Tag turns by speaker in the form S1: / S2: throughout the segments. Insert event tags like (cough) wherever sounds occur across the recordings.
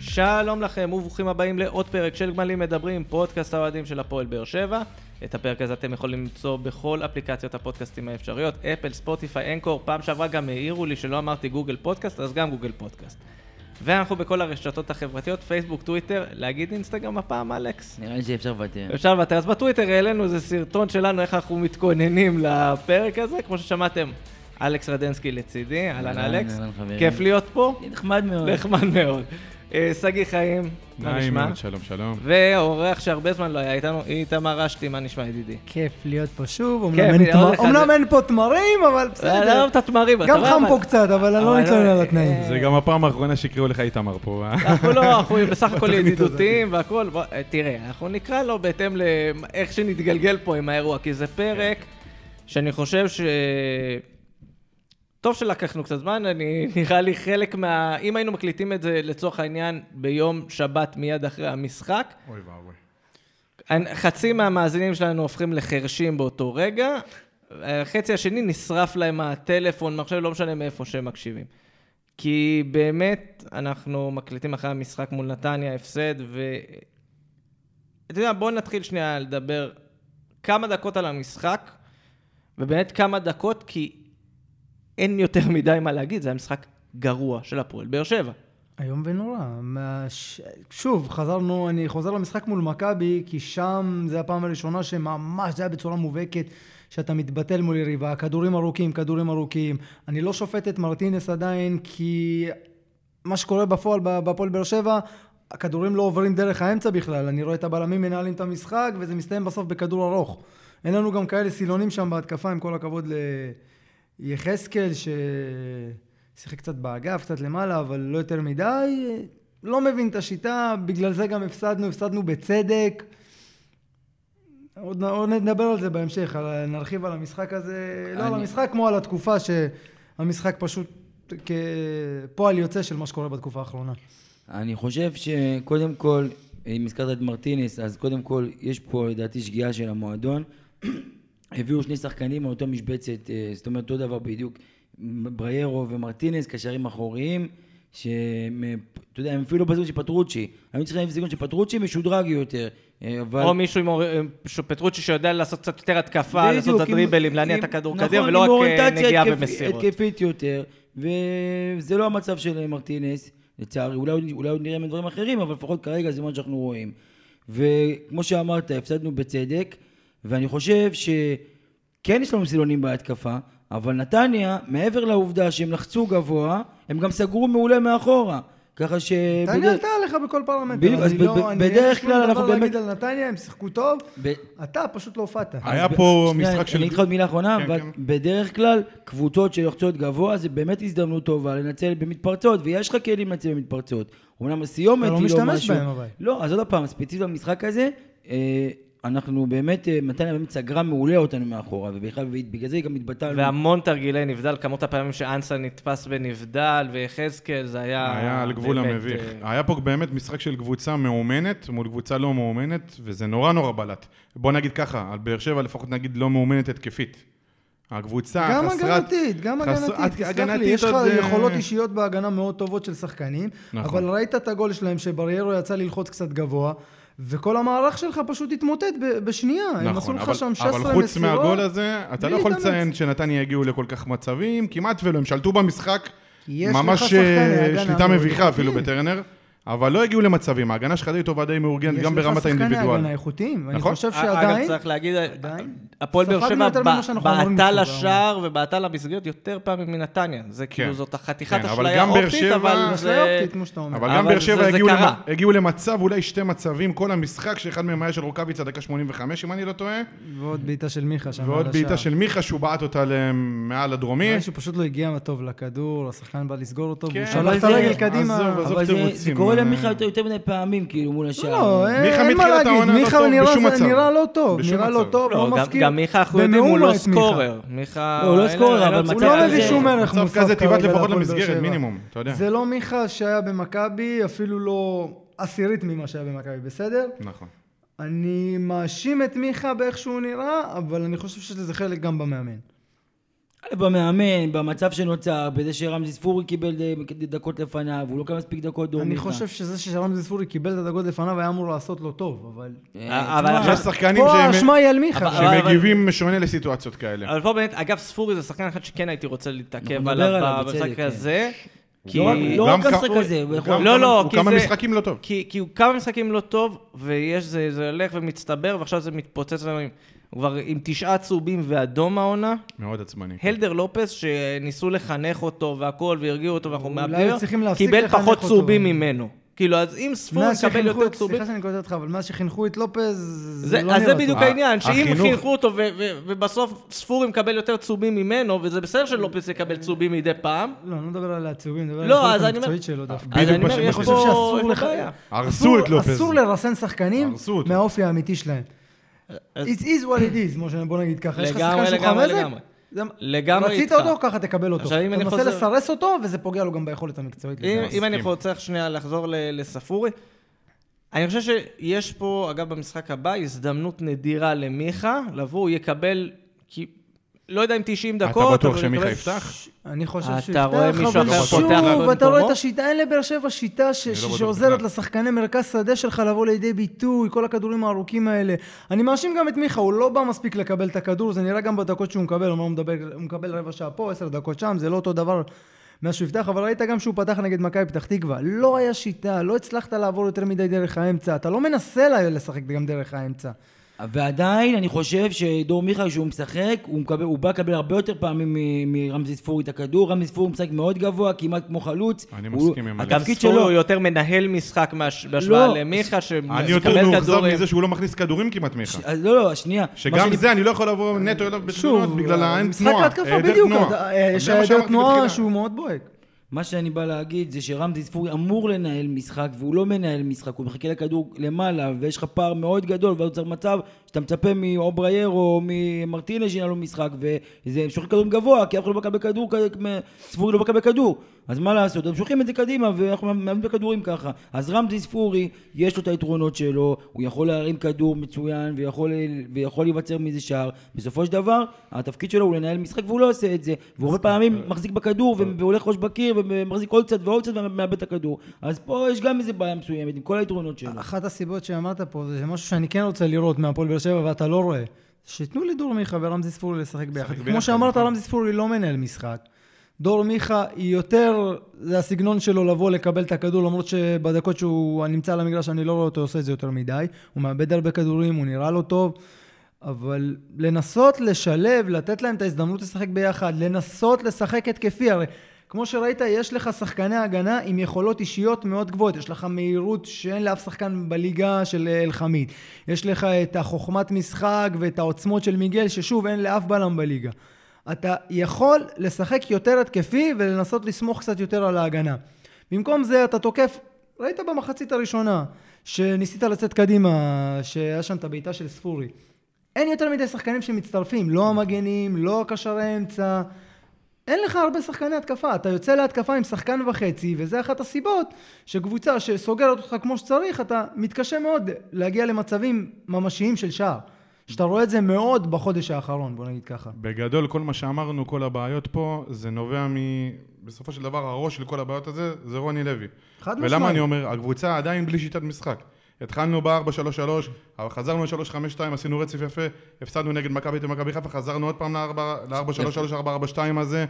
S1: שלום לכם וברוכים הבאים לעוד פרק של גמלים מדברים, פודקאסט האוהדים של הפועל באר שבע. את הפרק הזה אתם יכולים למצוא בכל אפליקציות הפודקאסטים האפשריות, אפל, ספוטיפיי, אנקור, פעם שעברה גם העירו לי שלא אמרתי גוגל פודקאסט, אז גם גוגל פודקאסט. ואנחנו בכל הרשתות החברתיות, פייסבוק, טוויטר, להגיד אינסטגרם הפעם, אלכס?
S2: נראה לי שאפשר לוותר.
S1: אפשר לוותר. אז בטוויטר העלינו איזה סרטון שלנו, איך אנחנו מתכוננים לפרק הזה. כמו ששמעתם, אלכס רדנסקי לצידי, אהלן
S2: אהלן,
S1: אלכס.
S2: אהלן, חברים.
S1: כיף להיות פה,
S2: נחמד מאוד.
S1: נחמד מאוד. אה, שגיא חיים, מה
S3: נעים
S1: נשמע?
S3: מאוד, שלום, שלום.
S1: ואורח שהרבה זמן לא היה איתנו, איתמר אשתי, מה נשמע ידידי?
S4: כיף להיות פה שוב,
S1: כן,
S4: אומנם אין
S1: עוד
S4: תמר-
S1: אחד.
S4: אומנם אין פה תמרים, אבל
S1: לא,
S4: בסדר.
S1: את התמרים, אתה
S4: גם
S1: רואה,
S4: חם
S1: אבל-
S4: פה קצת, אבל אני
S1: אבל
S4: לא מתלונן על
S1: לא-
S4: התנאים.
S1: אה,
S3: זה גם הפעם האחרונה שיקראו לך איתמר פה. אה?
S1: אנחנו לא, אנחנו בסך
S3: (laughs)
S1: הכל ידידותיים והכול. בוא, אה, תראה, אנחנו נקרא לו בהתאם לאיך שנתגלגל פה עם האירוע, כי
S3: כן.
S1: זה פרק שאני חושב ש... טוב שלקחנו קצת זמן, אני נראה לי חלק מה... אם היינו מקליטים את זה לצורך העניין ביום שבת מיד אחרי המשחק,
S3: אוי ואבוי.
S1: אני- חצי מהמאזינים שלנו הופכים לחרשים באותו רגע, החצי השני נשרף להם הטלפון, מחשב, לא משנה מאיפה שהם מקשיבים. כי באמת, אנחנו מקליטים אחרי המשחק מול נתניה, הפסד, ו... אתה יודע, בואו נתחיל שנייה לדבר כמה דקות על המשחק, ובאמת כמה דקות, כי אין יותר מדי מה להגיד, זה היה משחק גרוע של הפועל באר שבע.
S4: איום ונורא. מה- ש- שוב, חזרנו, אני חוזר למשחק מול מכבי, כי שם זה הפעם הראשונה שממש זה היה בצורה מובהקת, שאתה מתבטל מול יריבה, כדורים ארוכים, כדורים ארוכים. אני לא שופט את מרטינס עדיין, כי מה שקורה בפועל ב- בהפועל באר שבע, הכדורים לא עוברים דרך האמצע בכלל. אני רואה את הבלמים מנהלים את המשחק, וזה מסתיים בסוף בכדור ארוך. אין לנו גם כאלה סילונים שם בהתקפה, עם כל הכבוד ליחזקאל, ששיחק קצת באגף, קצת למעלה, אבל לא יותר מדי. לא מבין את השיטה, בגלל זה גם הפסדנו, הפסדנו בצדק. עוד, נ- עוד נדבר על זה בהמשך, על, נרחיב על המשחק הזה, לא
S2: אני-
S4: על המשחק, כמו על התקופה שהמשחק פשוט כפועל יוצא של מה שקורה בתקופה האחרונה.
S2: אני חושב שקודם כל, אם הזכרת את מרטינס, אז קודם כל, יש פה לדעתי שגיאה של המועדון. (clears throat) הביאו שני שחקנים מאותו משבצת, אה, זאת אומרת אותו דבר בדיוק, בריירו ומרטינס, קשרים אחוריים, שהם, אה, פ- אתה יודע, הם אפילו לא בזמן של פטרוצ'י. היו צריכים להביא סיכון של פטרוצ'י משודרג יותר. אה, אבל...
S1: או מישהו עם אור- פטרוצ'י שיודע לעשות קצת יותר התקפה, לעשות את
S2: בדיוק, עם-
S1: הדריבלים, להניע
S2: עם-
S1: את הכדור
S2: נכון,
S1: קדימה,
S2: עם
S1: ולא רק אה,
S2: אוריינטציה
S1: נגיעה
S2: התקפ-
S1: במסירות.
S2: התקפית יותר, וזה לא המצב של מרטינס, לצערי, אולי, אולי עוד נראה מדברים אחרים, אבל לפחות כרגע זה מה שאנחנו רואים. וכמו שאמרת, הפסדנו בצדק, ואני חושב שכן יש לנו סילונים בהתקפה, אבל נתניה, מעבר לעובדה שהם לחצו גבוה, הם גם סגרו מעולה מאחורה. ככה ש...
S4: נתניה עלתה עליך בכל פרמטר.
S2: בדיוק, אז
S4: אני
S2: ב-
S4: לא-
S2: ב-
S4: אני-
S2: בדרך
S4: אין לי
S2: כלל
S4: שום
S2: אנחנו
S4: דבר להגיד
S2: באמת-
S4: על נתניה, הם שיחקו טוב,
S2: ב-
S4: אתה פשוט לא הופעת.
S3: היה פה
S2: שנייה,
S3: משחק של...
S2: אני אגיד לך עוד מילה אחרונה,
S3: כן,
S2: אבל
S3: כן.
S2: בדרך כלל קבוצות שלוחצות גבוה זה באמת הזדמנות טובה לנצל במתפרצות, ויש לך כלים לנצל במתפרצות. אומנם הסיומת
S4: אתה
S2: היא
S4: לא
S2: לא משהו...
S4: משתמש בהם, אבל.
S2: לא, אז עוד פעם, ספציפית במשחק הזה, אה, אנחנו באמת, אה, נתניה באמת סגרה מעולה אותנו מאחורה, ובכלל, ובגלל זה היא גם התבטלנו.
S1: והמון תרגילי נבדל, כמות הפעמים שאנסה נתפס בנבדל, ויחזקאל, זה היה...
S3: היה על גבול
S1: באמת,
S3: המביך.
S1: אה,
S3: היה פה באמת משחק של קבוצה מאומנת מול קבוצה לא מאומנת, וזה נורא נורא בלט. בוא נגיד ככה, על באר שבע לפחות נגיד לא מאומנת התקפית. הקבוצה
S4: גם
S3: חסרת...
S4: הגנתית, גם
S3: חס-
S4: הגנתית, תסלח לי,
S3: הגנתית
S4: יש לך
S3: עוד, אה,
S4: יכולות אישיות בהגנה מאוד טובות של שחקנים,
S3: נכון.
S4: אבל ראית את הגול שלהם שבריירו יצא ללחוץ קצת גבוה, וכל המערך שלך פשוט התמוטט ב- בשנייה, הם עשו
S3: נכון,
S4: לך
S3: אבל,
S4: שם 16
S3: אבל
S4: מסירות.
S3: חוץ מהגול הזה, אתה
S4: בלי
S3: לא יכול
S4: להתאמץ.
S3: לציין שנתניה הגיעו לכל כך מצבים, כמעט ולא, הם שלטו במשחק,
S4: כי יש לך
S3: ממש
S4: שחקני
S3: אה,
S4: הגנה
S3: שליטה
S4: מאוד
S3: מביכה אפילו
S4: איכותיים.
S3: בטרנר, אבל לא הגיעו למצבים, ההגנה שלך די טובה, די מאורגנת, גם ברמת
S4: יש לך שחקני
S3: האינדיבידואל.
S4: הגנה איכותיים, אני
S3: נכון.
S4: חושב
S1: אה, אגב,
S4: שעדיין,
S1: צריך להגיד, אה,
S4: עדיין.
S1: הפועל באר
S4: ספגנו
S1: שבע
S4: יותר ממה שאנחנו
S1: בעטה
S4: אמורים לספוג,
S1: לשער ובעטה למסגרת יותר פעמים מנתניה. זה כאילו,
S3: כן.
S1: זאת החתיכת
S3: כן, אבל
S1: אשליה
S3: גם באר
S1: אופטית,
S3: שבע-
S1: אבל
S4: אשליה
S1: זה...
S4: אופטית, כמו שאתה אומר.
S3: אה, אבל גם
S1: אבל
S3: באר
S1: זה-
S3: שבע
S1: זה
S3: הגיעו
S1: קרה.
S3: למ- הגיעו למצב, אולי שתי מצבים כל המשחק, שאחד מהם היה של רוקאביצה, דקה 85, אם אני לא טועה,
S4: ועוד בעיטה של מיכה לא שם. על
S3: ועוד בעיטה
S4: השער.
S3: של מיכה שהוא בעט אותה ל- מעל הדרומי.
S4: נראה לי שהוא פשוט לא הגיע טוב לכדור, השחקן בא לסגור אותו,
S3: כן,
S4: והוא
S2: אבל
S4: שלח את
S2: זה-
S4: הרגל קדימה.
S3: עזוב, עזוב.
S2: אבל זה, זה
S3: תירוצים,
S2: קורה
S3: אה.
S2: למיכה יותר, יותר מדי פעמים, כאילו, מול השער.
S4: לא, אין-
S3: מיכה
S4: אין מה
S3: מתחילת
S4: להגיד,
S3: העונה לא
S4: מיכה
S3: טוב
S4: נראה-
S3: בשום מצב.
S4: נראה לא טוב,
S3: בשום
S4: נראה לא
S3: מצב.
S4: טוב,
S1: לא,
S4: לא
S1: גם-
S4: מזכיר.
S1: גם מיכה, אנחנו יודעים, הוא
S4: במאומה
S1: לא
S4: את מיכה.
S1: סקורר. מיכה...
S2: לא, הוא לא
S1: אין-
S2: סקורר,
S1: אין לו
S2: אבל
S1: הצלחה.
S4: הוא
S2: מצב
S4: לא
S2: כזה-
S4: מביא שום ערך
S3: מצב
S4: מוסף
S3: כזה תבעט
S4: כרגע
S3: לפחות
S4: להפועל באר
S3: למסגרת,
S4: שבע.
S3: מינימום, אתה יודע.
S4: זה לא מיכה שהיה במכבי, אפילו לא עשירית ממה שהיה במכבי, בסדר?
S3: נכון.
S4: אני מאשים את מיכה באיך שהוא נראה, אבל אני חושב שזה חלק גם במאמן.
S2: במאמן, במצב שנוצר, בזה שרמזי ספורי קיבל אה, דקות לפניו, הוא לא קיבל מספיק דקות דורמיכה.
S4: אני חושב שזה שרמזי ספורי קיבל את הדקות לפניו היה אמור לעשות לו טוב, אבל...
S2: אה,
S1: אבל
S2: תשמע,
S1: עכשיו-
S3: יש שחקנים
S4: פה
S3: שהם-
S4: האשמה היא על מיכה.
S1: אבל-
S3: שמגיבים שונה לסיטואציות כאלה.
S1: אבל פה באמת, אגב, ספורי זה שחקן אחד שכן הייתי רוצה להתעכב
S2: אנחנו
S1: עליו
S2: נדבר עליו,
S1: במשחק
S2: בצדק,
S1: הזה. כי...
S2: לא רק- לא
S3: הוא
S2: רק
S3: גם
S2: המשחק
S3: כ-
S2: הזה, הוא
S3: הוא
S2: יכול...
S3: גם-
S1: לא, לא,
S3: הוא
S1: כי
S3: כמה
S1: זה-
S3: משחקים לא טוב.
S1: כי, כי הוא כמה משחקים לא טוב, ויש, זה, זה הולך ומצטבר, ועכשיו זה מתפוצץ לנו עם... הוא כבר עם תשעה צהובים ואדום העונה.
S3: מאוד עצבני.
S1: הלדר לופס, שניסו לחנך אותו והכל, והרגיעו אותו, ואנחנו
S4: אולי
S1: מאבדים,
S4: היו צריכים להפסיק
S1: קיבל
S4: לחנך
S1: פחות
S4: אותו.
S1: צהובים ממנו. כאילו, אז אם ספורי
S4: מאז
S1: יקבל
S4: שחינכו
S1: יותר
S4: את...
S1: צהובים...
S4: סליחה שאני כותב אותך, אבל מאז שחינכו את לופז, זה
S1: זה,
S4: לא
S1: אז
S4: נראה
S1: זה
S4: טוב.
S1: בדיוק
S3: ה-
S1: העניין, שאם
S3: החינוך-
S1: חינכו אותו ו- ו- ובסוף ספורי מקבל יותר צהובים ממנו, וזה בסדר
S3: אה,
S1: שלופס יקבל צהובים מדי פעם,
S4: לא, אני לא מדבר על הצהובים, אני מדבר על
S1: לא,
S4: היכולת
S1: אז אני אומר-
S4: המקצועית שלו דווקא.
S1: אז אני אומר, יש
S3: מה שאני
S1: פה...
S4: אני חושב שאסור
S1: יש פה
S4: לך...
S1: בעיה.
S3: הרסו את לופז.
S4: אסור לרסן שחקנים
S3: הרסו אותו.
S4: מהאופי האמיתי שלהם.
S1: אז-
S4: It is what it is, כמו ש- בוא נגיד ככה. יש לך
S1: אה, לגמרי,
S4: שחקן שהוא
S1: לגמרי,
S4: חמזק?
S1: לגמרי.
S4: זה-
S1: לגמרי
S4: רצית
S1: איתך.
S4: אותו, ככה תקבל אותו.
S1: עכשיו, אם
S4: אתה
S1: אני
S4: מנסה
S1: חוזר-
S4: לסרס אותו, וזה פוגע לו גם ביכולת המקצועית.
S1: אם,
S4: לדעתי.
S1: אם אני
S3: אה, מסכים.
S1: רוצה שנייה לחזור ל- לספורי, אני חושב שיש פה, אגב, במשחק הבא, הזדמנות נדירה למיכה לבוא, הוא יקבל, כי, לא יודע אם 90
S3: אתה
S1: דקות, אבל
S3: בטוח
S1: הוא
S3: שמיכה
S1: יקבל-
S3: יפתח?
S4: אני חושב
S1: אתה
S4: שיפתח,
S1: רואה מישהו
S4: אבל
S3: אחר
S4: שוב,
S3: פותח
S4: אתה
S1: במקומו?
S4: רואה את השיטה, אין לבאר שבע שיטה ש-
S3: אני לא
S4: ש-
S3: בטוח
S4: שעוזרת
S3: בכלל.
S4: לשחקני מרכז שדה שלך לבוא לידי ביטוי, כל הכדורים הארוכים האלה. אני מאשים גם את מיכה, הוא לא בא מספיק לקבל את הכדור, זה נראה גם בדקות שהוא מקבל, אמנם הוא לא מדבר- הוא מקבל רבע שעה פה, עשר דקות שם, זה לא אותו דבר. מאז שהוא יפתח, אבל ראית גם שהוא פתח נגד מכבי פתח תקווה. לא היה שיטה, לא הצלחת לעבור יותר מדי דרך האמצע. אתה לא מנסה ל- לשחק גם דרך האמצע.
S2: ועדיין אני חושב שדור מיכה כשהוא משחק הוא, מקבל, הוא בא לקבל הרבה יותר פעמים מ- מרמזי ספורי את הכדור רמזי ספורי הוא משחק מאוד גבוה כמעט כמו חלוץ
S3: אני
S2: הוא-
S3: מסכים עם
S1: אגב,
S2: התפקיד
S1: ספורי
S2: שלו
S1: הוא יותר מנהל משחק מהש- בהשוואה
S2: לא.
S1: למיכה,
S3: אני יותר
S1: שמקבל
S3: מאוכזב
S1: כדור...
S3: מזה שהוא לא מכניס כדורים כמעט מיכה.
S2: ש... אז לא לא שנייה מה
S3: שגם
S2: שאני-
S3: זה, אני לא יכול לבוא נטו אליו בתלונות לא, בגלל האין
S4: משחק
S3: תנועה.
S4: להתקפה,
S3: היעדר
S4: בדיוק.
S3: תנועה.
S4: אתה- אה, יש
S3: זה מה
S4: היעדר
S3: שאמרתי
S4: תנועה
S3: בתחילה.
S4: שהוא מאוד בוהק.
S2: מה שאני בא להגיד זה שרמזי ספורי אמור לנהל משחק והוא לא מנהל משחק הוא מחכה לכדור למעלה ויש לך פער מאוד גדול ואז יוצר מצב שאתה מצפה מאוברייר או ממרטינז שינהלו משחק וזה הם שולחים כדור גבוה כי אף אחד לא מקבל כדור כ- מ- ספורי לא מקבל כדור אז מה לעשות הם שולחים את זה קדימה ואנחנו מאמנים בכדורים ככה אז רמזי ספורי יש לו את היתרונות שלו הוא יכול להרים כדור מצוין ויכול, ויכול להיווצר מזה שער בסופו של דבר התפקיד שלו הוא לנהל משחק והוא לא עושה את זה והוא הרבה פעמים
S3: אה.
S2: מחזיק בכדור ו- והולך ראש בקיר ומחזיק עוד קצת ועוד קצת ומאבד את הכדור אז פה יש גם איזה בעיה מסוימת עם כל היתרונות שלו
S4: אחת הסיבות שאמרת פה זה משהו שאני כן רוצה לראות מהפועל באר שבע ואתה לא רואה. שתנו לדור מיכה ורמזי ספורי לשחק ביחד.
S3: ביחד.
S4: כמו שאמרת, רמזי ספורי לא מנהל משחק. דור מיכה היא יותר, זה הסגנון שלו לבוא לקבל את הכדור, למרות שבדקות שהוא נמצא על המגרש אני לא רואה אותו עושה את זה יותר מדי. הוא מאבד הרבה כדורים, הוא נראה לא טוב. אבל לנסות לשלב, לתת להם את ההזדמנות לשחק ביחד, לנסות לשחק התקפי, הרי כמו שראית, יש לך שחקני הגנה עם יכולות אישיות מאוד גבוהות, יש לך מהירות שאין לאף שחקן בליגה של אלחמיד, יש לך את החוכמת משחק ואת העוצמות של מיגל, ששוב, אין לאף בלם בליגה. אתה יכול לשחק יותר התקפי ולנסות לסמוך קצת יותר על ההגנה. במקום זה אתה תוקף, ראית במחצית הראשונה, שניסית לצאת קדימה, שהיה שם את הבעיטה של ספורי. אין יותר מדי שחקנים שמצטרפים, לא המגנים, לא קשר האמצע. אין לך הרבה שחקני התקפה, אתה יוצא להתקפה עם שחקן וחצי, וזה אחת הסיבות שקבוצה שסוגרת אותך כמו שצריך, אתה מתקשה מאוד להגיע למצבים ממשיים של שער. שאתה רואה את זה מאוד בחודש האחרון, בוא נגיד ככה.
S3: בגדול, כל מה שאמרנו, כל הבעיות פה, זה נובע מ... בסופו של דבר, הראש של כל הבעיות הזה, זה רוני לוי.
S4: חד
S3: ולמה
S4: משמעית.
S3: אני אומר? הקבוצה עדיין בלי שיטת משחק. התחלנו ב-4-3-3, אבל חזרנו ל-3-5-2, עשינו רצף יפה, הפסדנו נגד מכבי תל מכבי חיפה, חזרנו עוד פעם ל-4-3-3-4-4-2 הזה.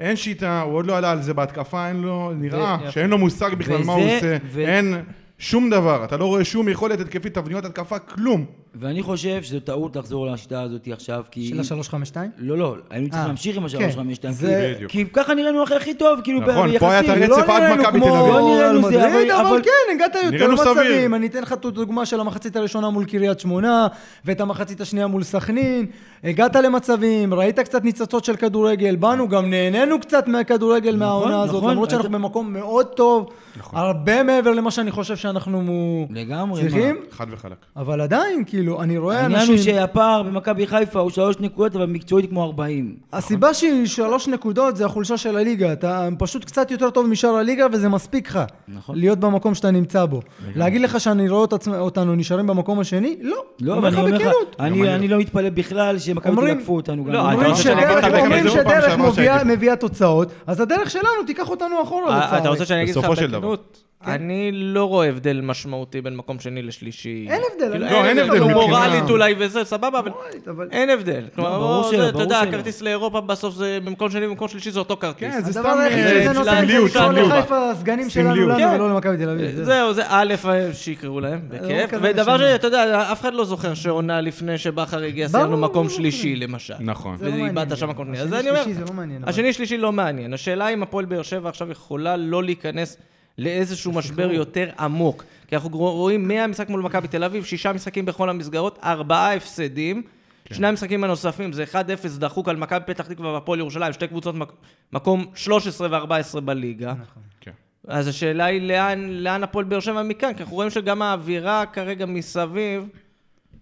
S3: אין שיטה, הוא עוד לא עלה על זה בהתקפה, אין לו,
S1: יפה.
S3: נראה שאין לו מושג בכלל מה הוא
S2: וזה-
S3: עושה.
S2: ו-
S3: אין שום דבר, אתה לא רואה שום יכולת התקפית, תבניות התקפה, כלום.
S2: ואני חושב שזו טעות לחזור לשיטה הזאת עכשיו כי
S4: של השלוש חמש שתיים?
S2: לא, לא, היינו צריכים
S4: אה,
S2: להמשיך עם
S4: כן.
S2: השלוש חמש שתיים.
S4: זה-
S3: בדיוק.
S2: כי ככה נראינו הכי הכי טוב, כאילו
S3: נכון, פה
S2: ביחסים.
S3: היה את הרצף
S2: לא
S3: עד
S2: נראינו
S3: מכבי
S2: כמו-
S3: תל אביב.
S2: לא
S4: ריאל
S2: נראינו זה, אבל-
S4: מדריד, אבל
S2: אבל...
S4: כן, הגעת יותר
S3: נראינו סביר.
S4: מצבים. אני אתן לך את הדוגמה של המחצית הראשונה מול קריית שמונה, ואת המחצית השנייה מול סכנין. הגעת למצבים, ראית קצת ניצוצות של כדורגל, באנו, גם נהנינו קצת מהכדורגל מהעונה הזאת,
S2: נכון.
S4: למרות שאנחנו
S2: אתה-
S4: במקום מאוד טוב,
S3: נכון.
S4: הרבה מעבר למה שאני חושב שאנחנו
S2: לגמרי, מה?
S4: צריכים,
S3: חד וחלק.
S4: אבל עדיין, כאילו... כאילו, אני רואה
S2: העניין הוא
S4: אנשים...
S2: שהפער במכבי חיפה הוא שלוש נקודות, אבל מקצועית כמו 40.
S4: הסיבה שהיא שלוש נקודות זה החולשה של הליגה. אתה פשוט קצת יותר טוב משאר הליגה וזה מספיק לך.
S2: נכון.
S4: להיות במקום שאתה נמצא בו. להגיד לך שאני רואה את עצמ- אותנו נשארים במקום השני? לא.
S2: לא, אבל אני אומר לך,
S4: בכנות.
S2: אני אני לא מתפלא בכלל שמכבי
S4: אומרים-
S2: תקפו אותנו גם.
S1: לא, אתה
S4: אומרים
S1: רוצה שאני
S4: שדרך-
S1: אגיד לך
S4: אומרים
S3: בכנות? פעם
S4: שדרך
S3: שעברה
S4: מביאה-
S3: שהייתי פה.
S4: מביאה תוצאות, אז הדרך שלנו תיקח אותנו אחורה
S1: אה, אתה
S4: לצערי.
S1: רוצה שאני אגיד לך
S3: בסופו של דבר.
S1: בכנות? אני לא רואה הבדל משמעותי בין מקום שני לשלישי.
S4: אין הבדל,
S1: כאילו,
S4: אני-
S3: לא, אין הבדל
S1: כאילו,
S3: מבחינה-
S1: מורלית אולי וזה, סבבה, אבל
S4: אוי, אבל-
S1: אין הבדל. כלומר,
S2: ברור
S1: זה,
S2: שלא,
S1: אתה
S2: ברור
S1: יודע,
S2: שלא.
S1: הכרטיס לאירופה בסוף זה במקום שני ובמקום שלישי זה אותו כרטיס.
S3: כן, זה
S4: הדבר
S3: סתם
S4: היחיד
S3: אה,
S4: שזה נותן זה
S3: סמליות,
S4: לשאול
S1: סמליות.
S4: לחיפה הסגנים שלנו
S3: סמליות.
S4: לנו
S1: כן.
S4: ולא למכבי תל אביב. זהו.
S1: זהו, זה א', אה, שיקראו להם,
S3: אה,
S1: בכיף.
S3: לא
S4: כזה
S1: ודבר
S4: משנה.
S1: שני, אתה יודע, אף אחד לא זוכר שעונה לפני שבכר הגיע, עשינו
S4: ברור,
S1: מקום
S4: ברור.
S1: שלישי למשל.
S3: נכון.
S4: זה לא מעניין.
S1: ואיבדת שם מקום שני. אז
S4: השני,
S1: אני אומר,
S4: שלישי זה לא מעניין, אבל-
S1: השני שלישי לא מעניין. השאלה אם הפועל באר שבע עכשיו יכולה לא להיכנס לאיזשהו משבר יותר עמוק. כי אנחנו גרו- רואים 100 משחק מול מכבי תל אביב, שישה משחקים בכל המסגרות, ארבעה הפסדים.
S4: כן.
S1: שני המשחקים הנוספים זה 1-0 דחוק על מכבי פתח תקווה והפועל ירושלים, שתי קבוצות מק- מקום 13 ו-14 בליגה.
S4: נכון.
S3: כן.
S1: אז השאלה היא לאן, לאן הפועל באר שבע מכאן, כי אנחנו רואים שגם האווירה כרגע מסביב,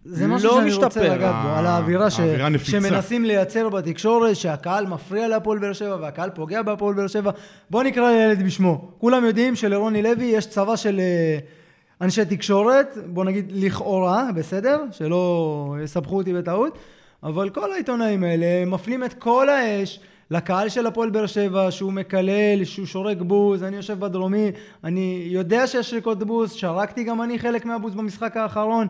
S4: זה משהו
S1: לא
S4: שאני רוצה
S1: משתפר.
S4: לגעת בו, על האווירה ש...
S3: האווירה נפיצה.
S4: שמנסים לייצר בתקשורת, שהקהל מפריע להפועל באר שבע והקהל פוגע בהפועל באר שבע. בוא נקרא לילד בשמו. כולם יודעים שלרוני לוי יש צבא של אה, אנשי תקשורת, בוא נגיד לכאורה, בסדר? שלא יסבכו אותי בטעות, אבל כל העיתונאים האלה מפנים את כל האש. לקהל של הפועל באר שבע, שהוא מקלל, שהוא שורק בוז, אני יושב בדרומי, אני יודע שיש שריקות בוז, שרקתי גם אני חלק מהבוז במשחק האחרון,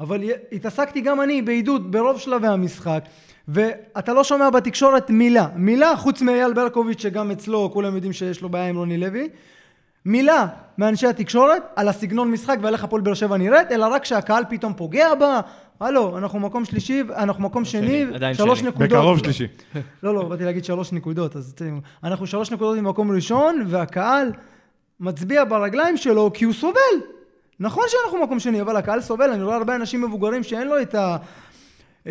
S4: אבל י- התעסקתי גם אני בעידוד ברוב שלבי המשחק, ואתה לא שומע בתקשורת מילה. מילה חוץ מאייל ברקוביץ', שגם אצלו כולם יודעים שיש לו בעיה עם רוני לוי. מילה מאנשי התקשורת על הסגנון משחק ועל איך הפועל באר שבע נראית, אלא רק שהקהל פתאום פוגע בה. הלו, אנחנו מקום שלישי, אנחנו מקום שני,
S1: לא שני, עדיין
S4: שלוש
S1: שני.
S4: נקודות.
S3: בקרוב שלישי.
S4: (laughs) לא, לא, באתי להגיד שלוש נקודות, אז אתם- אנחנו שלוש נקודות ממקום ראשון, והקהל מצביע ברגליים שלו כי הוא סובל. נכון שאנחנו מקום שני, אבל הקהל סובל, אני רואה הרבה אנשים מבוגרים שאין לו את ה...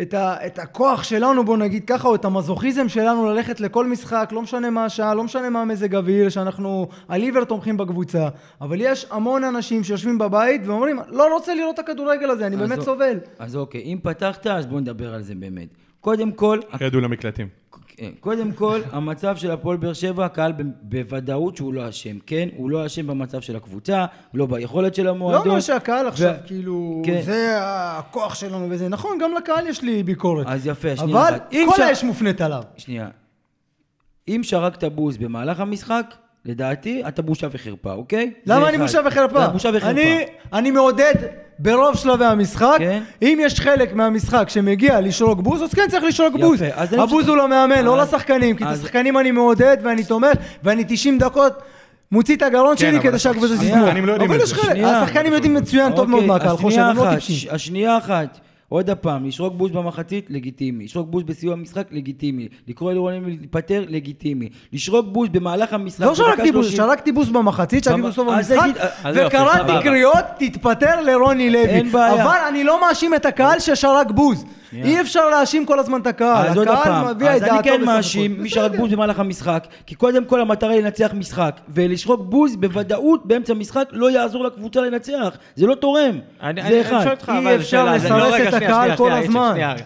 S4: את, ה, את הכוח שלנו, בוא נגיד ככה, או את המזוכיזם שלנו ללכת לכל משחק, לא משנה מה השעה, לא משנה מה מזג אוויר, שאנחנו על עיוור תומכים בקבוצה. אבל יש המון אנשים שיושבים בבית ואומרים, לא רוצה לראות את הכדורגל הזה, אני
S2: אז
S4: באמת
S2: א-
S4: סובל.
S2: אז אוקיי, אם פתחת, אז בואו נדבר על זה באמת. קודם כל, אה,
S3: ירדו למקלטים.
S2: קודם כל, (laughs) המצב של הפועל באר שבע, הקהל ב- בוודאות שהוא לא אשם, כן? הוא לא אשם במצב של הקבוצה, לא ביכולת של
S4: לא
S2: המועדון.
S4: אומר שהקהל עכשיו,
S2: ו-
S4: כאילו,
S2: כן.
S4: זה הכוח שלנו וזה. נכון, גם לקהל יש לי ביקורת.
S2: אז יפה, שנייה
S4: אבל
S2: אחת. אי
S4: כל
S2: אפשר-
S4: האש מופנית עליו.
S2: שנייה. אם שרקת בוז במהלך המשחק, לדעתי, אתה בושה וחרפה, אוקיי? זה
S4: למה אני
S2: אחד.
S4: בושה וחרפה?
S2: אתה בושה וחרפה.
S4: אני- אני מעודד ברוב שלבי המשחק.
S2: כן.
S4: אם יש חלק מהמשחק שמגיע לשרוק בוז, אז כן צריך לשרוק
S2: יפה,
S4: בוז.
S2: אז אני-
S4: הבוז הוא למאמן, לא
S2: אז-
S4: לשחקנים, כי את
S2: אז-
S4: השחקנים אני מעודד ואני תומך, ואני 90 דקות מוציא את הגרון
S3: כן,
S4: שלי
S3: אבל
S4: כדי שהקבוצה
S3: השחקנים
S4: תסגור.
S3: לא יודעים
S4: אבל
S3: את
S4: יש
S3: זה.
S4: חלק,
S2: שנייה.
S4: השחקנים יודעים מצוין כן, טוב מאוד
S2: אוקיי,
S4: מה הקהל
S2: אז
S4: חושב,
S2: שנייה
S4: הם לא
S2: אחת,
S4: טיפשים.
S2: ש- השנייה אחת, עוד הפעם, לשרוק בוז במחצית, לגיטימי. לשרוק בוז בסיום המשחק, לגיטימי. לקרוא לרונים להתפטר, לגיטימי. לשרוק בוז במהלך המשחק,
S4: לא
S2: בדקה
S4: שרקתי בוז,
S2: 30.
S4: שרקתי בוז במחצית, שרקתי
S2: במ-
S4: בוז סוף
S2: אז
S4: המשחק,
S2: תגיד,
S1: אז יופי,
S4: וקראתי
S1: סבבה.
S4: קריאות, תתפטר לרוני לוי.
S2: אין בעיה. אוקיי.
S4: אבל אני לא מאשים את הקהל ששרק בוז. אי אפשר להאשים כל הזמן את הקהל.
S2: אז עוד
S4: הקהל
S2: הפעם,
S4: מביע את
S2: אז
S4: דעתו
S2: אני כן
S4: בסך
S2: מאשים
S4: הכל.
S2: מי שרק בוז במהלך המשחק, כי קודם כל המטרה היא לנצח משחק, ולשרוק בוז בוודאות באמצע משחק לא יעזור לקבוצה לנצח, זה לא תורם,
S1: אני, אני,
S2: זה
S1: אני
S2: אחד.
S1: שואל אותך,
S4: אי
S1: אבל
S4: אפשר
S1: שאלה, זה לא-
S4: לסרס
S1: רגע,
S4: את
S1: שנייה,
S4: הקהל
S1: שנייה,
S4: כל
S1: שנייה, איציק,
S4: הזמן.
S1: שנייה, רגע.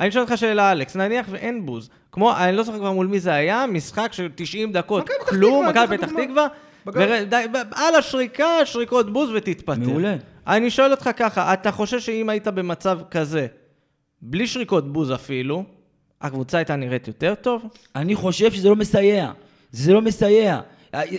S1: אני שואל אותך שאלה, אלכס, נניח ואין בוז. כמו, אני לא זוכר כבר מול מי זה היה, משחק של 90 דקות,
S4: מכבי פתח
S1: כלום,
S4: תקווה,
S1: מכבי
S4: אני אתן
S1: פתח
S4: לך
S1: תקווה,
S4: דוגמה. בגב.
S1: ור- די, ב- על השריקה, שריקות בוז ותתפטר.
S2: מעולה.
S1: אני שואל אותך ככה, אתה חושב שאם היית במצב כזה, בלי שריקות בוז אפילו, הקבוצה הייתה נראית יותר טוב?
S2: אני חושב שזה לא מסייע, זה לא מסייע,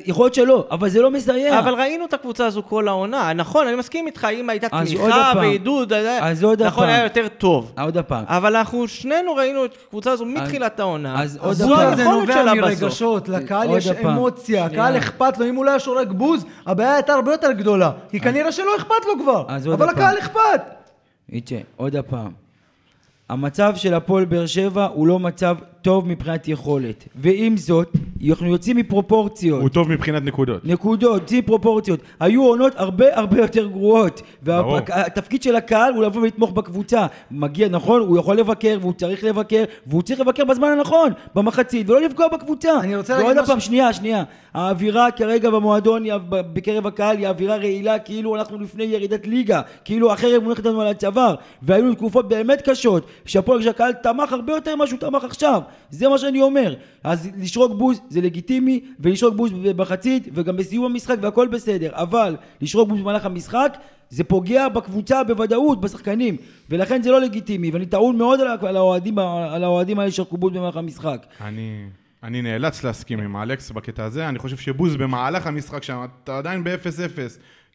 S2: יכול להיות שלא, אבל זה לא מסייע.
S1: אבל ראינו את הקבוצה הזו כל העונה. נכון, אני מסכים איתך, אם הייתה
S2: אז עוד
S1: תמיכה
S2: הפעם.
S1: ועידוד,
S2: אז עוד
S1: נכון,
S2: הפעם.
S1: היה יותר טוב.
S2: עוד הפעם,
S1: אבל אנחנו שנינו ראינו את הקבוצה הזו מתחילת העונה.
S2: אז עוד
S4: הזו
S2: הפעם.
S1: זו
S4: הזה
S1: היכולת
S4: נובע
S1: שלה בסוף.
S4: מרגשות, לקהל
S2: עוד
S4: יש
S2: הפעם.
S4: אמוציה,
S2: שנייה.
S4: הקהל אכפת לו, אם הוא לא היה שורק בוז, הבעיה הייתה הרבה יותר גדולה, כי כנראה שלא אכפת לו כבר,
S2: אז עוד
S4: אבל
S2: הפעם.
S4: לקהל אכפת.
S2: איצ'ה, עוד הפעם. המצב של הפועל באר שבע הוא לא מצב טוב מבחינת יכולת. ועם זאת, אנחנו יוצאים מפרופורציות.
S3: הוא טוב מבחינת נקודות.
S2: נקודות, שיא פרופורציות. היו עונות הרבה הרבה יותר גרועות.
S3: ברור.
S2: והתפקיד של הקהל הוא לבוא ולתמוך בקבוצה. מגיע, נכון, הוא יכול לבקר, והוא צריך לבקר, והוא צריך לבקר בזמן הנכון, במחצית, ולא לפגוע בקבוצה.
S4: אני רוצה
S2: ועוד
S4: להגיד משהו-
S2: הפעם, שנייה, שנייה. האווירה כרגע במועדון, היא- בקרב הקהל, היא אווירה רעילה, כאילו אנחנו לפני ירידת ליגה. כאילו החרב מונחת לנו על הצוואר. והיו תקופות באמת קשות, שהפועל כשהקהל תמך הרבה יותר ממה שהוא תמך עכשיו. זה מה שאני אומר. אז לשרוק בוז זה לגיטימי, ולשרוק בוז במחצית, וגם בסיום המשחק, והכל בסדר. אבל לשרוק בוז במהלך המשחק, זה פוגע בקבוצה בוודאות, בשחקנים. ולכן זה לא לגיטימי, ואני טעון מאוד על ה- על האוהדים על האוהדים האלה שרקו בוז במהלך המשחק.
S3: אני, אני נאלץ להסכים עם אלכס בקטע הזה, אני חושב שבוז במהלך המשחק שם, אתה עדיין ב-0-0.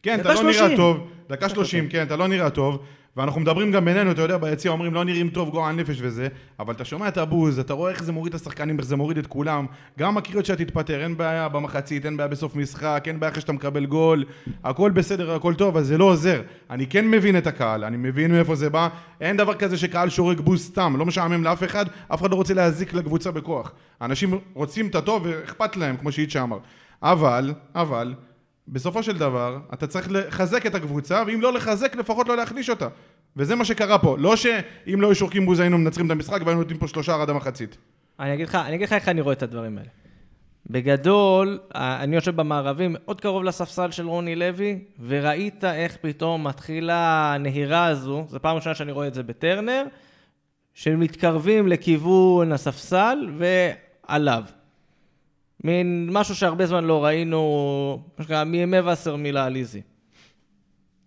S3: כן, אתה
S2: דקה
S3: לא נראה
S2: 30.
S3: טוב, (laughs) דקה 30, כן, אתה לא נראה טוב, ואנחנו מדברים גם בינינו, אתה יודע, ביציע אומרים לא נראים טוב, גועל נפש וזה, אבל אתה שומע את הבוז, אתה רואה איך זה מוריד את השחקנים, איך זה מוריד את כולם, גם הקריאות שאתה תתפטר, אין בעיה במחצית, אין בעיה בסוף משחק, אין בעיה אחרי שאתה מקבל גול, הכל בסדר, הכל טוב, אז זה לא עוזר. אני כן מבין את הקהל, אני מבין מאיפה זה בא, אין דבר כזה שקהל שורק בוז סתם, לא משעמם לאף אחד, אף אחד לא רוצה להזיק לקבוצה בכוח. האנשים רוצים את הטוב ואכפת להם, כמו שאיצ'ה אמר. אבל, אבל, בסופו של דבר, אתה צריך לחזק את הקבוצה, ואם לא לחזק, לפחות לא להחליש אותה. וזה מה שקרה פה. לא שאם לא היו שורקים בוז היינו מנצחים את המשחק והיינו נותנים פה שלושה עד המחצית.
S1: אני אגיד לך, אני אגיד לך איך אני רואה את הדברים האלה. בגדול, ה- אני יושב במערבים, מאוד קרוב לספסל של רוני לוי, וראית איך פתאום מתחילה הנהירה הזו, זו פעם ראשונה שאני רואה את זה בטרנר, שמתקרבים לכיוון הספסל ועליו. מין משהו שהרבה זמן לא ראינו, מה שנקרא, מימי וסרמיל העליזי.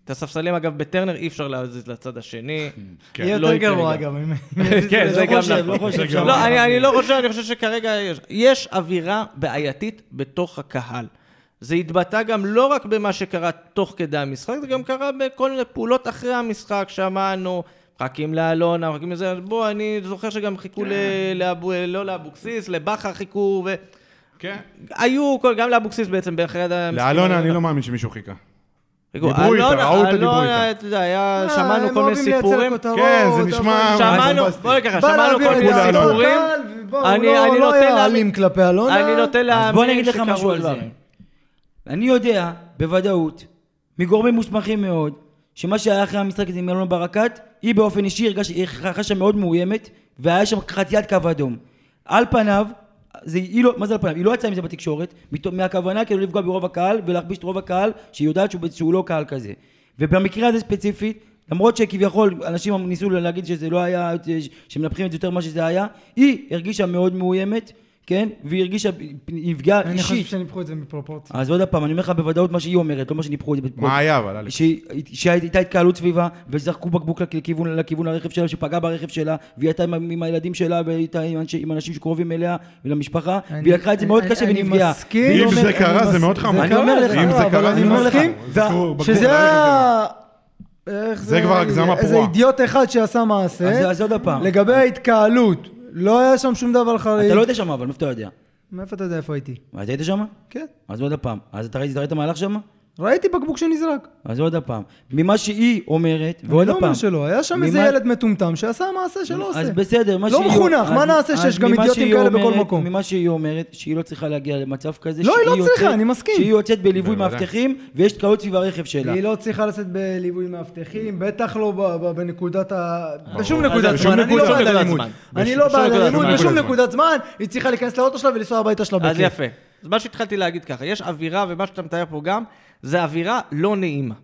S1: את הספסלים, אגב, בטרנר אי אפשר להזיז לצד השני.
S3: כן,
S4: יהיה
S1: לא
S4: יותר
S1: יקרה
S4: גרוע
S1: גם. (laughs)
S4: אגב. אם-
S1: כן, זה
S2: לא
S1: גם
S2: חושב,
S1: נכון.
S2: לא חושב שם.
S1: לא, אני אני לא חושב, אני חושב שכרגע יש. יש אווירה בעייתית בתוך הקהל. זה התבטא גם לא רק במה שקרה תוך כדי המשחק, זה גם קרה בכל מיני פעולות אחרי המשחק, שמענו, מחכים לאלונה, מחכים לזה, אז בוא, אני זוכר שגם חיכו ל- לאבו, לא לאבוקסיס, לבכר חיכו, ו...
S3: כן.
S1: היו, כל- גם לאבוקסיס בעצם, באחד המשחקים.
S3: לאלונה אני לא מאמין שמישהו חיכה.
S1: חיכו.
S3: דיברו איתה,
S1: אלונה-
S3: ראו אותה, דיברו
S1: אלונה,
S3: איתה.
S1: אתה יודע, היה-
S4: אה,
S1: שמענו כל
S4: הם
S1: מיני
S4: אוהבים לייצר
S1: סיפורים.
S2: לא,
S4: כותרות,
S3: כן, זה נשמע-
S4: אבל-
S1: שמענו,
S3: בומבסטי.
S1: בוא נגיד ככה,
S4: בא
S1: שמענו
S4: להביא
S1: כל מיני
S4: את
S3: כולם.
S1: סיפורים.
S4: הקהל, ובוא, הוא
S1: אני-
S4: לא-
S1: אני
S4: לא
S1: נוטה
S4: היה
S1: להאמין-
S4: אלים כלפי אלונה.
S1: אני נוטה להאמין
S2: אז בוא אני אגיד לך
S1: שקרו
S2: משהו על זה.
S1: דברים.
S2: אני יודע, בוודאות, מגורמים מוסמכים מאוד, שמה שהיה אחרי המשחק הזה עם אלונה ברקת, היא באופן אישי הרגש- היא חשה מאוד מאוימת, והיה שם חציית קו אדום. על פניו, זה, היא לא, מה זה על פניו? היא לא יצאה עם זה בתקשורת, מתו- מהכוונה כאילו לפגוע ברוב הקהל ולהכפיש את רוב הקהל, שהיא יודעת שהוא, שהוא לא קהל כזה. ובמקרה הזה ספציפית, למרות שכביכול אנשים ניסו להגיד שזה לא היה, שמנפחים את זה יותר ממה שזה היה, היא הרגישה מאוד מאוימת, כן? והיא הרגישה, היא נפגעה
S4: אני חושב
S2: אישית.
S4: שניפחו את זה מפרופורציה.
S2: אז עוד פעם, אני אומר לך בוודאות מה שהיא אומרת, לא מה שניפחו את זה.
S3: מה היה אבל, אלכס?
S2: שהיא- שהייתה התקהלות סביבה, וזרקו בקבוק לכיוון, לכיוון הרכב שלה, שפגע ברכב שלה, והיא הייתה עם, עם הילדים שלה, והיא הייתה עם, אנשי, עם אנשים שקרובים אליה ולמשפחה, והיא לקחה את זה מאוד
S4: אני-
S2: קשה
S4: אני
S2: ונפגעה.
S4: מסכים.
S2: והיא
S3: אם
S2: אומרת-
S3: זה קרה,
S4: אני
S3: זה
S4: מס-
S3: מאוד חמור.
S2: אני אומר לך,
S3: אם זה
S4: אבל
S3: קרה,
S4: אני
S3: זה
S4: אומר
S3: מאוד
S4: לך,
S3: חמור. זה
S4: וה-
S3: קרוב, בקרוב,
S4: שזה
S3: לא
S4: ה... איך
S3: זה כבר הגזמה
S4: איזה
S3: פרועה.
S4: אידיוט אחד שעשה מעשה.
S2: אז- אז עוד פעם.
S4: לגבי ההתקהלות, לא היה שם שום דבר חריג.
S2: אתה לא היית שם אבל, מאיפה אתה יודע?
S4: מאיפה אתה יודע איפה הייתי?
S2: אתה היית שם?
S4: כן.
S2: אז עוד פעם. אז אתה ראית אתה ראית את המהלך שם?
S4: ראיתי בקבוק שנזרק.
S2: אז עוד פעם. ממה שהיא אומרת,
S4: אני
S2: ועוד
S4: לא
S2: פעם.
S4: אומר שלא, היה שם איזה
S2: ממה-
S4: ילד מטומטם שעשה מעשה שלא עושה.
S2: אז בסדר, מה
S4: לא
S2: שהיא-
S4: מחונך,
S2: אז-
S4: מה נעשה
S2: אז
S4: שיש גם
S2: ממה
S4: אידיוטים
S2: שהיא
S4: כאלה בכל
S2: אומרת-
S4: מקום?
S2: ממה שהיא אומרת, שהיא לא צריכה להגיע למצב כזה.
S4: לא, היא
S2: שהיא
S4: לא צריכה,
S2: יוצאת-
S4: אני מסכים.
S2: שהיא יוצאת בליווי
S3: בוודאי.
S2: מאבטחים, ויש תקלות סביב הרכב שלה.
S4: היא לא צריכה לשאת בליווי מאבטחים, בטח לא ב- ב- בנקודת ה... בשום
S1: ברור.
S4: נקודת
S1: בשום
S4: זמן, אני לא
S1: נקודת
S4: בעד
S1: זמן.
S4: אלימות.
S1: בש-
S4: אני לא
S1: בשום
S4: בעד
S1: נקודת
S4: אלימות,
S1: זמן.
S4: בשום
S3: נקודת זמן.
S4: נקודת זמן, היא צריכה להיכנס לאוטו שלה ולנסוע הביתה שלה
S1: אז
S4: בכיף.
S1: יפה. אז מה שהתחלתי להגיד ככה, יש אווירה, ומה שאתה מתאר פה גם, זה אווירה לא נעימה.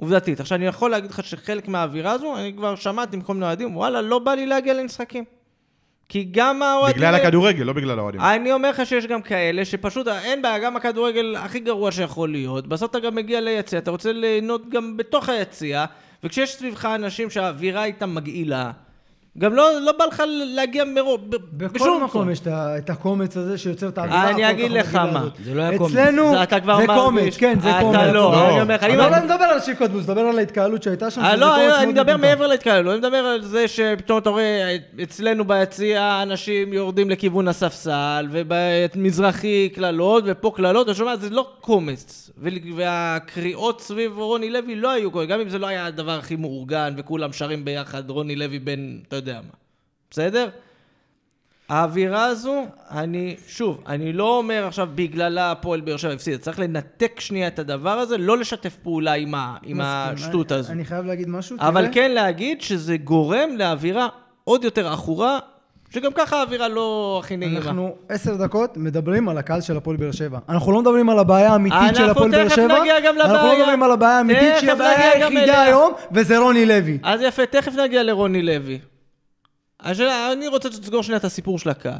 S1: עובדתית. עכשיו, אני יכול להגיד לך שחלק מהאווירה הזו, אני כבר שמעתי מכל מיני אוהדים, וואלה, לא בא לי להגיע למשחקים. כי גם האוהדים...
S3: בגלל
S2: אה,
S1: האלה-
S3: הכדורגל, לא בגלל
S4: כן.
S3: האוהדים.
S1: אני אומר לך שיש גם כאלה שפשוט אין בעיה, גם הכדורגל הכי גרוע שיכול להיות. בסוף אתה גם מגיע ליציע, אתה רוצה ליהנות גם בתוך היציע, וכשיש סביבך אנשים שהאווירה איתם מגעילה, גם לא, לא בא לך להגיע מרוב, ב-
S4: בכל
S1: בשום
S4: מקום
S1: צורה.
S4: יש את ה- את הקומץ הזה שיוצר את האווירה.
S1: אני
S4: הכל
S1: אגיד
S4: כך
S1: לך
S4: מגעילה
S1: מה.
S4: הזאת.
S2: זה לא היה קומץ.
S4: אצלנו
S1: זה אתה כבר
S4: זה קומץ,
S1: מרגיש.
S4: כן, זה
S1: אתה
S4: קומץ.
S1: לא,
S3: לא.
S1: אני אומר לך, אם
S4: אבל
S1: אני-
S4: אני לא מדבר על שריקות בוז, מדבר על ההתקהלות שהייתה שם.
S1: אה,
S4: שזה
S1: לא,
S4: קומץ
S1: אני-
S4: מאוד
S1: אני מדבר
S4: מטומטם.
S1: מעבר להתקהלות, לא, אני מדבר על זה שפתאום אתה רואה אצלנו ביציע אנשים יורדים לכיוון הספסל, ובמזרחי קללות, ופה קללות, אתה שומע, זה לא קומץ. ול- והקריאות סביב רוני לוי לא היו קומץ, גם אם זה לא היה הדבר הכי מאורגן, וכולם שרים ביחד רוני לוי בן, אתה יודע מה. בסדר? האווירה הזו, אני, שוב, אני לא אומר עכשיו בגללה הפועל באר שבע הפסידה, צריך לנתק שנייה את הדבר הזה, לא לשתף פעולה עם, ה, עם
S4: מסכים.
S1: השטות
S4: אני-
S1: הזו.
S4: אני חייב להגיד משהו.
S1: אבל
S4: תראה.
S1: כן להגיד שזה גורם לאווירה עוד יותר עכורה, שגם ככה האווירה לא הכי נעימה.
S4: אנחנו עשר דקות מדברים על הקהל של הפועל באר שבע. אנחנו לא מדברים על הבעיה האמיתית של
S1: אנחנו
S4: הפועל באר
S1: תכף
S4: שבע.
S1: נגיע גם
S4: אנחנו
S1: לבעיה.
S4: לא מדברים על הבעיה האמיתית,
S1: תכף
S4: שהיא הבעיה
S1: נגיע גם
S4: היחידה
S1: אליה.
S4: היום, וזה רוני לוי.
S1: אז יפה, תכף נגיע לרוני לוי. השאלה, אני רוצה שתסגור שנייה את הסיפור של הקהל.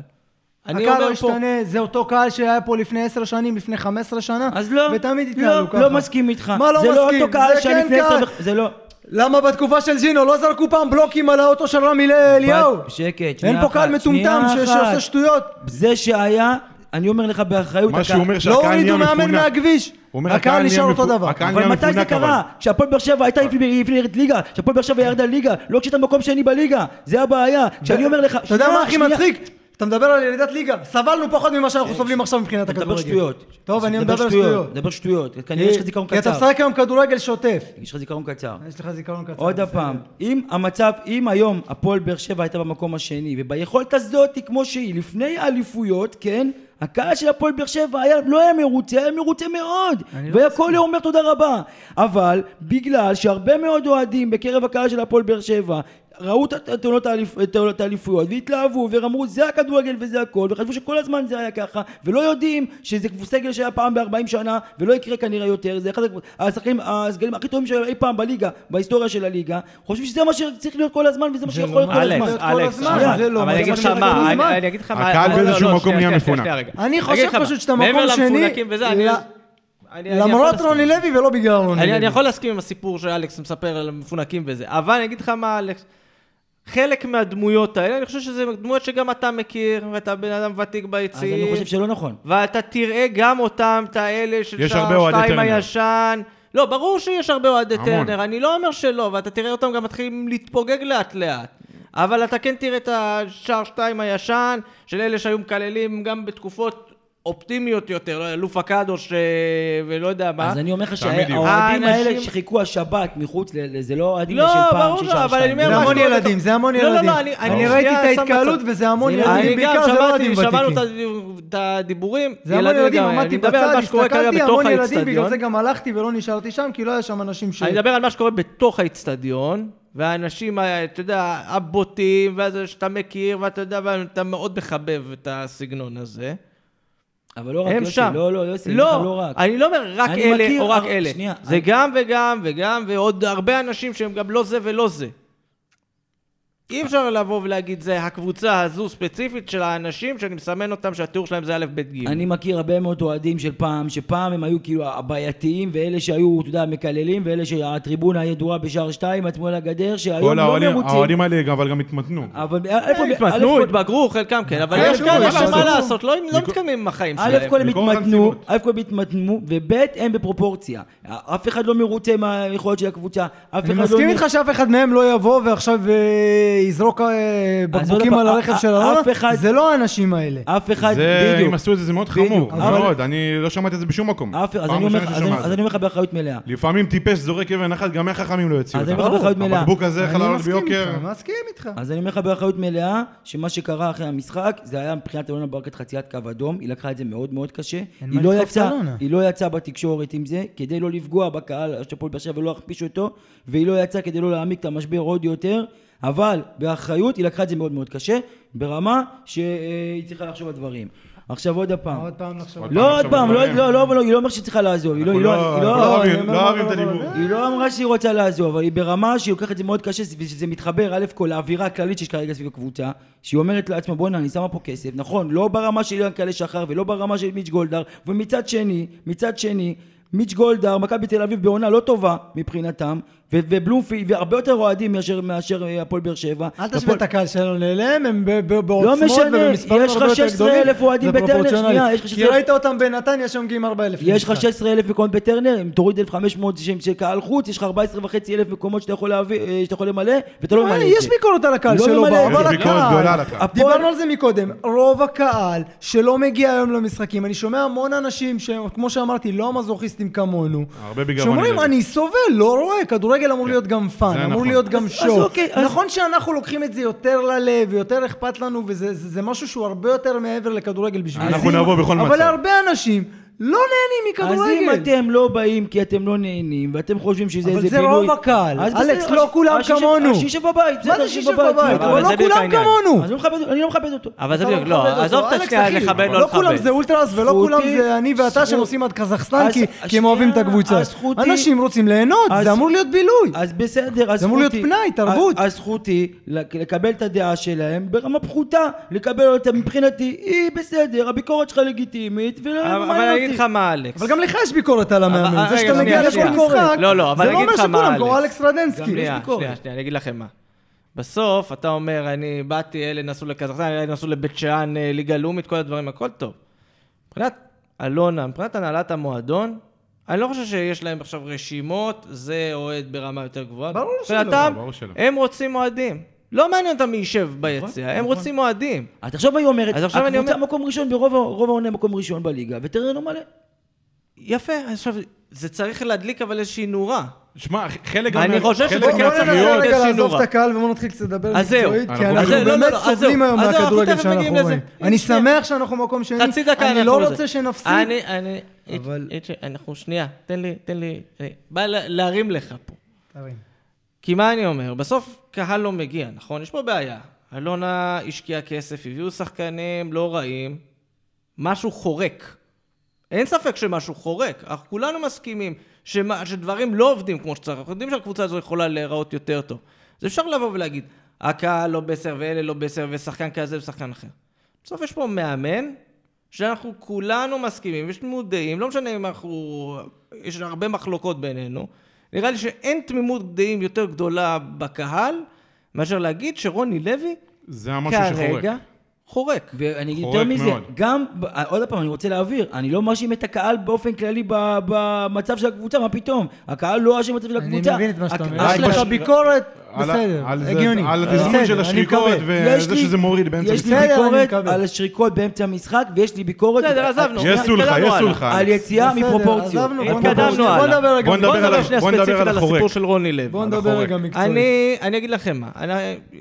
S1: אני
S4: הקהל
S1: אומר
S4: לא
S1: פה,
S4: ישתנה, זה אותו קהל שהיה פה לפני עשר שנים, לפני חמש עשרה שנה,
S2: אז לא,
S4: ותמיד
S2: לא,
S4: התנהלו ככה.
S2: לא מסכים איתך.
S4: מה לא
S2: זה לא
S4: מסכים?
S2: אותו קהל
S4: זה
S2: שהיה
S4: כן
S2: לפני עשר
S4: קהל.
S2: וח- זה לא.
S4: למה בתקופה של ז'ינו לא זרקו פעם בלוקים על האוטו של רמי לאליהו?
S2: בת- שקט,
S4: אין
S2: שנייה
S4: פה
S2: אחת,
S4: קהל מטומטם
S2: שנייה
S4: ש-
S2: אחת.
S4: שעושה שטויות.
S2: זה שהיה, אני אומר לך באחריות,
S3: מה
S2: הקהל-
S3: שהוא אומר
S4: לא
S3: שהקהל נהיה
S4: הורידו
S3: מפונק.
S4: מאמן מהכביש.
S3: הוא אומר,
S4: הקהל
S3: הקהל נהיה
S4: נשאר אותו
S3: מפו-
S4: דבר.
S3: הקהל
S2: אבל
S3: נהיה
S2: מתי זה
S3: מפונק,
S2: קרה?
S3: אבל.
S2: כשהפועל באר שבע הייתה
S3: נכון.
S2: לפני לפני ירידת ליגה, כשהפועל באר שבע ירדה ליגה, לא כשאתה במקום שני בליגה, זה הבעיה. כשאני אומר לך,
S4: אתה יודע
S2: שנייה,
S4: מה הכי
S2: שנייה.
S4: מצחיק? אתה מדבר על ירידת ליגה, סבלנו פחות ממה שאנחנו סובלים עכשיו מבחינת
S2: אתה
S4: הכדורגל.
S2: מדבר שטויות.
S4: טוב,
S2: אתה
S4: אני
S2: מדבר
S4: מדבר שטויות.
S2: מדבר שטויות. כנראה יש לך זיכרון
S4: כי אתה
S2: קצר.
S4: משחק היום כדורגל שוטף.
S2: יש לך זיכרון קצר.
S4: יש לך זיכרון קצר.
S2: עוד
S4: כן. אה, בסדר.
S2: פעם, אם המצב, אם היום הפועל באר שבע הייתה במקום השני, וביכולת הזאת, כמו שהיא, לפני האליפויות, כן, הקהל של הפועל באר שבע היה, לא היה מרוצה, היה מרוצה מאוד,
S4: אני לא
S2: והיה כל יום אומר תודה רבה. אבל בגלל שהרבה מאוד אוהדים בקרב הקהל של הפועל באר שבע, ראו את- את עונות האליפ- את עונות האליפויות והתלהבו ואמרו זה הכדורגל וזה הכל וחשבו שכל הזמן זה היה ככה ולא יודעים שזה סגל שהיה פעם ב-40 שנה ולא יקרה כנראה יותר זה אחד השחקנים הסגלים הכי טובים שהיו אי פעם בליגה בהיסטוריה של הליגה חושבים שזה מה שצריך להיות כל הזמן וזה מה
S4: זה
S2: שיכול להיות
S4: לא-
S2: כל
S4: אלכס,
S2: הזמן
S4: כל
S1: אלכס,
S4: הזמן,
S1: אבל-
S4: זה לא,
S1: אבל אני
S4: זה
S1: אגיד
S4: מה
S1: לך
S4: שאני אומר
S1: מה,
S4: כל הזמן.
S1: אני- אני אגיד לך מה...
S3: הקהל
S1: לא, לא,
S3: באיזשהו
S1: לא,
S3: מקום
S1: שנייה,
S3: נהיה
S1: שנייה,
S3: מפונק.
S1: שנייה, רגע.
S4: אני
S1: אגיד
S4: חושב
S1: לך מה,
S4: פשוט שאתה מקום
S1: מעבר
S4: שני,
S1: למפונקים וזה, אני...
S4: ל-
S1: אני- אני יכול
S4: למרות
S1: להסכים.
S4: רוני לוי ולא בגלל רוני לוי.
S1: אני, אני יכול להסכים עם הסיפור שאלכס מספר על המפונקים וזה, אבל אני אגיד לך מה אלכס, חלק מהדמויות האלה, אני חושב שזה דמויות שגם אתה מכיר, ואתה בן אדם ותיק
S2: אז אני
S1: ביציעים,
S2: חושב שלא נכון
S1: ואתה תראה גם אותם, את האלה של
S3: יש הרבה
S1: שער
S3: אוהדי
S1: שתיים
S3: טרנר.
S1: הישן. לא, ברור שיש הרבה אוהדי
S3: המון.
S1: טרנר, אני לא אומר שלא, ואתה תראה אותם גם מתחילים להתפוגג לאט לאט. אבל אתה כן תראה את השער שתיים הישן, של אלה שהיו מקללים גם בתקופות אופטימיות יותר, לא יודע, אלוף הקדוש אה, ולא יודע מה.
S2: אז אני אומר לך
S3: תמיד יהיו.
S2: שהאוהדים האלה
S1: האנשים-
S2: שחיכו השבת מחוץ ל- ל- זה לא אוהדים
S1: לא,
S2: של פעם
S1: ברור
S2: של
S1: שלא,
S2: שעה
S1: אבל אני
S2: שתיים נכון.
S1: אומר,
S4: זה המון
S1: לא, לא,
S4: ילדים, זה המון
S1: לא, לא,
S4: ילדים.
S1: לא, אני-
S4: אני
S1: אני
S4: ראיתי את
S1: שנייה שם
S4: ההתקהלות
S1: בצד.
S4: וזה המון
S2: זה
S4: ילדים,
S1: אני גם
S4: בעיקר זה לא
S1: שמעתי,
S4: אוהדים
S1: שמענו את
S4: ותיקים.
S1: הד- את הדיבורים.
S4: זה המון ילדים,
S1: גם,
S4: עמדתי
S1: אני מדבר על
S4: בצד,
S1: מה שקורה
S4: הסתכלתי,
S1: כרגע
S4: המון
S1: בתוך
S4: ילדים, בגלל
S1: האיצטדיון.
S4: זה גם הלכתי ולא נשארתי שם, כי לא היה שם אנשים ש...
S1: אני מדבר על מה שקורה בתוך האיצטדיון, והאנשים, ה- אתה יודע, הבוטים, ואז שאתה מכיר, ואתה יודע, ואתה מאוד מחבב את הסגנון הזה.
S2: אבל לא רק
S1: הם
S2: יוסי,
S1: שם.
S2: לא, לא, יוסי,
S1: לא,
S2: לא רק.
S1: אני לא אומר רק
S2: אני
S1: אלה
S2: מכיר,
S1: או רק
S2: אה,
S1: אלה.
S2: שנייה,
S1: זה
S2: אני-
S1: גם וגם וגם, ועוד הרבה אנשים שהם גם לא זה ולא זה. אי אפשר לבוא ולהגיד, זה הקבוצה הזו ספציפית של האנשים שאני מסמן אותם שהתיאור שלהם זה א', ב', ג'.
S3: כאילו.
S2: אני מכיר הרבה מאוד אוהדים של פעם, שפעם הם היו כאילו הבעייתיים, ואלה שהיו, אתה יודע, מקללים, ואלה שהטריבונה הידועה בשער שתיים, עצמו על הגדר, שהיום
S3: כל
S2: לא
S3: האוהדים-
S2: מרוצים. אה,
S3: האוהדים האלה אבל גם התמתנו.
S2: אבל איפה...
S1: הם
S2: אלף
S1: התמתנו,
S2: כל-
S1: התבגרו, חלקם כן, אבל
S3: אה,
S1: יש
S3: יש
S1: כאלה
S3: כאלה
S1: שמה
S3: לעשות.
S1: לעשות, לא לא
S3: מכל-
S1: מתקדמים עם החיים
S2: א'
S1: שלהם.
S2: כל אה, הם
S3: מכל
S2: התמתנו,
S3: הנציגות.
S2: א' כל הם התמתנו, וב' הם בפרופורציה. אף אחד לא מרוצה מהיכולת של הקבוצה, אף
S4: אני
S2: אחד לא...
S4: מסכים
S2: נ-
S4: איתך שאף אחד מהם לא יבוא ועכשיו אה, יזרוק אה,
S2: אז עוד
S4: בקבוקים
S2: פעם,
S4: על הרכב
S2: א-
S4: של
S2: א-
S4: אלונה,
S2: אף אחד-
S4: זה לא האנשים האלה.
S2: אף אחד,
S3: זה,
S2: בדיוק.
S3: אם עשו את זה, זה מאוד
S2: בדיוק,
S3: חמור.
S2: אבל-
S3: מאוד, אני לא שמעתי את זה בשום מקום.
S2: אף- אז
S3: פעם
S2: אני אומר
S3: ראשונה
S2: לך- אז
S3: ששומע
S2: אני-
S3: את
S2: אז
S3: זה.
S2: אני אומר לך באחריות מלאה.
S3: לפעמים טיפש זורק אבן אחת, גם מהחכמים לא יוציאו
S2: אז אני
S3: אותה.
S2: אומר לך באחריות מלאה.
S3: הבקבוק הזה
S4: אני
S3: יכול לעלות
S4: מסכים
S3: ביוקר.
S4: איתך, מסכים איתך.
S2: אז אני אומר לך באחריות מלאה, שמה שקרה אחרי המשחק, זה היה מבחינת אלונה ברקת חציית קו אדום, היא לקחה את זה מאוד מאוד קשה.
S4: מה
S2: היא לא,
S4: לתקוף את
S2: יצאה,
S4: אלונה.
S2: היא לא יצאה בתקשורת עם זה, כדי לא לפגוע בקהל של הפועל באר שבע ולא להכפיש אותו, והיא לא יצאה כדי לא להעמיק את המשבר עוד יותר, אבל באחריות היא לקחה את זה מאוד מאוד קשה, ברמה שהיא צריכה לחשוב על דברים. עכשיו עוד פעם.
S4: עוד פעם נחשוב.
S3: עוד
S2: לא עוד
S3: עכשיו
S2: פעם, לא,
S3: דברים.
S2: לא, לא, לא, היא לא אומרת שהיא צריכה לעזוב, היא לא,
S3: אנחנו
S2: היא לא, היא
S3: לא
S2: לא,
S3: אוהבים-
S4: אני אומר,
S3: לא אוהבים
S4: לא,
S3: את
S4: לא,
S3: הדיבור.
S4: לא,
S2: היא לא אמרה שהיא רוצה לעזוב, אבל היא ברמה שהיא לוקחת את זה מאוד קשה, ושזה מתחבר, א' כל, לאווירה הכללית שיש כרגע סביב הקבוצה, שהיא אומרת לעצמה, בואנה, אני שמה פה כסף, נכון, לא ברמה של אילן קלה שחר, ולא ברמה של מיץ' גולדהר, ומצד שני, מצד שני, מיץ' גולדהר, מכבי תל אביב בעונה לא טובה מבחינתם, ו- ובלומפילד, והרבה יותר אוהדים מאשר- מאשר אה, הפועל באר שבע.
S4: אל תשווה
S2: והפועל-
S4: את הקהל שלנו אליהם, הם ב- ב-
S2: לא
S4: בעוצמות
S2: משנה,
S4: ובמספרים
S2: יש לך
S4: הרבה יותר
S2: 16,000
S4: גדולים.
S2: אוהדים
S4: זה
S2: בטרנר,
S4: פרופורציונלי.
S2: שנייה, יש לך
S4: כי
S2: 16,000
S4: ראית אותם בנתניה שם מגיעים 4,000.
S2: יש לך
S4: למשחק.
S2: 16,000 מקומות בטרנר, אם תוריד 1,500 שהם של קהל חוץ, יש לך 14,500 מקומות שאתה יכול להביא- אה, שאתה יכול למלא, ואתה לא ממלא
S4: אה,
S2: את זה.
S4: יש ביקורת על הקהל
S2: לא
S4: שלא
S2: ממלא
S4: בא,
S2: את זה.
S4: אבל לא,
S3: יש ביקורת גדולה על
S4: הקהל,
S3: הקהל.
S4: דיברנו על זה מקודם, רוב הקהל שלא מגיע היום למשחקים, אני שומע המון אנשים שהם, כמו שאמרתי, לא המזוכיסטים כמונו,
S3: הרבה בגלל רוני
S4: שאומרים,
S3: לוי.
S4: אני סובל, לא רואה, כדורגל כדורגל אמור להיות גם פאן,
S3: זה
S4: אמור
S3: נכון.
S4: להיות גם
S2: אז- אז
S4: שואו.
S2: אוקיי, אז-
S4: נכון שאנחנו לוקחים את זה יותר ללב, ויותר אכפת לנו, וזה זה- זה משהו שהוא הרבה יותר מעבר לכדורגל בשבילי.
S3: אנחנו
S4: אז אם-
S3: נבוא בכל
S4: אבל
S3: מצב.
S4: הרבה אנשים לא נהנים
S2: אז אם
S4: מכדורגל.
S2: אתם לא באים כי אתם לא נהנים, ואתם חושבים שזה
S4: אבל
S2: איזה
S4: זה
S2: בילוי...
S4: רוב הקהל.
S2: אז
S4: אלכס,
S2: בסדר,
S4: לא
S2: אז-
S4: כולם
S2: אז שישב-
S4: כמונו.
S2: אז שישב בבית,
S4: מה
S2: בסדר,
S4: זה שישב בבית?
S1: אבל
S4: אבל
S1: זה
S4: לא
S1: בדיוק
S4: כולם
S1: העניין.
S4: כמונו.
S2: אז לא מכבד, אני לא מכבד אותו.
S1: אבל זה
S4: אתה
S1: בדיוק,
S4: מכבד
S1: לא,
S4: אותו.
S1: עזוב את
S4: אלכס,
S1: השנייה
S4: תגיד,
S1: לכבד או
S4: לא
S1: לכבד.
S4: כולם זה אולטרס ולא כולם
S2: זכותי-
S4: זה אני ואתה
S2: זכות-
S4: שנוסעים עד קזחסטן
S2: אז-
S4: כי- כי הם
S2: השנייה,
S4: אוהבים את הקבוצה.
S2: הזכותי-
S4: אנשים רוצים ליהנות,
S2: אז-
S4: זה אמור להיות בילוי.
S2: אז בסדר, אז
S4: זה אמור להיות
S2: זכותי-
S4: פנאי, תרבות.
S2: אז זכותי לק- לקבל את הדעה שלהם ברמה פחותה, לקבל אותה מבחינתי, היא בסדר, הביקורת שלך לגיטימית, ולא מעניין
S1: אבל
S2: אותי.
S1: אבל אני אגיד לך מה, אלכס.
S4: אבל גם לך יש ביקורת על המאמן,
S1: אבל-
S4: זה
S1: אה, רגע,
S4: שאתה
S1: שנייה,
S4: מגיע לכל
S1: שנייה.
S4: משחק,
S1: לא, לא, אבל
S4: זה
S1: אני
S4: לא
S1: אגיד
S4: אומר
S1: לך מה,
S4: שכולם, כמו
S1: אלכס.
S4: אלכס רדנסקי.
S1: שנייה, שנייה, שנייה, אני אגיד לכם מה. בסוף, אתה אומר, אני באתי, אלה נסעו לקזחסטן, אלה נסעו לבית שאן, אה, ליגה לאומית, כל הדברים, הכל טוב. מבחינת אלונה, מבחינת הנהלת המועדון, אני לא חושב שיש להם עכשיו רשימות, זה אוהד ברמה יותר גבוהה.
S4: ברור שלא.
S1: מבחינתם,
S3: ברור שלא.
S1: הם רוצים אוהדים. לא מעניין אותם מי יישב ביציע,
S4: נכון,
S1: הם רוצים אוהדים.
S2: אז תחשוב מה היא אומרת,
S1: אז עכשיו אני
S2: הקבוצה
S1: אומר-
S2: מקום ראשון, ברוב ה- רוב העונה מקום ראשון בליגה, וטרנו מלא.
S1: יפה, עכשיו, זה צריך להדליק אבל איזושהי נורה.
S3: שמע, חלק
S1: אני חושב
S3: חלק
S1: שזה
S4: בוא
S1: כן
S3: מהצביעות-
S1: צריך
S4: ננסה
S1: להיות
S4: רגע
S1: איזושהי
S4: לעזוב את
S1: נורה.
S4: הקהל ובוא נתחיל קצת לדבר
S1: אז זהו.
S4: מקצועית, כי
S3: אנחנו
S4: אנחנו
S3: לא,
S1: לא,
S4: באמת
S1: לא, אז
S4: סובלים
S1: זהו.
S4: היום
S1: אז זהו, אנחנו
S4: מהכדורגל
S1: תכף
S4: שאנחנו
S1: מגיעים לזה.
S4: רואים.
S1: הנה,
S4: אני
S1: שנייה.
S4: שמח שאנחנו מקום שני,
S1: חצי דקה
S4: אני
S1: אנחנו
S4: לא
S1: בזה.
S4: רוצה שנפסיד.
S1: אני, אני,
S4: אבל-
S1: איצ'י, אנחנו, שנייה, תן לי, תן לי, אני בא לה- להרים לך פה.
S4: תרים.
S1: כי מה אני אומר? בסוף קהל לא מגיע, נכון? יש פה בעיה. אלונה השקיעה כסף, הביאו שחקנים לא רעים, משהו חורק. אין ספק שמשהו חורק, אנחנו כולנו מסכימים שמה, שדברים לא עובדים כמו שצריך, אנחנו יודעים שהקבוצה הזו יכולה להיראות יותר טוב. אז אפשר לבוא ולהגיד, הקהל לא בסדר ואלה לא בסדר ושחקן כזה ושחקן אחר. בסוף יש פה מאמן שאנחנו כולנו מסכימים, יש תמימות דעים, לא משנה אם אנחנו... יש הרבה מחלוקות בינינו. נראה לי שאין תמימות דעים יותר גדולה בקהל מאשר להגיד שרוני לוי
S3: זה המשהו שחורק.
S1: כרגע חורק.
S2: ואני אגיד
S3: חורק
S2: יותר מזה,
S3: מאוד.
S2: גם, ב- אה, עוד פעם, אני רוצה להבהיר, אני לא מאשים את הקהל באופן כללי ב- במצב של הקבוצה, מה פתאום? הקהל לא אשם במצב של
S4: אני
S2: הקבוצה.
S4: מבין את מה שאתה
S2: הק-
S4: אומר.
S2: יש
S4: יש
S2: לך
S4: לך ביקורת,
S3: על ה-
S4: בסדר,
S3: על זה-
S4: הגיוני.
S3: על התזמון של
S4: בסדר, אני
S3: השריקות
S4: מקבל.
S2: יש
S3: וזה
S2: לי-
S3: שזה מוריד באמצע
S2: יש
S3: המשחק.
S2: לי
S4: בסדר, אני
S2: ביקורת
S4: מקבל.
S2: על השריקות באמצע המשחק, ויש לי ביקורת
S1: בסדר,
S2: על-
S1: עזבנו.
S3: יעשו לך,
S1: התקדמנו
S3: יעשו
S1: הלאה.
S3: לך.
S2: על יציאה
S4: בסדר,
S2: מפרופורציות.
S4: עזבנו,
S2: אין
S4: בוא
S2: פרופורציות.
S1: התקדמנו
S4: בוא
S1: הלאה.
S4: נדבר רגע-
S3: בוא נדבר
S1: בוא נדבר
S3: עליו,
S1: שנייה
S3: בוא נדבר
S1: ספציפית
S3: על
S1: על הסיפור
S3: החורק.
S1: של רוני לוי.
S4: בואו
S3: על
S4: נדבר
S3: החורק.
S4: רגע מקצועית.
S1: אני, אני אגיד לכם מה, אני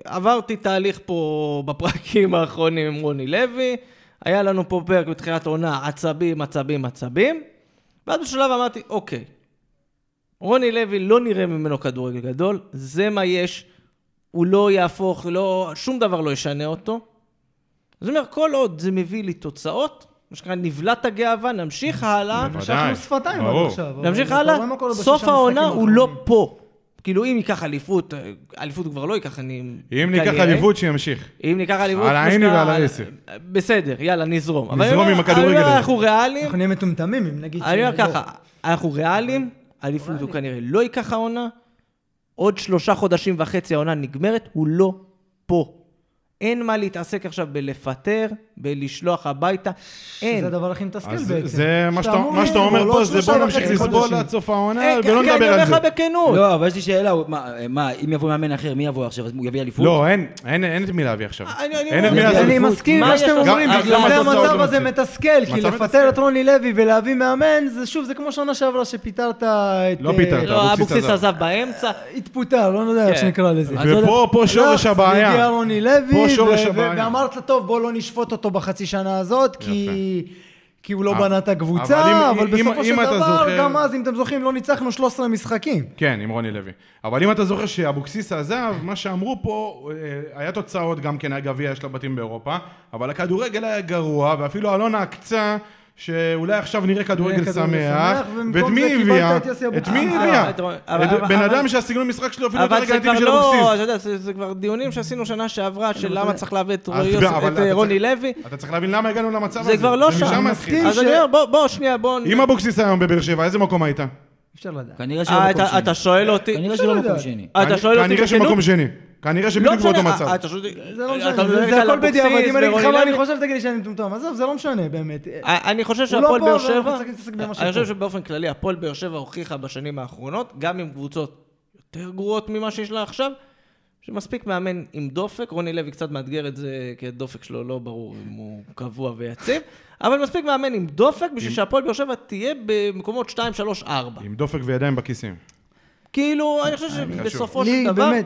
S1: עברתי תהליך פה בפרקים האחרונים עם רוני לוי, היה לנו פה פרק בתחילת עונה עצבים, עצבים, עצבים, ואז בשלב אמרתי, אוקיי, רוני לוי לא נראה ממנו כדורגל גדול, זה מה יש, הוא לא יהפוך, לא, שום דבר לא ישנה אותו. אז אני אומר, כל עוד זה מביא לי תוצאות, מה שנקרא, נבלעת הגאווה, נמשיך הלאה.
S3: ודאי.
S4: משכנו שפתיים
S3: ברור.
S4: עד עכשיו. אבל
S1: נמשיך
S4: אתה
S1: הלאה,
S4: רואה מה קורה בשישה
S1: סוף העונה
S4: משחקים
S1: הוא לא
S4: האחרונים.
S1: פה. כאילו, אם ייקח אליפות, אה, אליפות הוא כבר לא ייקח, אני...
S3: אם ניקח
S1: כנראה.
S3: אליפות, שימשיך.
S1: אם ניקח אליפות...
S3: על
S1: כמו
S3: העין
S1: שאתה-
S3: ועל העשר.
S1: בסדר, יאללה, נזרום. אבל אני
S3: נזרום
S1: אומר-
S3: עם הכדורגל
S1: אני אומר,
S3: הזה.
S1: אנחנו ריאליים,
S4: אנחנו נהיה מטומטמים אם נגיד...
S1: אני אומר
S4: שזה לא.
S1: ככה, אנחנו ריאליים, אליפות הוא כנראה לא ייקח העונה, עוד שלושה חודשים וחצי העונה נגמרת, הוא לא פה. אין מה להתעסק עכשיו בלפטר, בלשלוח הביתה, אין.
S4: שזה הדבר הכי מתסכל
S3: אז
S4: כן, בעצם.
S3: זה מה שאתה-
S4: אמור
S3: מה שאתה
S4: לסבול
S3: אומר פה,
S4: עוד
S3: זה
S4: שלושה
S3: בוא נמשיך
S4: וחצי
S3: לסבול
S4: חודשים.
S3: עד סוף העונה
S1: אין,
S3: ולא
S1: כי אה, כן, אני
S3: נדבר
S1: אומר
S3: על זה.
S1: לך בכנות.
S2: לא, אבל יש לי שאלה, הוא- מה- אה, מה, אם יבוא מאמן אחר, מי יבוא עכשיו? הוא יביא אליפות?
S3: לא, אין, אין אין את מי להביא עכשיו.
S1: אני- אני
S3: אין את
S1: אומר,
S3: מי
S4: אני
S3: להביא.
S2: אליפות.
S4: מסכים עם
S1: מה
S4: מה
S1: יש
S4: שאתם
S1: לנו?
S4: אומרים,
S3: גם-
S4: בגלל
S3: גם
S4: זה
S3: התוצאות
S4: המצב
S3: לא
S4: הזה
S3: מצליח.
S4: מתסכל, כי
S3: מצב
S4: לפטר
S3: מתסכל.
S4: את רוני לוי ולהביא מאמן, זה שוב, זה כמו שנה שעברה שפיטרת את...
S3: לא
S4: אה,
S3: פיטרת.
S1: לא,
S3: אבוקסיס
S1: אבוקסיס
S3: עזב.
S1: עזב באמצע.
S4: התפוטר, לא יודע איך
S1: כן.
S4: שנקרא לזה.
S2: אז לא
S3: ופה פה שורש
S4: הלך, והגיע
S3: הבעיה.
S4: רוני לוי,
S3: פה
S4: ו-
S3: שורש
S4: ו-
S3: הבעיה.
S4: ואמרת, טוב, בוא לא נשפוט אותו בחצי שנה הזאת, כי... כי הוא לא
S3: אבל-
S4: בנה את
S3: אבל
S4: הקבוצה,
S3: אם-
S4: אבל
S3: אם-
S4: בסופו
S3: אם
S4: של
S3: אתה
S4: דבר,
S3: זוכר-
S4: גם אז, אם אתם זוכרים, לא ניצחנו 13 משחקים.
S3: כן, עם רוני לוי. אבל אם אתה זוכר שאבוקסיס עזב, מה שאמרו פה, אה, היה תוצאות גם כן, היה גביע של הבתים באירופה, אבל הכדורגל היה גרוע, ואפילו אלונה עקצה, שאולי עכשיו נראה כדורגל
S4: נראה כדורגל
S3: שמח,
S4: שמח, ובמקום
S3: ואת מי
S4: זה
S3: היא
S4: קיבלת
S3: הביאה?
S4: את יוסי
S3: את מי היא
S4: אבוקסיס.
S3: הביאה?
S1: אבל- אבל-
S3: את
S1: אבל-
S3: בן
S1: אבל-
S3: אדם שהסגנון משחק שלו אפילו יותר
S1: אבל זה
S3: רגלתי
S1: כבר
S3: של
S1: לא,
S3: אבוקסיס.
S1: אתה יודע, זה זה כבר דיונים שעשינו שנה שעברה, של
S4: לא
S1: למה צריך להביא את
S3: אז
S1: רועי
S3: אתה-
S1: יוסף-
S3: אבל
S1: את
S3: אתה
S1: אה, רוני
S3: צריך-
S1: לוי.
S3: אתה צריך להבין למה הגענו למצב הזה.
S1: זה כבר לא
S3: משם
S1: שם.
S3: התחיל.
S4: מסכים
S1: אז
S4: ש-
S1: אני אומר, בוא- בוא, שנייה, בוא... נ-
S3: אם אבוקסיס היה היום בבאר שבע, איזה מקום היית?
S4: אפשר לדעת.
S2: כנראה שלא
S1: אה,
S2: מקום
S1: אתה-
S2: שני.
S1: אתה שואל אותי... אה,
S2: כנראה
S4: אפשר
S2: שלא
S4: לדעת.
S2: מקום שני.
S1: אתה שואל אותי
S3: כנראה
S1: בכנות?
S3: שמקום שני. כנראה
S1: לא
S3: שבדיוק
S1: משנה,
S3: באותו מצב.
S1: אה, אתה שואל אותי...
S4: זה לא
S1: אתה
S4: משנה,
S1: מדבר
S4: זה-
S1: איתי
S4: זה
S1: על
S4: הכל בדיעבד,
S1: אבוקסיס
S4: אם אני אגיד לך
S1: ורוני
S4: מה אני
S1: לוי. אה,
S4: חושב, תגיד לי שאני מטומטם. עזוב, זה לא משנה, באמת.
S1: אני חושב
S4: הוא לא
S1: שהפועל
S4: פה,
S1: באר
S4: אבל אנחנו
S1: שבע,
S4: צריכים להתעסק במה
S1: אני
S4: שקורה.
S1: חושב שבאופן כללי הפועל באר שבע הוכיחה בשנים האחרונות, גם עם קבוצות יותר גרועות ממה שיש לה עכשיו, שמספיק מאמן עם דופק, רוני לוי קצת מאתגר את זה, כי הדופק שלו לא ברור אם הוא קבוע ויציב, אבל מספיק מאמן עם דופק בשביל שהפועל באר שבע תהיה במקומות 2, 3, 4.
S3: עם דופק וידיים בכיסים.
S1: כאילו, אני חושב
S3: חשוב.
S1: שבסופו
S4: לי
S1: של דבר,
S4: באמת,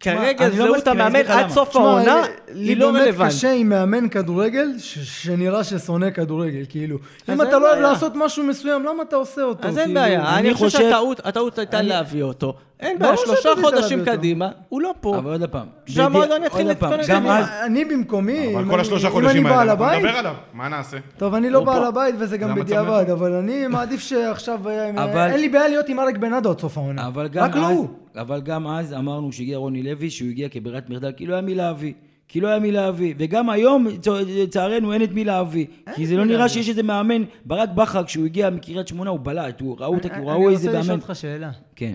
S1: כרגע
S2: אני לא
S1: זהות
S2: מסכים, אני
S1: המאמן
S2: אסביר לך
S1: עד
S2: למה.
S1: סוף
S4: תשמע,
S1: העונה,
S4: לי
S1: היא לא
S4: באמת
S1: רלוונטית.
S4: קשה עם מאמן כדורגל ש- שנראה ששונא כדורגל, כאילו.
S1: אין
S4: אם אתה לא אוהב
S1: בעיה.
S4: לעשות משהו מסוים, למה אתה עושה אותו?
S1: אז אין
S4: כאילו?
S1: בעיה, אני חושב
S2: חושב-
S1: שהטעות הטעות הייתה להביא אותו. אין בעיה,
S4: ברור
S1: שלושה
S4: שהטעות הייתה
S1: חודשים
S4: להביא אותו.
S1: קדימה, הוא לא פה.
S2: אבל עוד פעם.
S1: שהמועדון יתחיל
S2: עוד
S1: להתכונן
S2: פעם, גם
S1: קדימה.
S2: אז,
S4: אני- אני במקומי,
S3: אבל
S4: אם
S3: כל
S4: אני-
S3: השלושה
S4: אם
S3: חודשים
S4: אני בעל
S3: האלה, אנחנו נדבר
S4: הבית,
S3: עליו, מה נעשה?
S4: טוב, אני לא
S2: הוא
S4: בעל
S2: פה.
S4: הבית וזה גם
S3: זה המצב
S4: בדיעבד, אבל אני מעדיף שעכשיו... אה,
S2: אבל-
S4: אין לי בעיה להיות עם אריק בנאדו עד סוף העונה.
S2: אבל גם
S4: רק לא
S2: אז,
S4: הוא.
S2: אבל גם אז אמרנו שהגיע רוני לוי, שהוא הגיע כברירת מחדל, כי לא היה מי להביא. כי לא היה מי להביא. וגם היום, לצ- לצערנו, אין את מי להביא. כי זה לא נראה שיש איזה מאמן. ברק בכר, כשהוא הגיע מקריית שמונה, הוא בלט. הוא ראו אותה- הוא ראו איזה
S4: אה, אני רוצה
S2: מאמן.
S4: לשאול אותך שאלה.
S2: כן.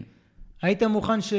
S4: היית מוכן ש...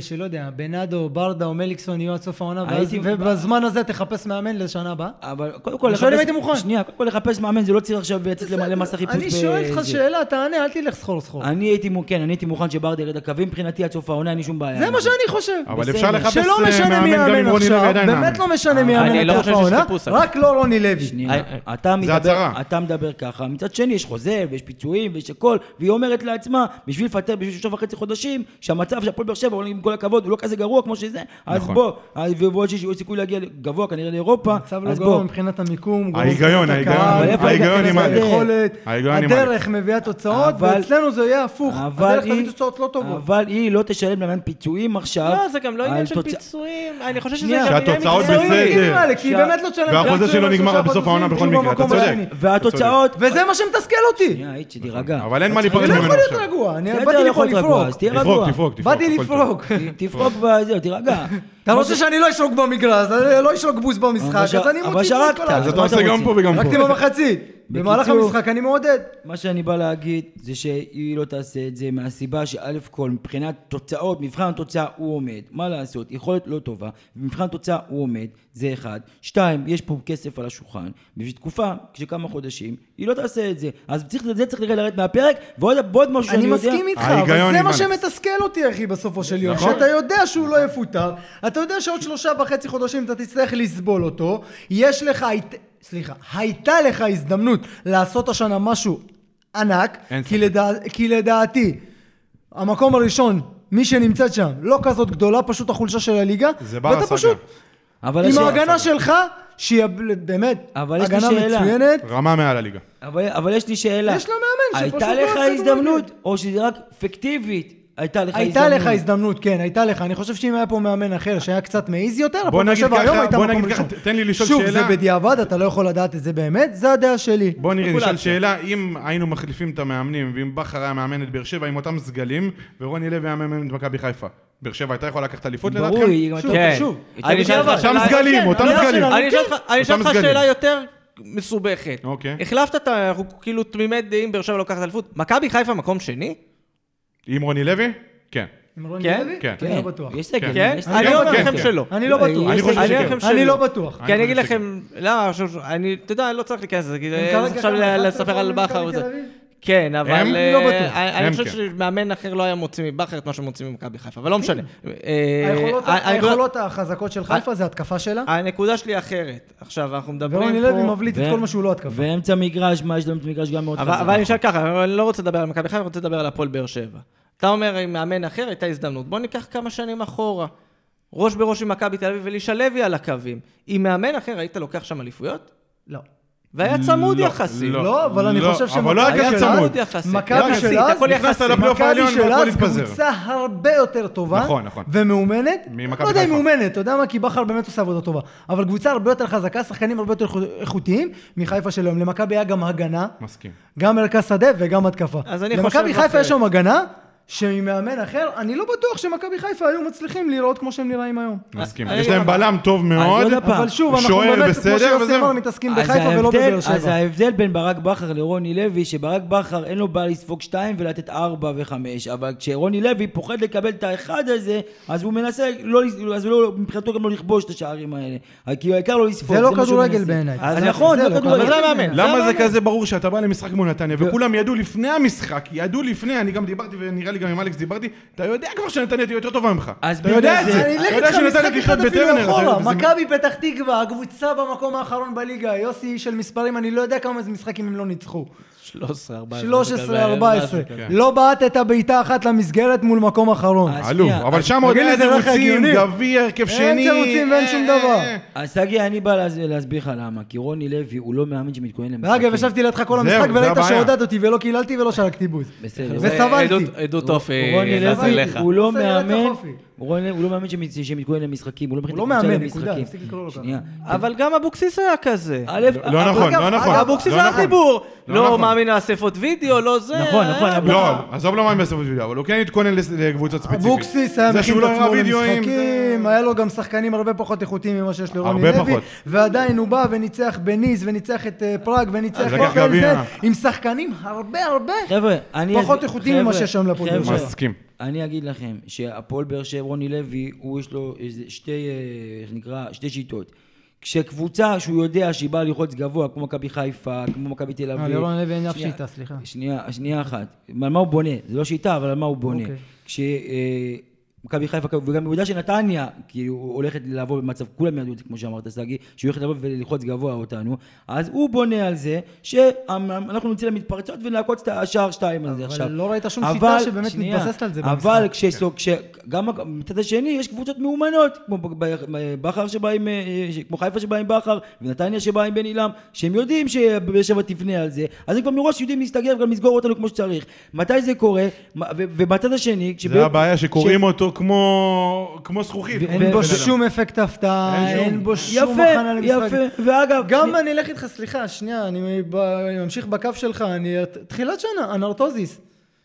S4: שלא יודע, בנאדו, ברדה או מליקסון יהיו עד סוף העונה, ואז-
S2: הייתי-
S4: ובזמן הזה תחפש מאמן לשנה הבאה?
S2: אבל קודם כל
S4: אני שואל אם היית מוכן.
S2: שנייה, קודם כל לחפש מאמן, זה לא צריך עכשיו לצאת למלא מסע חיפוש.
S4: אני שואל אותך
S2: בזה.
S4: שאלה, תענה, אל תלך סחור סחור.
S2: אני הייתי מוכן, כן, אני הייתי מוכן שברדה ירד לקווים, מבחינתי עד סוף העונה אין לי שום בעיה.
S4: זה מה שאני חושב.
S3: אבל
S2: בסדר.
S3: אפשר לחפש
S4: שלא
S3: אה,
S4: משנה מי
S3: מאמן גם אם
S4: יאמן
S3: רוני לוי
S4: עכשיו,
S3: עדיין מאמן.
S4: באמת לא משנה
S2: אה,
S4: מי
S1: אני
S4: יאמן
S1: לא
S4: עד סוף
S1: חושב שיש
S4: העונה,
S1: חיפוש, אבל.
S4: רק לא רוני לוי.
S2: שנייה,
S1: אה,
S2: אתה מדבר,
S3: הצהרה.
S2: אתה מדבר ככה, מצד שני יש חוזה ויש פיצויים ויש הכל, והיא אומרת לעצמה, בשביל לפטר בשביל שלושה וחצי חודשים, שהמצב של הפועל באר שבע, אבל עם כל הכבוד, הוא לא כזה גרוע כמו שזה, אז
S3: נכון.
S2: בוא, אז- ועוד שיש יש סיכוי להגיע גבוה כנראה לאירופה,
S4: המצב לא
S2: אז
S4: גרוע
S2: בוא.
S4: מבחינת המיקום, גרוע
S3: ההיגיון,
S4: מבחינת
S3: ההיגיון,
S4: הקהל,
S2: אבל איפה
S4: ההיגיון
S2: ההיגיון עם
S4: מבחינת
S2: אלף?
S4: היכולת,
S3: ההיגיון עם
S4: הדרך מביאה תוצאות,
S2: אבל-
S4: ואצלנו זה יהיה הפוך.
S2: אבל
S4: הדרך
S2: היא,
S4: תביא תוצאות לא טובות.
S2: אבל היא לא תשלם למען פיצויים עכשיו.
S4: אה,
S1: לא, זה גם לא
S2: על
S1: עניין של
S2: תוצא-
S1: פיצויים, אני חושב שזה גם
S2: שנייה.
S1: עניין מקצועי.
S3: שהתוצאות בסדר.
S4: כאילו, אלכס, היא באמת לא תשלם.
S3: והחוזה
S4: גם
S3: שלו
S4: שלושה
S3: נגמר
S4: חודשים,
S3: בסוף העונה בכל
S4: כאילו,
S3: מקרה, אתה
S4: במקום
S3: צודק.
S4: השני.
S2: והתוצאות...
S4: וזה מה שמתסכל אותי.
S2: שנייה, איצ'י, תירגע.
S3: נכון, אבל אין מה
S4: אני
S3: להיפרד
S4: לא
S3: ממנו
S4: יכול להיות
S3: עכשיו.
S4: רגוע, אני
S2: בסדר,
S4: באתי
S2: לא
S4: לפה
S2: יכול להיות רגוע,
S4: לפרוק.
S2: אז תהיה
S3: תפרוק,
S2: רגוע.
S3: תפרוק, תפרוק.
S4: באתי
S3: הכל טוב.
S4: לפרוק.
S2: תפרוק, בזה, תירגע.
S4: אתה רוצה שאני לא אשרוק במגרש, אז אני לא אשרוק בוז במשחק,
S2: אבל ש-
S4: אז אני
S2: אבל
S4: מוציא את
S2: שרקת.
S4: כל
S3: אז
S2: אז
S3: אתה
S2: מה
S3: עושה
S2: אתם
S3: גם
S2: רוצים?
S3: פה וגם
S4: הרגתי
S3: פה.
S4: במחצית. במהלך
S2: בקיצור-
S4: המשחק אני מעודד.
S2: מה שאני בא להגיד זה שהיא לא תעשה את זה מהסיבה שא' כל מבחינת תוצאות, מבחן התוצאה הוא עומד, מה לעשות, יכולת לא טובה, ומבחן התוצאה הוא עומד, זה אחד. שתיים, יש פה כסף על השולחן, בשביל תקופה של כמה חודשים, היא לא תעשה את זה. אז צריך, זה צריך לרדת מהפרק, ועוד ועוד משהו שאני
S4: אני
S2: יודע...
S4: מסכים איתך,
S3: ההיגיון
S4: אבל זה
S3: עם
S4: מה
S3: אלכס.
S4: שמתסכל אותי, אחי, בסופו של יום.
S3: נכון.
S4: שאתה יודע שהוא לא יפוטר, אתה יודע שעוד שלושה וחצי חודשים אתה תצטרך לסבול אותו, יש לך, היית- סליחה, הייתה לך הזדמנות לעשות השנה משהו ענק,
S3: אין
S4: כי
S3: ספק.
S4: לדע- כי לדעתי, המקום הראשון, מי שנמצאת שם, לא כזאת גדולה, פשוט החולשה של הליגה,
S3: זה בר
S4: ואתה
S3: השגה.
S4: פשוט,
S2: אבל
S4: עם
S2: השאלה-
S4: ההגנה שלך, שהיא באמת,
S2: אבל יש לי
S4: הגנה
S2: שאלה.
S4: מצוינת,
S3: רמה מעל הליגה.
S2: אבל, אבל יש לי שאלה.
S4: יש לה מאמן שפשוט
S2: הייתה
S4: לא
S2: לך
S4: עושה
S2: הזדמנות,
S4: כדורגל.
S2: או שזה רק פיקטיבית, הייתה לך
S4: הייתה לך הזדמנות, כן, הייתה לך. אני חושב שאם היה פה מאמן אחר שהיה קצת מעיז יותר,
S3: בוא
S4: הפועל באר
S3: נגיד
S4: שבע היום
S3: ככה,
S4: הייתה
S3: בוא
S4: מקום
S3: נגיד
S4: ראשון.
S3: ככה, תן לי לשאול
S4: שוב,
S3: שאלה.
S4: זה בדיעבד, אתה לא יכול לדעת את זה באמת, זה הדעה שלי.
S3: בוא נראה, נשאל
S1: ספקולציה.
S3: שאלה, אם היינו מחליפים את המאמנים, ואם בכר היה מאמן את באר שבע עם אותם סגלים, ורוני לוי היה מאמן את מכבי חיפה, באר שבע הייתה יכולה לקחת אליפות לדעתכם?
S2: ברור, היא גם
S4: שוב,
S2: הייתה-
S1: כן.
S4: שוב,
S1: אני אשאל אותך
S4: בדיעבד.
S3: אותם
S1: שאלה-
S3: סגלים,
S4: כן,
S3: אותם
S4: הדעה
S3: סגלים.
S4: שלנו,
S1: אני אשאל
S4: כן.
S1: אותך- אני אשאל
S3: אותם
S1: אותך
S3: סגלים.
S1: שאלה יותר מסובכת.
S3: אוקיי.
S1: החלפת את ה... אנחנו כאילו תמימי דעים, באר שבע לוקחת אליפות. מכבי חיפה מקום שני?
S3: עם רוני לוי? כן.
S4: עם רוני
S1: כן?
S4: לוי?
S3: כן.
S4: אני לא בטוח.
S2: יש סגל.
S1: כן?
S2: יש סגל.
S1: אני אומר
S3: כן,
S1: לכם
S3: כן.
S1: שלא.
S4: אני לא בטוח.
S2: אני
S3: חושב
S4: אני-
S3: שכן.
S4: אני
S1: שלא.
S4: לא בטוח.
S1: כי
S3: אני
S1: אני אגיד
S3: חושב
S1: לכם, למה עכשיו, אני, אתה יודע, אני לא צריך להיכנס לזה, כי
S4: כרגע
S1: זה
S4: כמה,
S1: עכשיו ל-
S4: 11
S1: לספר על
S4: מכבי
S1: בכר
S4: תל
S1: וזה.
S4: אביב?
S1: כן, אבל...
S3: הם?
S1: אה,
S4: לא בטוח.
S1: אני- אני
S3: הם
S1: חושב
S3: כן.
S1: שמאמן אחר לא היה מוציא מבכר את מה שמוציא ממכבי חיפה, אבל לא משנה. אה,
S4: כן. היכולות-
S1: ה- הנקודה-
S4: היכולות החזקות של חיפה זה התקפה שלה,
S1: הנקודה שלי אחרת. עכשיו, אנחנו מדברים אה, פה...
S4: ורוני לוי מבליט את
S2: ו-
S4: כל מה שהוא לא התקפה.
S2: ואמצע מגרש, מה יש באמצע מגרש גם מאוד
S1: אבל אבל אני אשאל ככה, אבל אני לא רוצה לדבר על מכבי חיפה, אני רוצה לדבר על הפועל באר שבע. אתה אומר, עם מאמן אחר הייתה הזדמנות. בוא ניקח כמה שנים אחורה. ראש בראש עם מכבי תל אביב ולישה לוי על הקווים. עם מאמן אחר היית לוקח שם אליפויות?
S4: לא.
S1: והיה צמוד
S3: לא,
S1: יחסית.
S3: לא.
S4: לא, אבל אני
S3: לא,
S4: חושב
S3: אבל לא
S4: שמכבי
S3: היה
S4: של
S3: צמוד. לא
S4: אז-
S1: יחסית.
S4: מכבי
S1: יחסית,
S4: של אז,
S1: הכל יחסי.
S3: נכנסת לפלייאוף
S4: מכבי
S3: העליון
S4: של
S3: והכל
S4: אז
S3: התפזר.
S4: קבוצה הרבה יותר טובה,
S3: נכון, נכון.
S4: ומאומנת,
S3: ממכבי
S4: לא יודע אם
S3: חיפה.
S4: מאומנת, אתה יודע מה? כי בכר באמת עושה עבודה טובה, אבל קבוצה הרבה יותר חזקה, שחקנים הרבה יותר איכות- איכותיים מחיפה של היום. למכבי היה גם הגנה,
S3: מסכים.
S4: גם מרכז שדה וגם התקפה.
S1: אז אני
S4: למכבי
S1: חושב
S4: חיפה
S1: אחרת.
S4: יש שם הגנה, שממאמן אחר, אני לא בטוח שמכבי חיפה היו מצליחים להיראות כמו שהם נראים היום.
S3: מסכים.
S1: אני
S3: יש להם
S1: גם-
S3: בלם טוב
S2: עוד
S3: מאוד.
S2: הפעם.
S4: אבל שוב, אנחנו
S3: שוער
S4: באמת, כמו
S3: בסדר,
S4: שיוסי
S3: וזהו.
S4: אמר, מתעסקים
S2: אז
S4: בחיפה ולא
S2: ההבדל-
S4: בבאר
S2: אז
S4: שבע.
S2: ההבדל בין ברק בכר לרוני לוי, שברק בכר אין לו בעיה לספוג שתיים ולתת ארבע וחמש, אבל כשרוני לוי פוחד לקבל את האחד הזה, אז הוא מנסה, לא, לס- אז הוא לא, מבחינתו גם לא לכבוש את השערים האלה. כי העיקר לא לספוג.
S4: זה לא
S2: מה שהוא
S4: כדורגל
S2: מנסה.
S4: בעיניי.
S2: אז
S1: זה-
S2: נכון,
S1: זה
S2: זה
S1: לא
S2: לא
S1: אבל זה
S2: כדורגל. לא?
S1: המאמן.
S3: למה זה
S1: המאמן.
S3: כזה ברור שאתה בא למשחק מול נתניה,
S4: לא.
S3: וכולם ידעו לפני המשחק, ידעו לפני, אני גם דיברתי, ונראה לי גם עם אלכס דיברתי, אתה יודע כבר שנתניה תהיה יותר טובה ממך.
S2: אז
S3: אתה יודע
S2: בגלל זה-
S3: את זה.
S4: אני אלך
S3: אתה יודע
S4: איתך
S3: שנתניה
S4: משחק
S3: תשחט
S4: אחד
S3: בטרנר.
S4: אפילו
S3: אתה יודע,
S4: אחורה.
S3: וזה-
S4: מכבי פתח תקווה, הקבוצה במקום האחרון בליגה, יוסי של מספרים, אני לא יודע כמה זה משחקים הם לא ניצחו.
S1: 13, 14.
S2: אה,
S4: 13, 14.
S3: כן.
S4: לא בעט את הבעיטה אחת למסגרת מול מקום אחרון.
S2: אה,
S3: עלוב,
S2: שנייה,
S3: אבל
S2: אז
S3: שם עוד
S4: תגיד לי,
S3: אין
S4: זה לא
S3: תירוצים,
S4: הגיוני.
S3: גביע, הרכב
S4: אין
S3: שני.
S4: תירוצים ואין
S3: אה,
S4: שום
S3: אה,
S4: דבר.
S3: אה.
S2: אז סגי, אני בא להס- להסביר לך למה. כי רוני לוי הוא לא מאמן שמתכונן למשחקים.
S4: ואגב, ישבתי לידך כל
S3: זהו,
S4: המשחק
S3: זה
S4: וראית
S3: הבעיה.
S4: שעודד אותי ולא קיללתי ולא שלקתי בוז.
S2: בסדר.
S4: זה- וסבלתי.
S1: עדות- עדות
S3: אה,
S1: אופי,
S2: רוני
S1: זה
S4: סבלתי,
S2: לוי
S1: אליך.
S2: הוא לא
S4: זה ילד
S2: מאמן,
S4: החופי.
S2: רוני- הוא לא מאמן שמת- שמתכונן למשחקים, הוא לא מכין את
S4: לא
S2: הקבוצה
S4: מאמן,
S2: למשחקים.
S4: נקודה, תפסיק לקרוא לו ככה.
S2: שנייה.
S1: אבל גם אבוקסיס היה כזה.
S2: א',
S4: אה,
S3: לא נכון,
S1: אגב,
S3: לא נכון.
S1: אבוקסיס
S3: לא
S1: היה
S3: נכון.
S1: חיבור.
S3: לא
S1: לא
S3: נכון.
S1: מאמין לאספות וידאו, לא זה.
S2: נכון, נכון,
S1: אה,
S2: אבוקסיס.
S3: לא, עזוב לא מה הם בסוף השבילה, אבל הוא כן התכונן לס- לקבוצות ספציפיות.
S4: אבוקסיס היה
S3: זה
S4: מכין
S3: שהוא
S4: את
S3: לא הראה
S4: עצמו
S3: וידאוים,
S4: למשחקים, היה לו גם שחקנים הרבה פחות איכותיים ממה שיש לרוני
S3: הרבה
S4: לוי,
S3: פחות.
S4: ועדיין הוא בא וניצח בניס, וניצח את אה, פראג, וניצח
S3: לקח
S4: את כל זה,
S3: גביע.
S4: עם שחקנים הרבה הרבה.
S2: חבר'ה, אני...
S4: פחות
S2: אסביר-
S4: איכותי ממה
S2: חבר'ה,
S4: שיש היום להפועל באר
S3: זה-
S4: שבע.
S2: חבר'ה,
S3: מסכים.
S2: אני אגיד לכם שהפועל באר שבע, רוני לוי, הוא יש לו איזה שתי, אה, איך נקרא, שתי שיטות. כשקבוצה שהוא יודע שהיא באה ללחוץ גבוה, כמו מכבי חיפה, כמו מכבי תל
S4: אה,
S2: אביב...
S4: לרון לוי אין אף
S2: שנייה,
S4: שיטה, סליחה.
S2: שנייה, שנייה אחת. על מה הוא בונה? זה לא שיטה, אבל על מה הוא בונה.
S4: אוקיי.
S2: כשמכבי חיפה, וגם הוא יודע שנתניה, כי הוא הולכת לבוא במצב, כולם ידעו את זה, כמו שאמרת, סגי, שהיא הולכת לבוא וללחוץ גבוה אותנו, אז הוא בונה על זה אמ, שאנחנו נצא למתפרצות ונעקוץ את השער שתיים הזה
S4: אבל
S2: עכשיו.
S4: לא ראית שום
S2: אבל-
S4: שיטה שבאמת
S2: שנייה,
S4: מתבססת על זה
S2: אבל
S4: במשחק.
S2: כשסוג, גם מצד השני יש קבוצות מאומנות, כמו ב- ב- בכר שבא עם, אה, ש- כמו חיפה שבא עם בכר, ונתניה שבא עם בן עילם, שהם יודעים שבאר שבע תפנה על זה, אז הם כבר מראש יודעים להסתגר וגם לסגור אותנו כמו שצריך. מתי זה קורה? מה- ו- ובצד השני, כשבאר-
S3: זה הבעיה שקוראים
S2: ש-
S3: אותו כמו כמו זכוכית.
S2: ו-
S3: בן
S4: אין בו
S3: אדם.
S4: שום אפקט הפתעה,
S3: אין שום.
S4: אין בו שום
S2: יפה,
S4: הכנה למשחק.
S2: יפה, ואגב,
S4: גם אני אלך איתך, סליחה, שנייה, אני ב- אני ממשיך בקו שלך, אני... תחילת שנה, אנרטוזיס,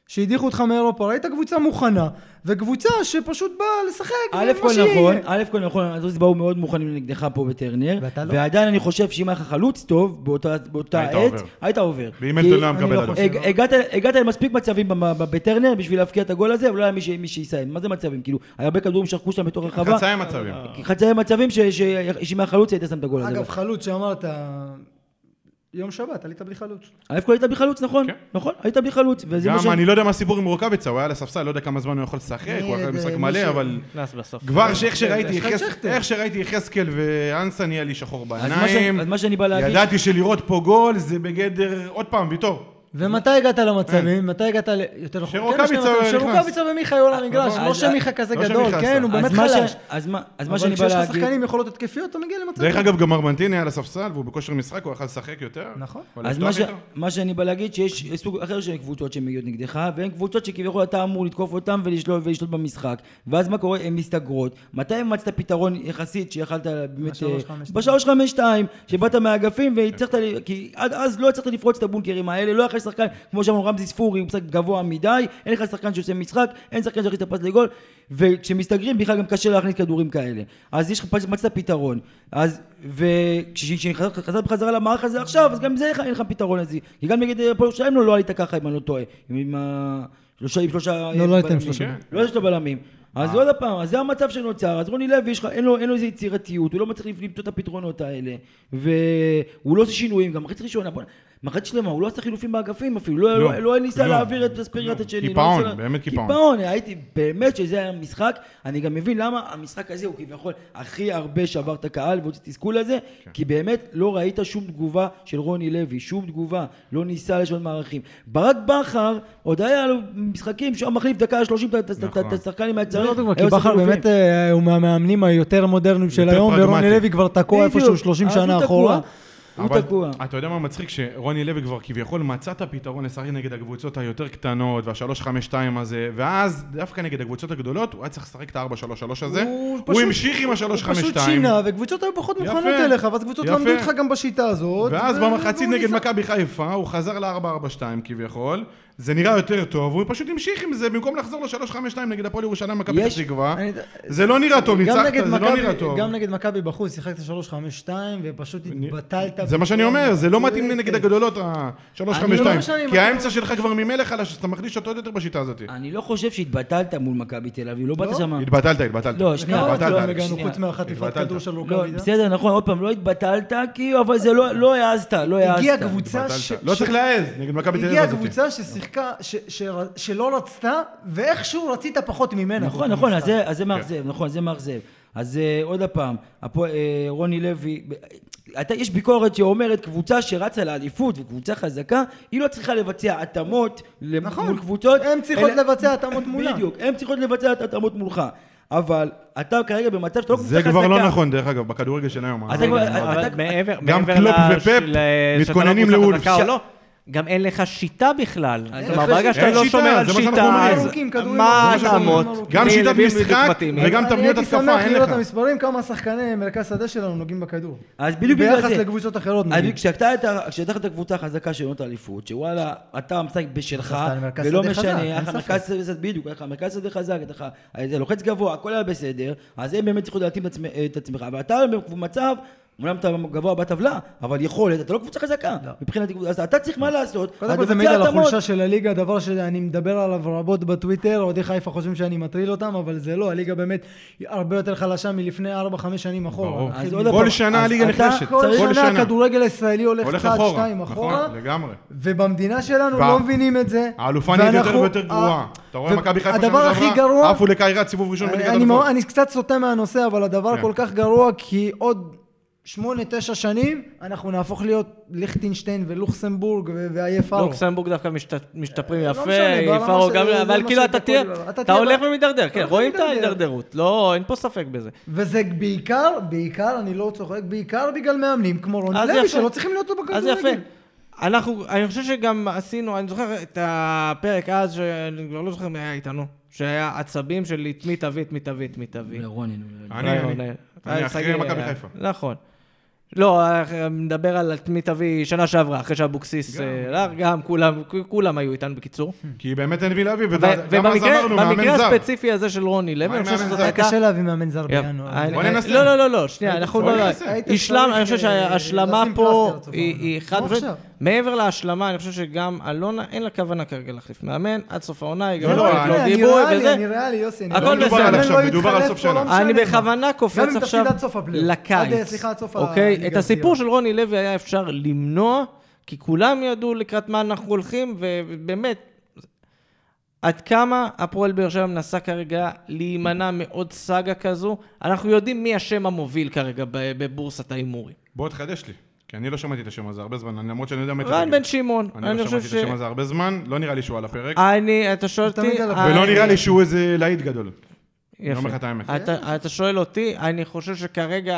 S4: שהדיחו אותך מאירופה, ראית קבוצה מוכנה, וקבוצה שפשוט באה לשחק,
S2: א'
S4: ומה
S2: כל
S4: שיהיה.
S2: נכון, א' כל נכון, הנטוס באו מאוד מוכנים נגדך פה בטרנר,
S4: ואתה לא.
S2: ועדיין אני חושב שאם היה לך חלוץ טוב באותה באותה
S3: היית
S2: עת,
S3: עובר.
S2: היית עובר.
S3: ואם
S2: כי
S3: אלטון לא היה
S2: אני
S3: מקבל
S2: לא
S3: עליו.
S2: חושב- הג- הגעת- הגעת למספיק מצבים במ- ב- בטרנר בשביל להבקיע את הגול הזה, אבל לא היה מי ש- מי שיסיים. מה זה מצבים? כאילו, היה הרבה כדורים שחקו שם בתוך הרחבה.
S3: חצאי מצבים.
S4: אה,
S2: חצאי מצבים ש- ש- שמהחלוץ היית שם את הגול הזה.
S4: אגב, חלוץ שאמרת, יום שבת, עלית בלי חלוץ.
S2: א' כל היית בלי חלוץ, נכון?
S3: כן.
S2: נכון, היית בלי חלוץ. וזה מה ש-
S3: גם אני לא יודע מה הסיפור עם רוקאביצה, הוא היה על הספסל, לא יודע כמה זמן הוא יכול לשחק,
S4: אני
S2: אה,
S3: הוא היה
S4: איזה
S3: משחק
S4: מישהו-
S3: מלא, אבל...
S1: נכנס בסוף.
S3: כבר שאיך
S2: כן,
S3: שראיתי
S4: יש לך
S3: יחז-
S4: שכטר.
S3: איך שראיתי יחזקאל ואנסה נהיה לי שחור
S2: אז מה
S3: בעיניים.
S2: ש- אז מה שאני בא להגיד-
S3: ידעתי שלראות פה גול זה בגדר, עוד פעם, ויטור.
S4: ומתי הגעת למצבים? מתי הגעת ל... יותר נכון, כן,
S3: שרוקאביצה
S4: יש שני מצבים,
S3: נכנס.
S4: שרוקאביצה ומיכה היו על המגרש,
S2: נכון.
S4: לא
S2: אז-
S4: שמיכה כזה
S3: לא
S4: גדול,
S3: שמיכה
S4: כן,
S3: עשה.
S4: הוא
S2: אז
S4: באמת
S2: מה ש-
S4: חלש.
S2: אז מה- אז מה
S4: אבל
S2: שאני בא
S4: כשיש לך
S2: להגיד...
S4: שחקנים יכולות התקפיות, אתה מגיע למצב.
S3: דרך
S4: טוב.
S3: אגב, גם ארמנטיני היה על הספסל והוא בכושר משחק, הוא יכל לשחק יותר.
S4: נכון.
S3: או
S2: אז
S3: לפתוח
S2: מה, ש...
S3: איתו.
S2: מה שאני בא להגיד שיש סוג אחר של קבוצות שמגיעות נגדך והן קבוצות שכביכול אתה אמור לתקוף אותן ולשלוט, ולשלוט במשחק ואז מה קורה? הן מסתגרות מתי המצאת פתרון יחסית שיכלת באמת...
S4: בשלוש, חמש,
S2: בשלוש חמש שתיים שבאת מהאגפים והצלחת... ל- כי עד אז לא הצלחת לפרוץ את הבונקרים האלה לא היה לך שחקן כמו שאמרנו רמזי ספורי הוא משחק גבוה מדי אין לך שחקן שעושה משחק אין שחקן שיכניס את הפס לגול וכשמסתגרים בכלל גם קשה להכניס כדורים כאלה אז יש לך פס- מצאת פתרון אז וכשחזרת בחזרה למערך הזה עכשיו אז גם זה אין לך פתרון לזה כי גם נגד אה, הפועל ירושלים לא לא עלית ככה אם אני לא טועה עם- עם ה... שלושה, עם שלושה... אה,
S4: לא, לא הייתם
S2: בלמים.
S4: שלושה.
S2: כן. לא יש לו בלמים. אז עוד פעם, אז זה המצב שנוצר, אז רוני לוי, יש לך, אין לו, אין לו איזה יצירתיות, הוא לא מצליח למצוא את הפתרונות האלה, והוא לא עושה שינויים, גם מחצית ראשונה, בוא, מחצית שלמה, הוא לא עשה חילופים באגפים אפילו, לא,
S3: כלום,
S2: לא, לא ניסה
S3: כלום,
S2: להעביר את אספירט את שני.
S3: קיפאון,
S2: לא ניסה לה-
S3: באמת קיפאון.
S2: קיפאון, הייתי, באמת שזה היה משחק, אני גם מבין למה המשחק הזה הוא כביכול הכי הרבה שבר את הקהל והוציא תסכול הזה,
S4: כן.
S2: כי באמת לא ראית שום תגובה של רוני לוי, שום תגובה, לא ניסה לשנות מערכים. ברק בכר, עוד היה לו משחקים שהוא היה מחליף דקה שלושים את
S3: נכון.
S2: השחקן אם היה
S4: זה
S2: צריך.
S4: לא דוגמה, כי
S2: היה עושה
S4: בכר
S2: חילופים.
S4: באמת אה, הוא מהמאמנים היותר מודרניים של
S3: יותר
S4: היום, ורוני
S3: פרגמטי.
S4: לוי כבר תקוע
S2: בדיוק,
S4: איפשהו 30
S2: אז הוא
S4: שנה
S2: תקוע.
S4: אחורה.
S2: הוא תקוע.
S3: אתה יודע מה מצחיק? שרוני לוי כבר כביכול מצא את הפתרון לשחק נגד הקבוצות היותר קטנות, והשלוש חמש שתיים הזה, ואז דווקא נגד הקבוצות הגדולות, הוא היה צריך לשחק את הארבע שלוש שלוש הזה, הוא
S4: פשוט-
S3: המשיך עם השלוש חמש
S4: הוא פשוט
S3: שתיים,
S4: שינה, וקבוצות היו פחות
S3: יפה.
S4: מוכנות אליך, ואז קבוצות
S3: יפה.
S4: למדו אותך גם בשיטה הזאת.
S3: ואז
S4: ו-
S3: במחצית
S4: והוא
S3: נגד
S4: ניסה-
S3: מכבי חיפה, הוא חזר ל-4-4-2 כביכול, זה נראה יותר טוב, הוא פשוט המשיך עם זה, במקום לחזור ל-3-5-2 נגד הפועל ירושלים, מכבי
S2: יש-
S3: פתח תקווה,
S4: אני-
S3: זה לא נראה טוב,
S4: גם
S3: ניצחת,
S4: נגד
S3: זה לא
S4: מכבי-
S3: נראה טוב.
S4: גם נגד מכבי בחוץ, שיחקת 3-5-2, ופשוט התבטלת.
S3: זה מה שאני אומר, זה לא מתאים נגד הגדולות
S4: אה, כן. אני לא
S3: ה-3-5-2,
S4: משנה אם
S3: כי
S4: אתה-
S3: האמצע שלך כבר ממילא חלש, אז אתה מחליש אותו עוד יותר בשיטה
S4: אה,
S3: הזאת.
S2: אני לא חושב שהתבטלת מול מכבי תל אביב, לא באת שמה.
S3: התבטלת, התבטלת.
S2: לא, שנייה,
S4: כמה
S3: התבטלת,
S4: מצבים
S3: אלכס.
S4: הגענו חוץ
S2: שנייה.
S4: מהחטיפת
S3: התבטלת.
S4: כדור של
S2: לא,
S4: רוקאבידה?
S2: בסדר, נכון, עוד פעם, לא התבטלת, כי, אבל זה לא, לא העזת, לא העזת.
S4: הגיעה קבוצה ש...
S3: התבטלת. לא
S4: ש-
S3: צריך להעז נגד מכבי תל אביב
S4: הגיעה
S3: הזאת.
S4: קבוצה ששיחקה, ש- ש- שלא רצתה, ואיכשהו רצית פחות ממנה.
S2: נכון, נכון, אז זה- אז זה מאכזב,
S3: כן.
S2: נכון, זה מאכזב. אז אה, עוד פעם, הפו- אה, רוני לוי, ב- אתה, יש ביקורת שאומרת קבוצה שרצה לאליפות וקבוצה חזקה, היא לא צריכה לבצע התאמות למ-
S4: נכון.
S2: מול קבוצות.
S4: הן צריכות לבצע התאמות מולה.
S2: בדיוק, הן צריכות לבצע את ההתאמות מולך. אבל אתה כרגע במצב שאתה לא קבוצה
S3: זה
S2: חזקה.
S3: כבר לא נכון, דרך אגב, בכדורגל של היום.
S4: כן,
S2: אתה כבר-
S3: אה,
S2: אבל-
S1: אבל מעבר,
S3: גם
S1: מעבר
S3: קלופ
S1: לש-
S3: ופפ
S1: ל- שאתה לא
S3: מתכוננים
S1: קבוצה
S3: לאולף.
S1: חזקה או
S3: ש-
S1: לא, גם אין לך שיטה בכלל.
S2: אין
S1: כלומר,
S4: לך
S1: ברגע
S4: אה, שיטה.
S1: שאתה
S3: אין
S1: לא
S3: שיטה,
S1: שומר על
S3: זה מה שאנחנו
S1: שיטה,
S3: אומרים.
S1: אז
S4: ירוקים, כדורים
S1: מה
S4: ירוקים, כדורים
S1: ההתאמות?
S4: ירוקים.
S3: גם
S1: מי-
S3: שיטת
S1: למי בדיוק
S3: משחק
S1: מתאימים?
S3: וגם תבניות התקפה,
S4: אני הייתי
S3: אין
S4: שמח לראות את
S3: לך.
S4: המספרים, כמה שחקני מרכז שדה שלנו נוגעים בכדור.
S2: אז בדיוק בגלל
S4: ביחס
S2: זה.
S4: לקבוצות אחרות,
S2: אז
S4: נגיד.
S2: כשאתה היית, כשאתה היית קבוצה חזקה של עונות האליפות, שוואלה, אתה המשחק בשלך,
S4: אז אתה על מרכז
S2: ולא
S4: שדה חזק,
S2: משנה,
S4: אין
S2: היה לך
S4: ספק.
S2: מרכז שדה, בדיוק, היה לך מרכז שדה חזק, אתה לך- אתה לוחץ גבוה, הכל היה בסדר, אז הם באמת צריכים להתאים את עצמ- את עצמך, אבל אתה במצב... אומנם אתה גבוה בטבלה, אבל יכולת, אתה לא קבוצה חזקה. מבחינת, אז אתה צריך מה לעשות.
S4: לא. קודם
S2: אתה
S4: כל זה
S2: מבצע
S4: מעיד על
S2: התאמות.
S4: החולשה של הליגה, דבר שאני מדבר עליו רבות בטוויטר, אוהדי חיפה חושבים שאני מטריל אותם, אבל זה לא, הליגה באמת היא הרבה יותר חלשה מלפני 4-5 שנים
S3: ברור.
S4: אחורה.
S2: אז
S4: נתחיל
S2: עוד
S4: מזה.
S2: הפעם,
S3: כל שנה
S2: אז
S3: הליגה
S2: אתה
S3: נחלשת.
S2: כל
S3: כל
S4: כל שנה
S3: שנה.
S4: הכדורגל הישראלי הולך
S3: הולך
S4: צעד,
S3: אחורה.
S4: שתיים אחורה,
S3: נכון, לגמרי.
S4: ובמדינה שלנו
S3: וה-
S4: לא מבינים את זה.
S3: האלופה נהיית יותר
S4: ואנחנו-
S3: ויותר גרועה.
S4: ה-
S3: אתה רואה מכבי חיפה
S4: הדבר הכי גרוע,
S3: עפו לקיירת סיבוב ראשון
S4: אני,
S3: בליגת
S4: אני,
S3: אלופות.
S4: ממש- אני קצת סוטה מהנושא, אבל הדבר
S3: כן.
S4: כל כך גרוע, כי עוד שמונה, תשע שנים, אנחנו נהפוך להיות ליכטינשטיין ולוכסמבורג ו- ואיי פארו. לא
S1: לוקסמבורג דווקא משת- משתפרים יפה,
S4: משנה, ברמה
S1: פארו
S4: של-
S1: גם,
S4: זה
S1: אבל
S4: מה
S1: כאילו
S4: שזה
S1: אתה
S4: כל
S1: תהיה,
S4: דבר. אתה
S1: אתה
S4: תהיה
S1: הולך
S4: ב-
S1: ומידרדר, כן,
S4: הולך
S1: רואים את
S4: ומידרדר.
S1: ההידרדרות, לא, אין פה ספק בזה.
S4: וזה בעיקר, בעיקר, אני לא צוחק, בעיקר בגלל מאמנים כמו רוני
S1: אז
S4: לוי,
S1: יפה.
S4: שלא צריכים להיות אותו
S1: אז
S4: בכדורגל.
S1: יפה. אנחנו, אני חושב שגם עשינו, אני זוכר את הפרק אז, שאני כבר לא זוכר מי היה איתנו, שהיה עצבים של תמי תביא, תמי תביא, תמי תביא.
S2: רוני, נו,
S3: אני,
S1: אולי
S3: לא אני.
S1: רונן.
S3: אני
S1: אה,
S3: אחרי
S1: שגיא,
S3: מכבי
S1: אה,
S3: חיפה.
S1: נכון. לא, אה, מדבר על תמי תביא שנה שעברה, אחרי שאבוקסיס
S3: גם.
S1: אה, הלך, גם כולם, כולם היו איתנו
S3: (laughs)
S1: בקיצור.
S3: כי באמת אין וילהבי,
S1: ו-
S3: וגם אז
S1: ובמקרה
S3: אמרנו, מאמן
S1: במקרה
S3: זר.
S1: הספציפי הזה של רוני לוי,
S3: מה עם
S1: אני חושב שזאת
S3: מאמן זר?
S4: היה
S1: הייתה...
S4: קשה אוקיי. להביא מאמן זר
S1: יפ.
S4: בינואר.
S1: אני-
S3: בוא ננסה.
S1: לא, לא, לא, לא, שנייה,
S4: היית
S1: אנחנו
S4: צריך-
S1: לא...
S3: ננסה.
S4: היית
S1: השלם,
S4: צריך,
S1: אני חושב
S4: אה,
S1: שההשלמה
S4: לשים
S1: פה
S4: פלסטר
S1: היא היא
S4: לצורך העונה.
S1: חד
S4: כמו
S1: וחד.
S4: עכשיו.
S1: מעבר להשלמה, אני חושב שגם אלונה, אין לה כוונה כרגע להחליף מאמן, עד סוף העונה, היא גם
S3: לא,
S1: לא
S3: אני-
S1: רואה לא
S4: אני
S1: דיבוי
S4: ריאלי,
S1: וזה.
S4: אני ריאלי, יוסי. אני
S1: הכל
S4: ריאלי.
S1: בסדר.
S4: מאמן לא
S3: עכשיו, מדובר
S4: יתחלף
S3: על סוף
S4: פה, לא
S3: שנה.
S4: משנה
S1: אני
S4: מה.
S1: בכוונה
S4: גם
S1: קופץ
S4: אם תפסיד
S1: עכשיו
S4: עד סוף הפלייאוף. עד, אה,
S1: לקיץ.
S4: סליחה, עד סוף
S1: אוקיי?
S4: הליגה
S1: את הסיפור
S4: הבכירה.
S1: של רוני לוי היה אפשר למנוע, כי כולם ידעו לקראת מה אנחנו הולכים, ובאמת, עד כמה הפועל באר שבע מנסה כרגע להימנע מעוד סאגה כזו, אנחנו יודעים מי השם המוביל כרגע ב- בבורסת ההימורים.
S3: בוא תחדש לי. כי אני לא שמעתי את השם הזה הרבה זמן, אני- למרות שאני יודע מה אתה
S1: רן
S3: תגיד.
S1: בן שמעון,
S3: אני לא
S1: חושב
S3: שמעתי את
S1: ש... אה,
S3: השם הזה הרבה זמן, לא נראה לי שהוא על הפרק.
S1: אני, אתה שואל אותי...
S4: תמיד על הפרק.
S3: ולא
S1: אני-
S3: נראה לי שהוא איזה להיט גדול.
S1: יפה.
S3: אני לא אומר לך את האמת.
S1: אתה, אתה שואל אותי, אני חושב שכרגע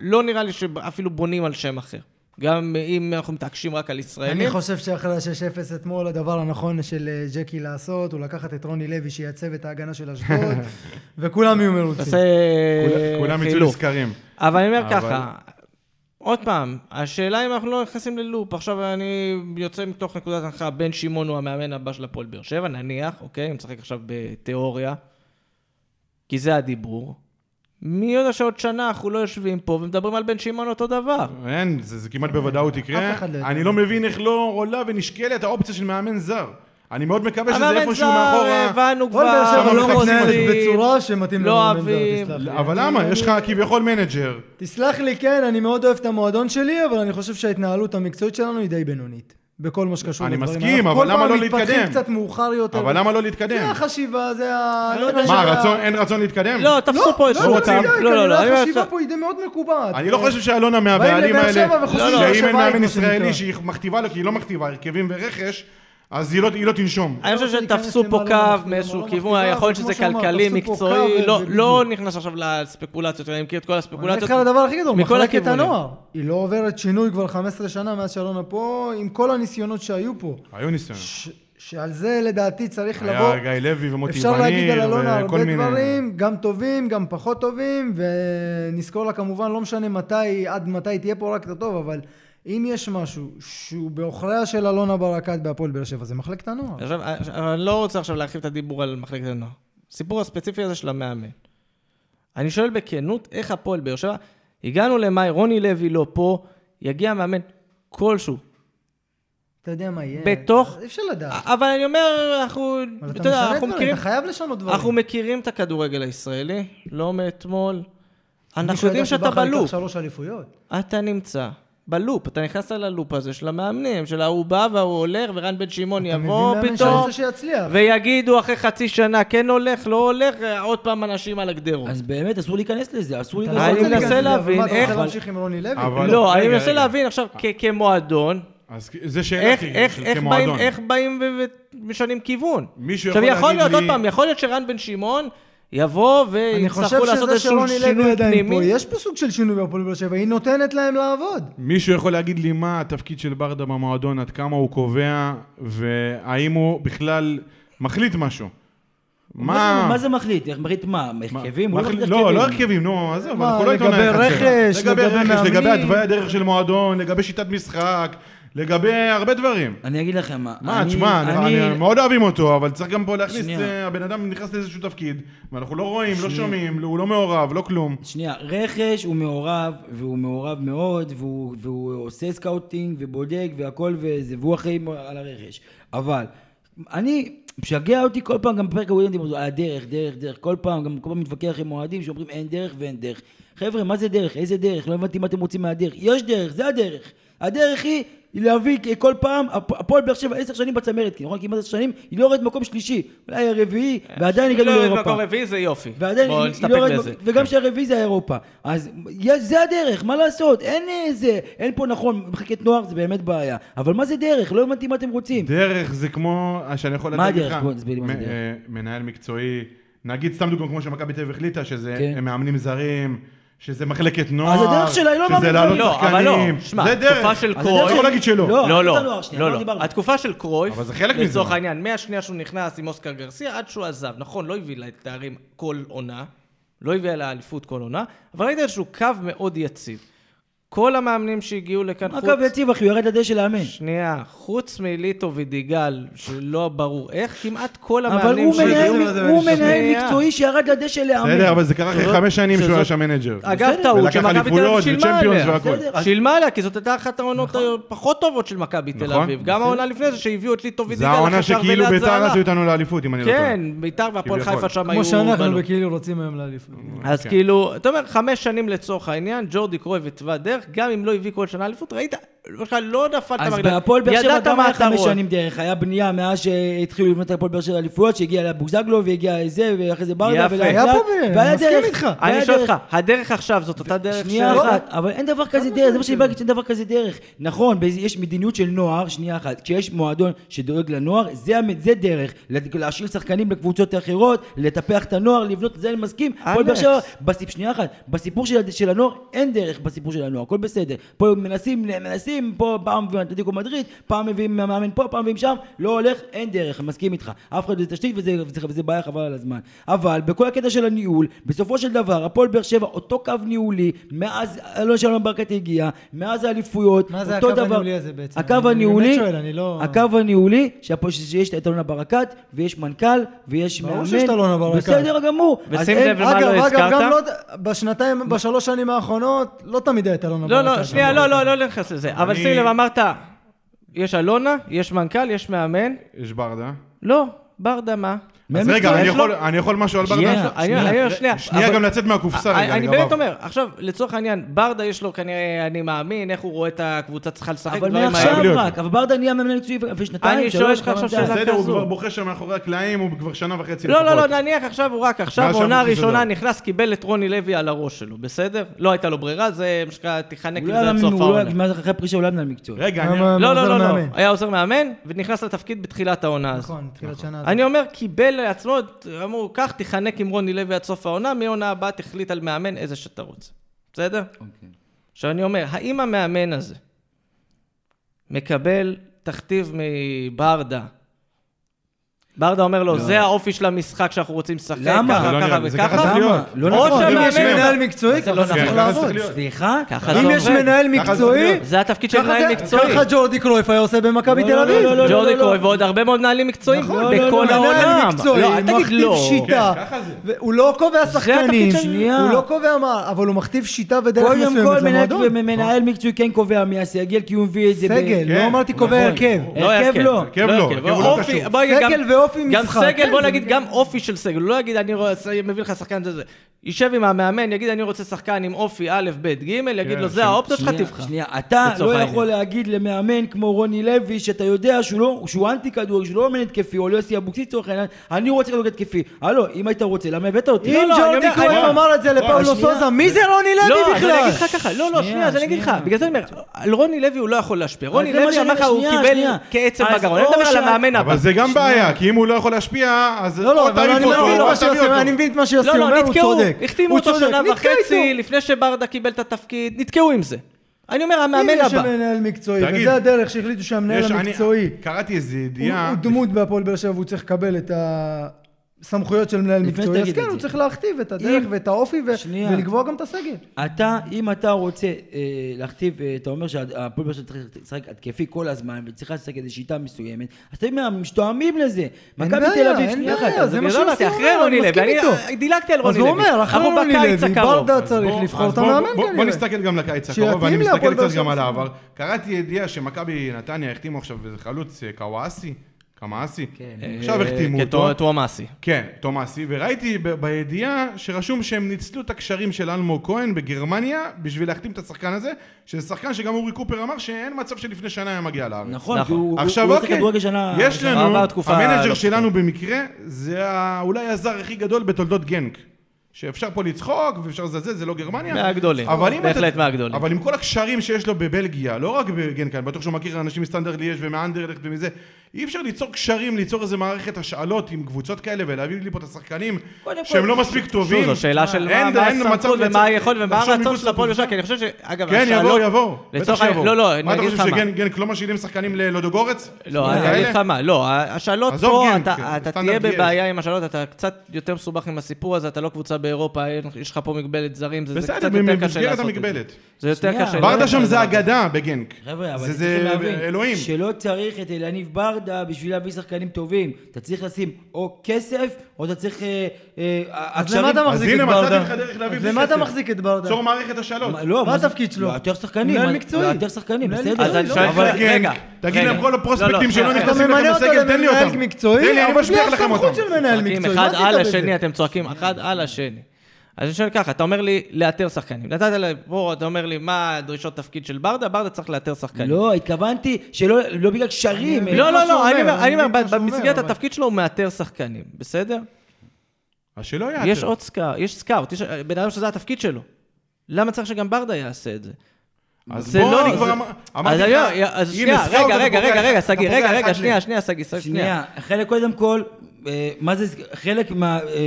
S1: לא נראה לי שאפילו בונים על שם אחר. גם אם אנחנו מתעקשים רק על ישראלים.
S4: אני חושב שאחרי ה-6-0 אתמול, הדבר הנכון של אה, ג'קי לעשות, הוא לקחת את רוני לוי שייצב את ההגנה
S1: (laughs)
S4: של אשדוד, וכולם יהיו
S1: תעשה
S4: מרוצים.
S3: כולם- כולם יצאו
S1: אה, חילוף.
S3: נזכרים.
S1: אבל אני אומר
S3: אבל-
S1: ככה, עוד פעם, השאלה אם אנחנו לא נכנסים ללופ. עכשיו אני יוצא מתוך נקודת הנחה, בן שמעון הוא המאמן הבא של הפועל באר שבע, נניח, אוקיי? אני משחק עכשיו בתיאוריה, כי זה הדיבור. מי יודע שעוד שנה אנחנו לא יושבים פה ומדברים על בן שמעון אותו דבר.
S3: אין, זה זה כמעט בוודאות יקרה.
S4: אף אחד לא יודע.
S3: אני לא מבין איך לא עולה ונשקלת האופציה של מאמן זר. אני מאוד מקווה שזה
S1: המאמן
S3: איפשהו
S1: זר,
S3: מאחורה.
S1: הבנו
S4: כל באר
S1: כבר,
S4: שבע
S3: לא
S4: לא
S3: רוצים,
S4: מתנהלת בצורה שמתאים
S1: לא
S4: למאמן זר,
S1: אוהבים.
S4: תסלח לי.
S3: אבל למה? יש לך כביכול מנג'ר.
S4: תסלח לי, כן, אני מאוד אוהב את המועדון שלי, אבל אני חושב שההתנהלות המקצועית שלנו היא די בינונית. בכל מה שקשור
S3: אני
S4: לדברים.
S3: מסכים,
S4: אנחנו
S3: אבל
S4: כל
S3: למה
S4: פעם
S3: לא להתקדם?
S4: מתפתחים קצת מאוחר יותר.
S3: אבל למה לא
S4: זה
S3: להתקדם?
S4: החשיבה, זה ה... לא יודע
S3: מה,
S4: שזה ה-
S3: רצון- אין רצון להתקדם?
S1: לא, תפסו פה איזשהו
S4: לא,
S1: קו.
S4: יותר מדי,
S1: לא, לא, לא, אני
S4: כנראה
S1: אומר,
S4: החשיבה פה היא די מאוד מקובעת.
S3: אני לא חושב שאלונה מהבעלים
S4: לבאר
S3: האלה, לא,
S4: שבע וחושבים
S1: שהשמיים,
S3: שאם אין מאמן
S4: כמו שנקרא.
S3: ישראלי שהיא מכתיבה לו, כי היא לא מכתיבה הרכבים ורכש, אז היא לא- היא לא תנשום.
S1: אני חושב
S4: רוצה להיכנס
S1: שתפסו פה
S4: למעלה
S1: קו
S4: במחשבה,
S1: מאיזשהו
S4: לא
S1: כיוון,
S4: מחשבה,
S1: יכול להיות
S4: אבל
S1: שזה
S4: כמו שאמרת,
S1: כלכלי,
S4: תפסו פה
S1: מקצועי,
S4: קו
S1: לא-
S4: ו-
S1: לא
S4: ובדיוק.
S1: נכנס עכשיו לספקולציות, אני מכיר את כל
S4: אני
S1: הספקולציות.
S4: אגיד לך על הדבר הכי גדול,
S1: מכל
S4: מחלקת
S1: הכיוונים.
S4: הנוער. היא לא עוברת שינוי כבר 15 שנה מאז שאלונה פה, עם כל הניסיונות שהיו פה.
S3: היו ניסיונות.
S4: ש- שעל זה לדעתי צריך לבוא.
S3: היה גיא לוי ומוטי
S4: אפשר להגיד על
S3: וניר
S4: אלונה
S3: וכל
S4: הרבה
S3: מיני...
S4: דברים, גם טובים, גם פחות טובים, ונזכור לה כמובן, לא משנה מתי, עד מתי תהיה פה רק את הטוב, אבל אם יש משהו שהוא בעוכריה של אלונה ברקת בהפועל באר שבע, זה מחלקת הנוער.
S1: עכשיו, אבל אני לא רוצה עכשיו להרחיב את הדיבור על מחלקת הנוער. הסיפור הספציפי הזה של המאמן. אני שואל בכנות, איך הפועל באר שבע, הגענו למאי, רוני לוי לא פה, יגיע מאמן כלשהו.
S4: אתה יודע מה יהיה.
S1: בתוך-
S4: אי אפשר לדעת.
S1: אבל אני אומר, אנחנו,
S4: אבל
S1: אתה
S4: אתה
S1: יודע,
S4: משנה
S1: אנחנו
S4: דברים,
S1: מכירים,
S4: אתה חייב לשנות דברים.
S1: אנחנו מכירים את הכדורגל הישראלי, לא מאתב"ל. אנחנו
S4: מישהו
S1: יודעים
S4: ידע
S1: שאתה
S4: שבכר ייקח
S1: בלופ.
S4: שלוש אליפויות.
S1: אתה נמצא בלופ, אתה נכנס ללופ הזה של המאמנים, של ההוא בא וההוא הולך, ורן בן שמעון
S4: אתה מבין
S1: יבוא
S4: לאן שאני
S1: פתאום,
S4: רוצה שיצליח.
S1: ויגידו אחרי חצי שנה כן הולך, לא הולך, אה, עוד פעם אנשים על הגדרות.
S2: אז באמת, אסור להיכנס לזה, אסור
S4: אתה
S1: אני
S4: לא
S2: להיכנס
S1: מנסה
S2: לזה.
S4: רוצה להיכנס לזה, אבל
S1: להבין
S4: מה, אתה
S1: איך-
S4: רוצה להמשיך עם רוני לוי?
S3: אבל-
S1: לא,
S3: רגע,
S1: אני
S3: רגע.
S1: מנסה להבין עכשיו, כ- כמועדון,
S3: אז כ- זה שאלה
S1: איך-
S3: אחרת
S1: איך
S3: של
S1: איך באים-
S3: כמועדון.
S1: איך באים ו- ומשנים כיוון?
S3: מישהו
S1: עכשיו
S3: יכול
S1: יכול
S3: להגיד
S1: להיות,
S3: לי-
S1: עוד פעם, יכול להיות שרן בן שמעון יבוא
S4: אני חושב
S1: ויצטרכו לעשות
S4: שזה
S1: איזשהו
S4: שרוני לוי
S1: שינוי
S4: עדיין פה,
S1: פנימי.
S4: יש פה סוג של שינוי בהפועל באר שבע, היא נותנת להם לעבוד.
S3: מישהו יכול להגיד לי מה התפקיד של ברדה במועדון, עד כמה הוא קובע, והאם הוא בכלל מחליט משהו? מה...
S2: מה זה מחליט? איך- מחליט מה? הרכבים? הוא לא
S3: מחליט-
S2: מחליט
S3: לא,
S2: הרכבים.
S3: לא הרכבים, נו, עזוב,
S4: מה,
S3: אנחנו לא
S4: לגבי
S3: עיתונאי חצר.
S4: רכש,
S3: לגבי
S4: לגבי
S3: רכש,
S4: מאמנים.
S3: לגבי התוויה דרך של מועדון, לגבי שיטת משחק, לגבי הרבה דברים.
S2: אני אגיד לכם מה.
S3: מה,
S2: אני-
S3: תשמע, אני-
S2: אני-
S3: אני- מאוד אוהבים אותו, אבל צריך גם פה להכניס,
S2: שנייה.
S3: אה, הבן אדם נכנס לאיזשהו תפקיד, ואנחנו לא רואים, לא שומעים, הוא לא מעורב, לא
S1: כן.
S3: כלום.
S2: שנייה, רכש הוא מעורב, והוא מעורב מאוד, והוא, והוא עושה סקאוטינג, ובודק, והכל וזה, והוא אחראי על הרכש. אבל, אני, משגע אותי כל פעם, גם בפרק הווידנטים, על הדרך, דרך, דרך, כל פעם, גם כל פעם מתווכח עם אוהדים שאומרים אין דרך ואין דרך. חבר'ה, מה זה דרך? איזה דרך? לא הבנתי מה אתם רוצים מהדרך. יש דרך, זה הדרך. הדרך היא להביא כל פעם, הפ- הפועל באר שבע עשר שנים בצמרת, כי נכון? כמעט עשר שנים, היא לא יורדת מקום שלישי, אולי רביעי, ועדיין הגענו
S1: לא,
S2: לאירופה.
S1: מקום רביעי זה יופי.
S2: ועדיין,
S1: בואו
S2: היא-
S1: נסתפק
S2: היא לא רק-
S1: בזה. כן.
S2: וגם שהרביעי זה אירופה. אז יש- זה הדרך, מה לעשות? אין אה, זה, אין פה נכון, מחלקת נוער זה באמת בעיה. אבל מה זה דרך? לא הבנתי מה אתם רוצים.
S3: דרך זה כמו, אה, שאני יכול
S2: מה
S3: לתת
S2: הדרך?
S3: לך,
S2: בוא תסביר לי מה זה
S3: מ-
S2: דרך.
S3: אה, מנהל מקצועי, נגיד סתם דוגמא כמו שמכבי תל אביב החליטה, שזה
S2: כן.
S3: הם מאמנים זרים, שזה מחלקת נוער,
S2: הדרך שלה היא לא
S3: שזה
S2: מאמנים
S3: לעלות
S1: זרים. לא, אבל לא,
S3: שחקנים,
S1: שמע,
S3: זה דרך,
S1: תקופה של
S3: אז
S1: קרויף-
S3: הדרך יכול להגיד
S2: לא,
S3: שלא,
S1: לא,
S2: עזוב
S1: לא,
S2: את הנוער שנייה,
S1: לא,
S2: לא
S1: לא.
S2: דיברנו.
S1: התקופה של קרויף,
S3: אבל זה חלק מזה.
S1: לצורך העניין, מהשנייה שהוא נכנס עם אוסקר גרסיה, עד שהוא עזב. נכון, לא הביא לה את התארים כל עונה, לא הביאה לה אליפות כל עונה, אבל ראית איזשהו קו מאוד יציב. כל המאמנים שהגיעו לכאן,
S2: מה
S1: חוץ...
S2: קו יציב אחי, הוא ירד לדשא לאמן.
S1: שנייה, חוץ מליטו ודיגל, שלא ברור איך, כמעט כל
S2: אבל
S1: המאמנים
S2: הוא מנהל-
S1: שהגיעו...
S2: הוא מנהל
S1: שנייה.
S2: מקצועי שירד לדשא לאמן.
S3: בסדר, אבל זה קרה אחרי
S1: שזאת-
S3: חמש שנים שהוא
S1: שזאת-
S3: היה שם מנג'ר.
S1: אגב,
S2: בסדר.
S1: טעות
S3: ולקח
S1: שמכבי תל אביב
S3: אליפויות
S1: שילמה
S3: וצ'מפיונס
S1: עליה.
S3: והכל.
S2: בסדר, אז-
S1: שילמה עליה, כי זאת הייתה אחת העונות
S2: נכון.
S1: הפחות טובות של מכבי תל
S3: נכון,
S1: אביב. גם העונה לפני זה שהביאו את ליטו ודיגל,
S3: זה העונה
S1: אחרי שהרבה
S3: שכאילו
S1: לאט זה
S3: ביתר
S1: הלך.
S3: עשו איתנו לאליפות, אם אני לא טועה.
S1: כן, ביתר והפועל
S3: כביכול.
S1: חיפה שם היו...
S4: כמו שאנחנו
S1: בנו.
S4: בכאילו רוצים היום לאליפות.
S1: אז
S3: כן.
S1: כאילו, אתה אומר, חמש שנים לצורך העניין, ג'ורדי קרויב התווה דרך, גם אם לא הביא כל שנה אליפות, ראית, בכלל לא נפלת
S2: אז
S1: מהגדול.
S2: בהפועל באר שבע
S1: ידעת
S2: גם
S1: מה
S2: היה
S1: אתה
S2: חמש
S1: רואה.
S2: שנים דרך, היה בנייה מאז שהתחילו לבנות את הפועל באר שבע אליפויות, שהגיע לבוזגלו והגיע זה, ואחרי זה ברדה,
S1: יפה.
S2: ולאט
S4: היה
S2: לאט,
S4: פה בנייה,
S2: והיה
S4: אני מסכים
S2: דרך,
S4: איתך.
S2: והיה
S1: אני שואל
S2: דרך.
S1: אותך, הדרך עכשיו זאת אותה דרך
S2: שנייה לא,
S1: של- לא
S2: אחת, אבל אין דבר כזה דרך, זה מה שאני בא להגיד, שאין דבר כזה דרך. נכון, באיזה- יש מדיניות של נוער, שנייה אחת, כשיש מועדון שדואג לנוער, זה המ- זה דרך, לת- להשאיל שחקנים לקבוצות אחרות, לטפח את הנוער, לבנות, זה אני מסכים. הפועל באר
S1: אלכס.
S2: שבע, בסיפ- שנייה אחת, בסיפור של- של הנוער, אין דרך בסיפור של הנוער, הכל בסדר. פה מנסים, מנסים, פה פעם מביאים אתלטיקו מדריד, פעם מביאים מאמן פה, פעם מביאים שם, לא הולך, אין דרך, אני מסכים איתך. אף אחד לא תשתית וזה- וזה וזה בעיה חבל על הזמן. אבל בכל הקטע של הניהול, בסופו של דבר, הפועל באר שבע, אותו קו ניהולי, מאז אלון שלום ברקת הגיע, מאז האליפויות,
S4: מה זה
S2: אותו
S4: הקו
S2: דבר-
S4: הניהולי הזה בעצם?
S2: הקו
S4: אני באמת
S2: הניהולי,
S4: שואל, אני לא-
S2: הקו הניהולי, שהפועל- שיש את אלונה ברקת, ויש מנכ"ל, ויש
S4: ברור
S2: מאמן.
S4: שיש את אלונה ברקת.
S2: בסדר גמור. אז
S1: ושים
S2: אין-
S1: לב ומה לא הזכרת?
S4: גם לא, בשנתיים, בשלוש שנים האחרונות, לא תמיד הייתה אלונה
S1: לא, לא,
S4: ברקת.
S1: שנייה, לא, לא, לא נכנס לזה. אבל
S3: אני-
S1: שים לב, אמרת, יש אלונה, יש מנכ"ל, יש מאמן.
S3: יש ברדה.
S1: לא, ברדה מה?
S3: אז
S2: באמת,
S3: רגע,
S2: יש
S3: אני
S1: לו-
S3: יכול- אני יכול משהו על
S2: שנייה,
S3: ברדה?
S1: אני- אני- שנייה,
S3: שנייה
S1: אבל-
S3: גם לצאת מהקופסה רגע,
S1: אני
S3: לגביו.
S1: באמת אומר, עכשיו, לצורך העניין, ברדה יש לו כנראה, אני מאמין, איך הוא רואה את הקבוצה צריכה לשחק,
S2: אבל
S1: דברים
S2: מעכשיו
S1: האלה.
S3: להיות.
S2: רק, אבל ברדה נהיה מאמן מקצועי לפני שנתיים,
S1: אני
S2: שלוש,
S1: שואל אותך
S2: כמה
S1: עכשיו
S2: אתה יודע.
S1: שאלה.
S3: בסדר, הוא
S1: כזו.
S3: כבר בוכה שם מאחורי הקלעים, הוא כבר שנה וחצי
S1: לא, לא, לא,
S3: לפחות.
S1: נניח עכשיו, הוא רק עכשיו,
S3: מאז
S1: העונה
S3: שאנחנו
S1: הראשונה
S3: בסדר.
S1: נכנס, קיבל את רוני לוי על הראש שלו, בסדר? לא הייתה לו ברירה, זה, מה שנקרא, תיחנק עם
S2: הוא לא
S1: זה
S2: היה
S1: עד
S2: מאמן,
S1: סוף
S2: הוא לא היה-
S1: העונה.
S2: מאז אחרי הפרישה הוא לא היה מאמן מקצועי.
S3: רגע, אני...
S1: לא, לא, לא, לא, היה עוזר מאמן, ונכנס לתפקיד בתחילת העונה הזאת.
S4: נכון, תחילת שנה.
S1: אני אומר, קיבל לעצמו, אמרו, קח, תיחנק עם רוני לוי עד סוף העונה, מהעונה הבאה תחליט על מאמן איזה שאתה רוצה. בסדר?
S2: אוקיי.
S1: עכשיו אני אומר, האם המאמן הזה מקבל תכתיב מברדה? ברדה אומר לו, זה האופי של המשחק שאנחנו רוצים לשחק,
S2: למה?
S1: ככה,
S3: זה לא
S1: ככה
S3: נראה לי, זה ככה
S1: וככה.
S3: צריך להיות.
S2: למה? לא
S1: או
S2: נכון.
S4: אם יש
S1: שהמאמן-
S4: מנהל מקצועי,
S2: זה לא
S4: ככה זה צריך
S2: נכון.
S4: לעבוד.
S2: סליחה?
S1: ככה זה
S4: אם יש
S1: עובד.
S4: מנהל
S3: ככה זה
S4: מקצועי,
S3: צריך
S1: זה התפקיד של
S4: ככה
S1: מנהל
S4: זה-
S1: מקצועי.
S4: ככה ג'ורדי קרויף היה עושה במכבי
S2: לא,
S4: תל
S2: לא,
S4: אביב.
S2: לא, לא, לא.
S1: ג'ורדי קרויף ועוד הרבה מאוד מנהלים מקצועיים
S4: נכון, לא, לא,
S1: בכל
S4: לא,
S1: העולם.
S4: מנהל מקצועי,
S1: לא, אל תגיד
S4: מכתיב
S1: לא.
S4: שיטה.
S3: כן, ככה זה.
S4: הוא לא קובע שחקנים,
S1: התפקיד של-
S2: שנייה.
S4: הוא לא קובע מה, אבל הוא מכתיב שיטה ודרך
S2: קודם כל
S4: מסוימת
S2: מנהל-
S4: למועדון.
S2: מנהל מקצועי כן קובע מי הסגל, כי הוא מביא את זה ב-
S4: סגל,
S3: כן,
S4: לא אמרתי
S3: נכון.
S4: קובע הרכב.
S1: לא
S2: הרכב
S1: הרכב.
S2: לא.
S3: הרכב לא, הרכב לא
S1: אופי,
S3: קשור.
S1: בואי גם-
S4: סגל אופי
S1: גם
S4: משחק.
S1: סגל,
S4: כן,
S1: בוא
S4: זה
S1: נגיד,
S4: בגלל-
S1: גם אופי של סגל. הוא לא יגיד, אני רוצה- מביא לך שחקן זה זה. יישב עם המאמן, יגיד, אני רוצה שחקן עם אופי א', ב', ג', יגיד
S3: כן,
S1: לו, זה
S3: שנייה,
S1: האופציה שלך,
S2: שנייה,
S1: לא תבחר.
S2: שנייה, אתה
S1: לצורך
S2: לא
S1: העניין.
S2: יכול להגיד למאמן כמו רוני לוי, שאתה יודע שהוא לא, שהוא אנטי כדור, שהוא לא מאמן התקפי, או ליוסי אבוקסיס לצורך העניין, אני רוצה כדור התקפי. הלו, אם היית רוצה, למה הבאת אותי?
S1: לא,
S4: אם
S1: לא, אני
S4: ג'ורדי
S1: אומר-
S4: קרויף
S1: אני-
S4: אמר את זה לפאולו
S2: שנייה.
S4: סוזה, מי זה רוני
S1: לא,
S4: לוי
S1: אז אני אגיד
S4: בכלל?
S1: לך ככה, לא, לא, שנייה,
S2: שנייה,
S1: אז אני אגיד לך,
S2: שנייה.
S1: בגלל זה אני אומר, על רוני לוי הוא לא יכול להשפיע. רוני
S2: זה מה
S1: לוי
S2: שאני
S1: אמר לך,
S2: אומר,
S1: הוא
S2: שנייה,
S1: קיבל
S2: שנייה.
S1: כעצם
S2: אז
S1: בגרון. אני
S2: או
S1: מדבר על
S2: שה-
S1: המאמן הבא.
S3: אבל זה גם בעיה, כי אם הוא לא יכול להשפיע, אז
S4: לא,
S3: או
S4: לא, אבל
S3: תעיף
S4: אני
S3: אותו,
S4: מבין
S3: או
S4: מה שיוסי
S3: תביא
S4: אומר,
S3: אותו.
S4: אני מבין את מה שיוסי
S1: לא,
S4: אומר,
S1: לא,
S4: הוא
S1: נתקעו,
S4: צודק.
S1: החתימו
S4: הוא
S1: אותו
S4: צודק,
S1: שנה
S4: נתקע
S1: וחצי
S4: איתו.
S1: לפני שברדה קיבל את התפקיד, נתקעו עם זה. אני אומר, המאמן
S4: אם יש
S1: הבא.
S4: מנהל מקצועי,
S3: תגיד.
S4: וזה הדרך שהחליטו
S3: יש-
S4: שהמנהל
S3: אני-
S4: המקצועי,
S3: קראתי איזה
S4: הוא
S3: ידיעה,
S4: הוא דמות בהפועל באר שבע, והוא צריך לקבל את הסמכויות של מנהל
S2: לפני
S4: מקצועי, אז
S2: שתגיד
S4: כן,
S2: את
S4: הוא
S2: זה.
S4: צריך להכתיב את הדרך
S2: אם-
S4: ואת האופי ו-
S2: שנייה.
S4: ולקבוע גם את הסגל.
S2: אתה, אם אתה רוצה אה, להכתיב, אה, אתה אומר שהפועל באר שבע צריך לשחק התקפי כל הזמן, וצריך לשחק איזו שיטה מסוימת, אז אתם משתועמים לזה. מכבי
S4: בעיה,
S2: תל אביב,
S4: אין
S2: שנייה
S4: בעיה,
S2: אחת.
S4: זה מה
S1: בגלל
S4: שהוא
S1: אמרתי,
S4: עושה,
S1: אחרי
S4: אני
S1: רוני לוי,
S4: מסכים
S1: אני
S4: איתו.
S1: אה, דילגתי על
S4: אז
S1: רוני
S4: הוא
S1: לוי.
S4: אומר, אחרי
S1: אנחנו
S4: רוני
S1: בקיץ
S4: לוי,
S1: הקרוב.
S4: ברדה
S3: אז
S4: צריך
S3: בוא-
S4: לבחור
S3: אז
S4: את
S3: בוא-
S4: המאמן
S3: בוא- בוא
S4: כנראה.
S3: נסתכל גם לקיץ
S4: שיתאים
S3: הקרוב, ואני
S4: להפועל
S3: מסתכל
S4: באר
S3: קצת
S4: שבע.
S3: גם על העבר. קראתי ידיעה שמכבי נתניה החתימו עכשיו איזה חלוץ אה, קוואסי, קמאסי,
S4: כן.
S3: עכשיו
S1: אה,
S3: החתימו אותו.
S1: תואמאסי.
S3: כן, תומאסי, וראיתי ב- בידיעה שרשום שהם ניצלו את הקשרים של אלמוג כהן בגרמניה בשביל להחתים את השחקן הזה, שזה שחקן שגם אורי קופר אמר שאין מצב שלפני שנה היה מגיע לארץ.
S2: נכון, כי
S1: נכון.
S2: הוא הוא-
S3: עכשיו
S2: הוא עושה
S3: אוקיי,
S2: כדורגל שנה...
S3: יש
S2: שנה.
S3: לנו,
S1: עבר תקופה
S3: המנג'ר
S1: לא
S3: שלנו במקרה, זה ה- אולי הזר הכי גדול בתולדות גנק. שאפשר פה לצחוק ואפשר לזלזל, זה לא גרמניה.
S1: מהגדולים,
S3: אבל אם
S1: בהחלט
S3: אתה-
S1: מהגדולים.
S3: אבל עם כל הקשרים שיש לו בבלגיה, לא רק בגנק, אני בטוח שהוא מכיר אנשים מסטנדר ליאש ומאנדרלכט ומזה, אי אפשר ליצור קשרים, ליצור איזה מערכת השאלות עם קבוצות כאלה ולהביא לי פה את השחקנים
S2: קודם כל-
S3: שהם לא מספיק טובים. אה,
S1: שוב, זו שאלה של
S3: אין-
S1: מה- מה
S3: אין מצב
S1: הסמכות
S3: לצאת-
S1: ומה היכולת ומה
S3: לחשוב
S1: הרצון
S3: מחוץ
S1: של הפועל
S3: לקופסה.
S1: ישר, כי אני חושב ש... אגב,
S3: כן, יבואו,
S1: השאלות-
S3: יבואו.
S1: לצורך
S3: בטח
S1: העניין,
S3: שיבואו.
S1: לא, לא, אני
S3: מה אתה
S1: אגיד
S3: חושב
S1: לך מה.
S3: שגנק לא משאילים שחקנים ללודוגורץ?
S1: לא, אני אגיד
S3: כאלה?
S1: לך מה, לא, השאלות
S3: עזוב,
S1: פה,
S3: כן,
S1: אתה-
S3: כן,
S1: אתה
S3: סטנדרט
S1: תהיה
S3: יש.
S1: בבעיה עם השאלות, אתה קצת יותר מסובך עם הסיפור הזה, אתה לא קבוצה באירופה, אין- יש לך פה מגבלת זרים, זה זה
S3: בסדר,
S1: קצת יותר קשה לעשות את זה.
S3: במסגרת המגבלת.
S1: זה יותר
S2: שנייה,
S1: קשה.
S3: ברדה
S1: לעשות
S3: שם
S1: את
S3: זה אגדה בגנק.
S2: חבר'ה, אבל
S3: זה-
S2: אתם צריכים להבין,
S3: זה אלוהים.
S2: שלא צריך את אלניב ברדה בשביל להביא שחקנים טובים. אתה צריך לשים או כסף, או אתה צריך... אה, אה,
S4: אז
S2: הקשרים-
S4: למה אתה
S3: אז
S4: מחזיק את
S3: הנה,
S4: ברדה?
S3: מצאתי לך דרך להביא
S4: אז
S3: בלי
S4: למה אתה
S3: כסף.
S4: מחזיק את ברדה?
S3: צור מערכת השאלות.
S2: מה- לא,
S4: מה
S2: זה-
S4: התפקיד שלו?
S2: לא, יותר שחקנים.
S4: מנהל
S2: מה-
S4: מקצועי.
S2: לא, יותר שחקנים,
S4: מנהל לא,
S2: בסדר.
S1: אז אני שואל אותך,
S2: אבל-
S3: אבל גנק,
S1: רגע,
S3: תגיד
S1: רגע.
S3: להם כל
S1: לא,
S3: הפרוספקטים
S1: לא,
S3: שלא
S1: שנייה.
S4: אתה
S3: נכנסים לכם
S4: ממנה אותו
S3: לסגל, תן לי
S4: למנהל
S3: אותם.
S4: מקצועי,
S3: תן לי, אני
S4: אבל בלי
S3: מבטיח לכם
S4: הסמכות
S3: אותם.
S4: של מנהל
S1: צועקים
S4: מקצועי,
S1: אחד
S4: מה
S1: על
S4: עשית בזה?
S1: השני, אתם צועקים אחד על השני. אז אני שואל ככה, אתה אומר לי לאתר שחקנים. נתת לי, פה אתה אומר לי, מה הדרישות תפקיד של ברדה? ברדה צריך לאתר שחקנים.
S2: לא, התכוונתי שלא לא בגלל קשרים.
S4: אני-
S2: אה,
S1: לא,
S4: מה
S1: לא,
S4: שהוא
S1: לא, אני
S4: אומר,
S1: אומר,
S4: אני
S1: אני אומר,
S4: מבין מה שהוא אומר,
S1: במסגרת
S4: אבל-
S1: התפקיד שלו הוא מאתר שחקנים, בסדר?
S3: אז שלא
S4: כן,
S3: יעתר.
S1: יש עוד סקאוט, יש סקאוט, יש בן אדם שזה התפקיד שלו. למה צריך שגם ברדה יעשה את זה?
S3: אז
S1: זה
S3: בוא,
S1: לא-
S3: אני כבר
S1: זה-
S3: אמר-
S1: אז
S3: אמרתי
S1: אני
S3: לך,
S1: לא- אז
S3: הנה,
S1: שנייה,
S3: סקאוט,
S1: רגע,
S3: אתה
S1: רגע,
S3: פוגע
S1: רגע, רגע,
S3: אחד-
S1: סגי,
S3: אתה
S1: רגע,
S3: פוגע
S1: רגע,
S3: אחד
S1: שנייה,
S3: ל-
S1: שנייה, סגי, סגי, שנייה.
S2: שנייה, חלק קודם כל, אה, מה אה, זה, חלק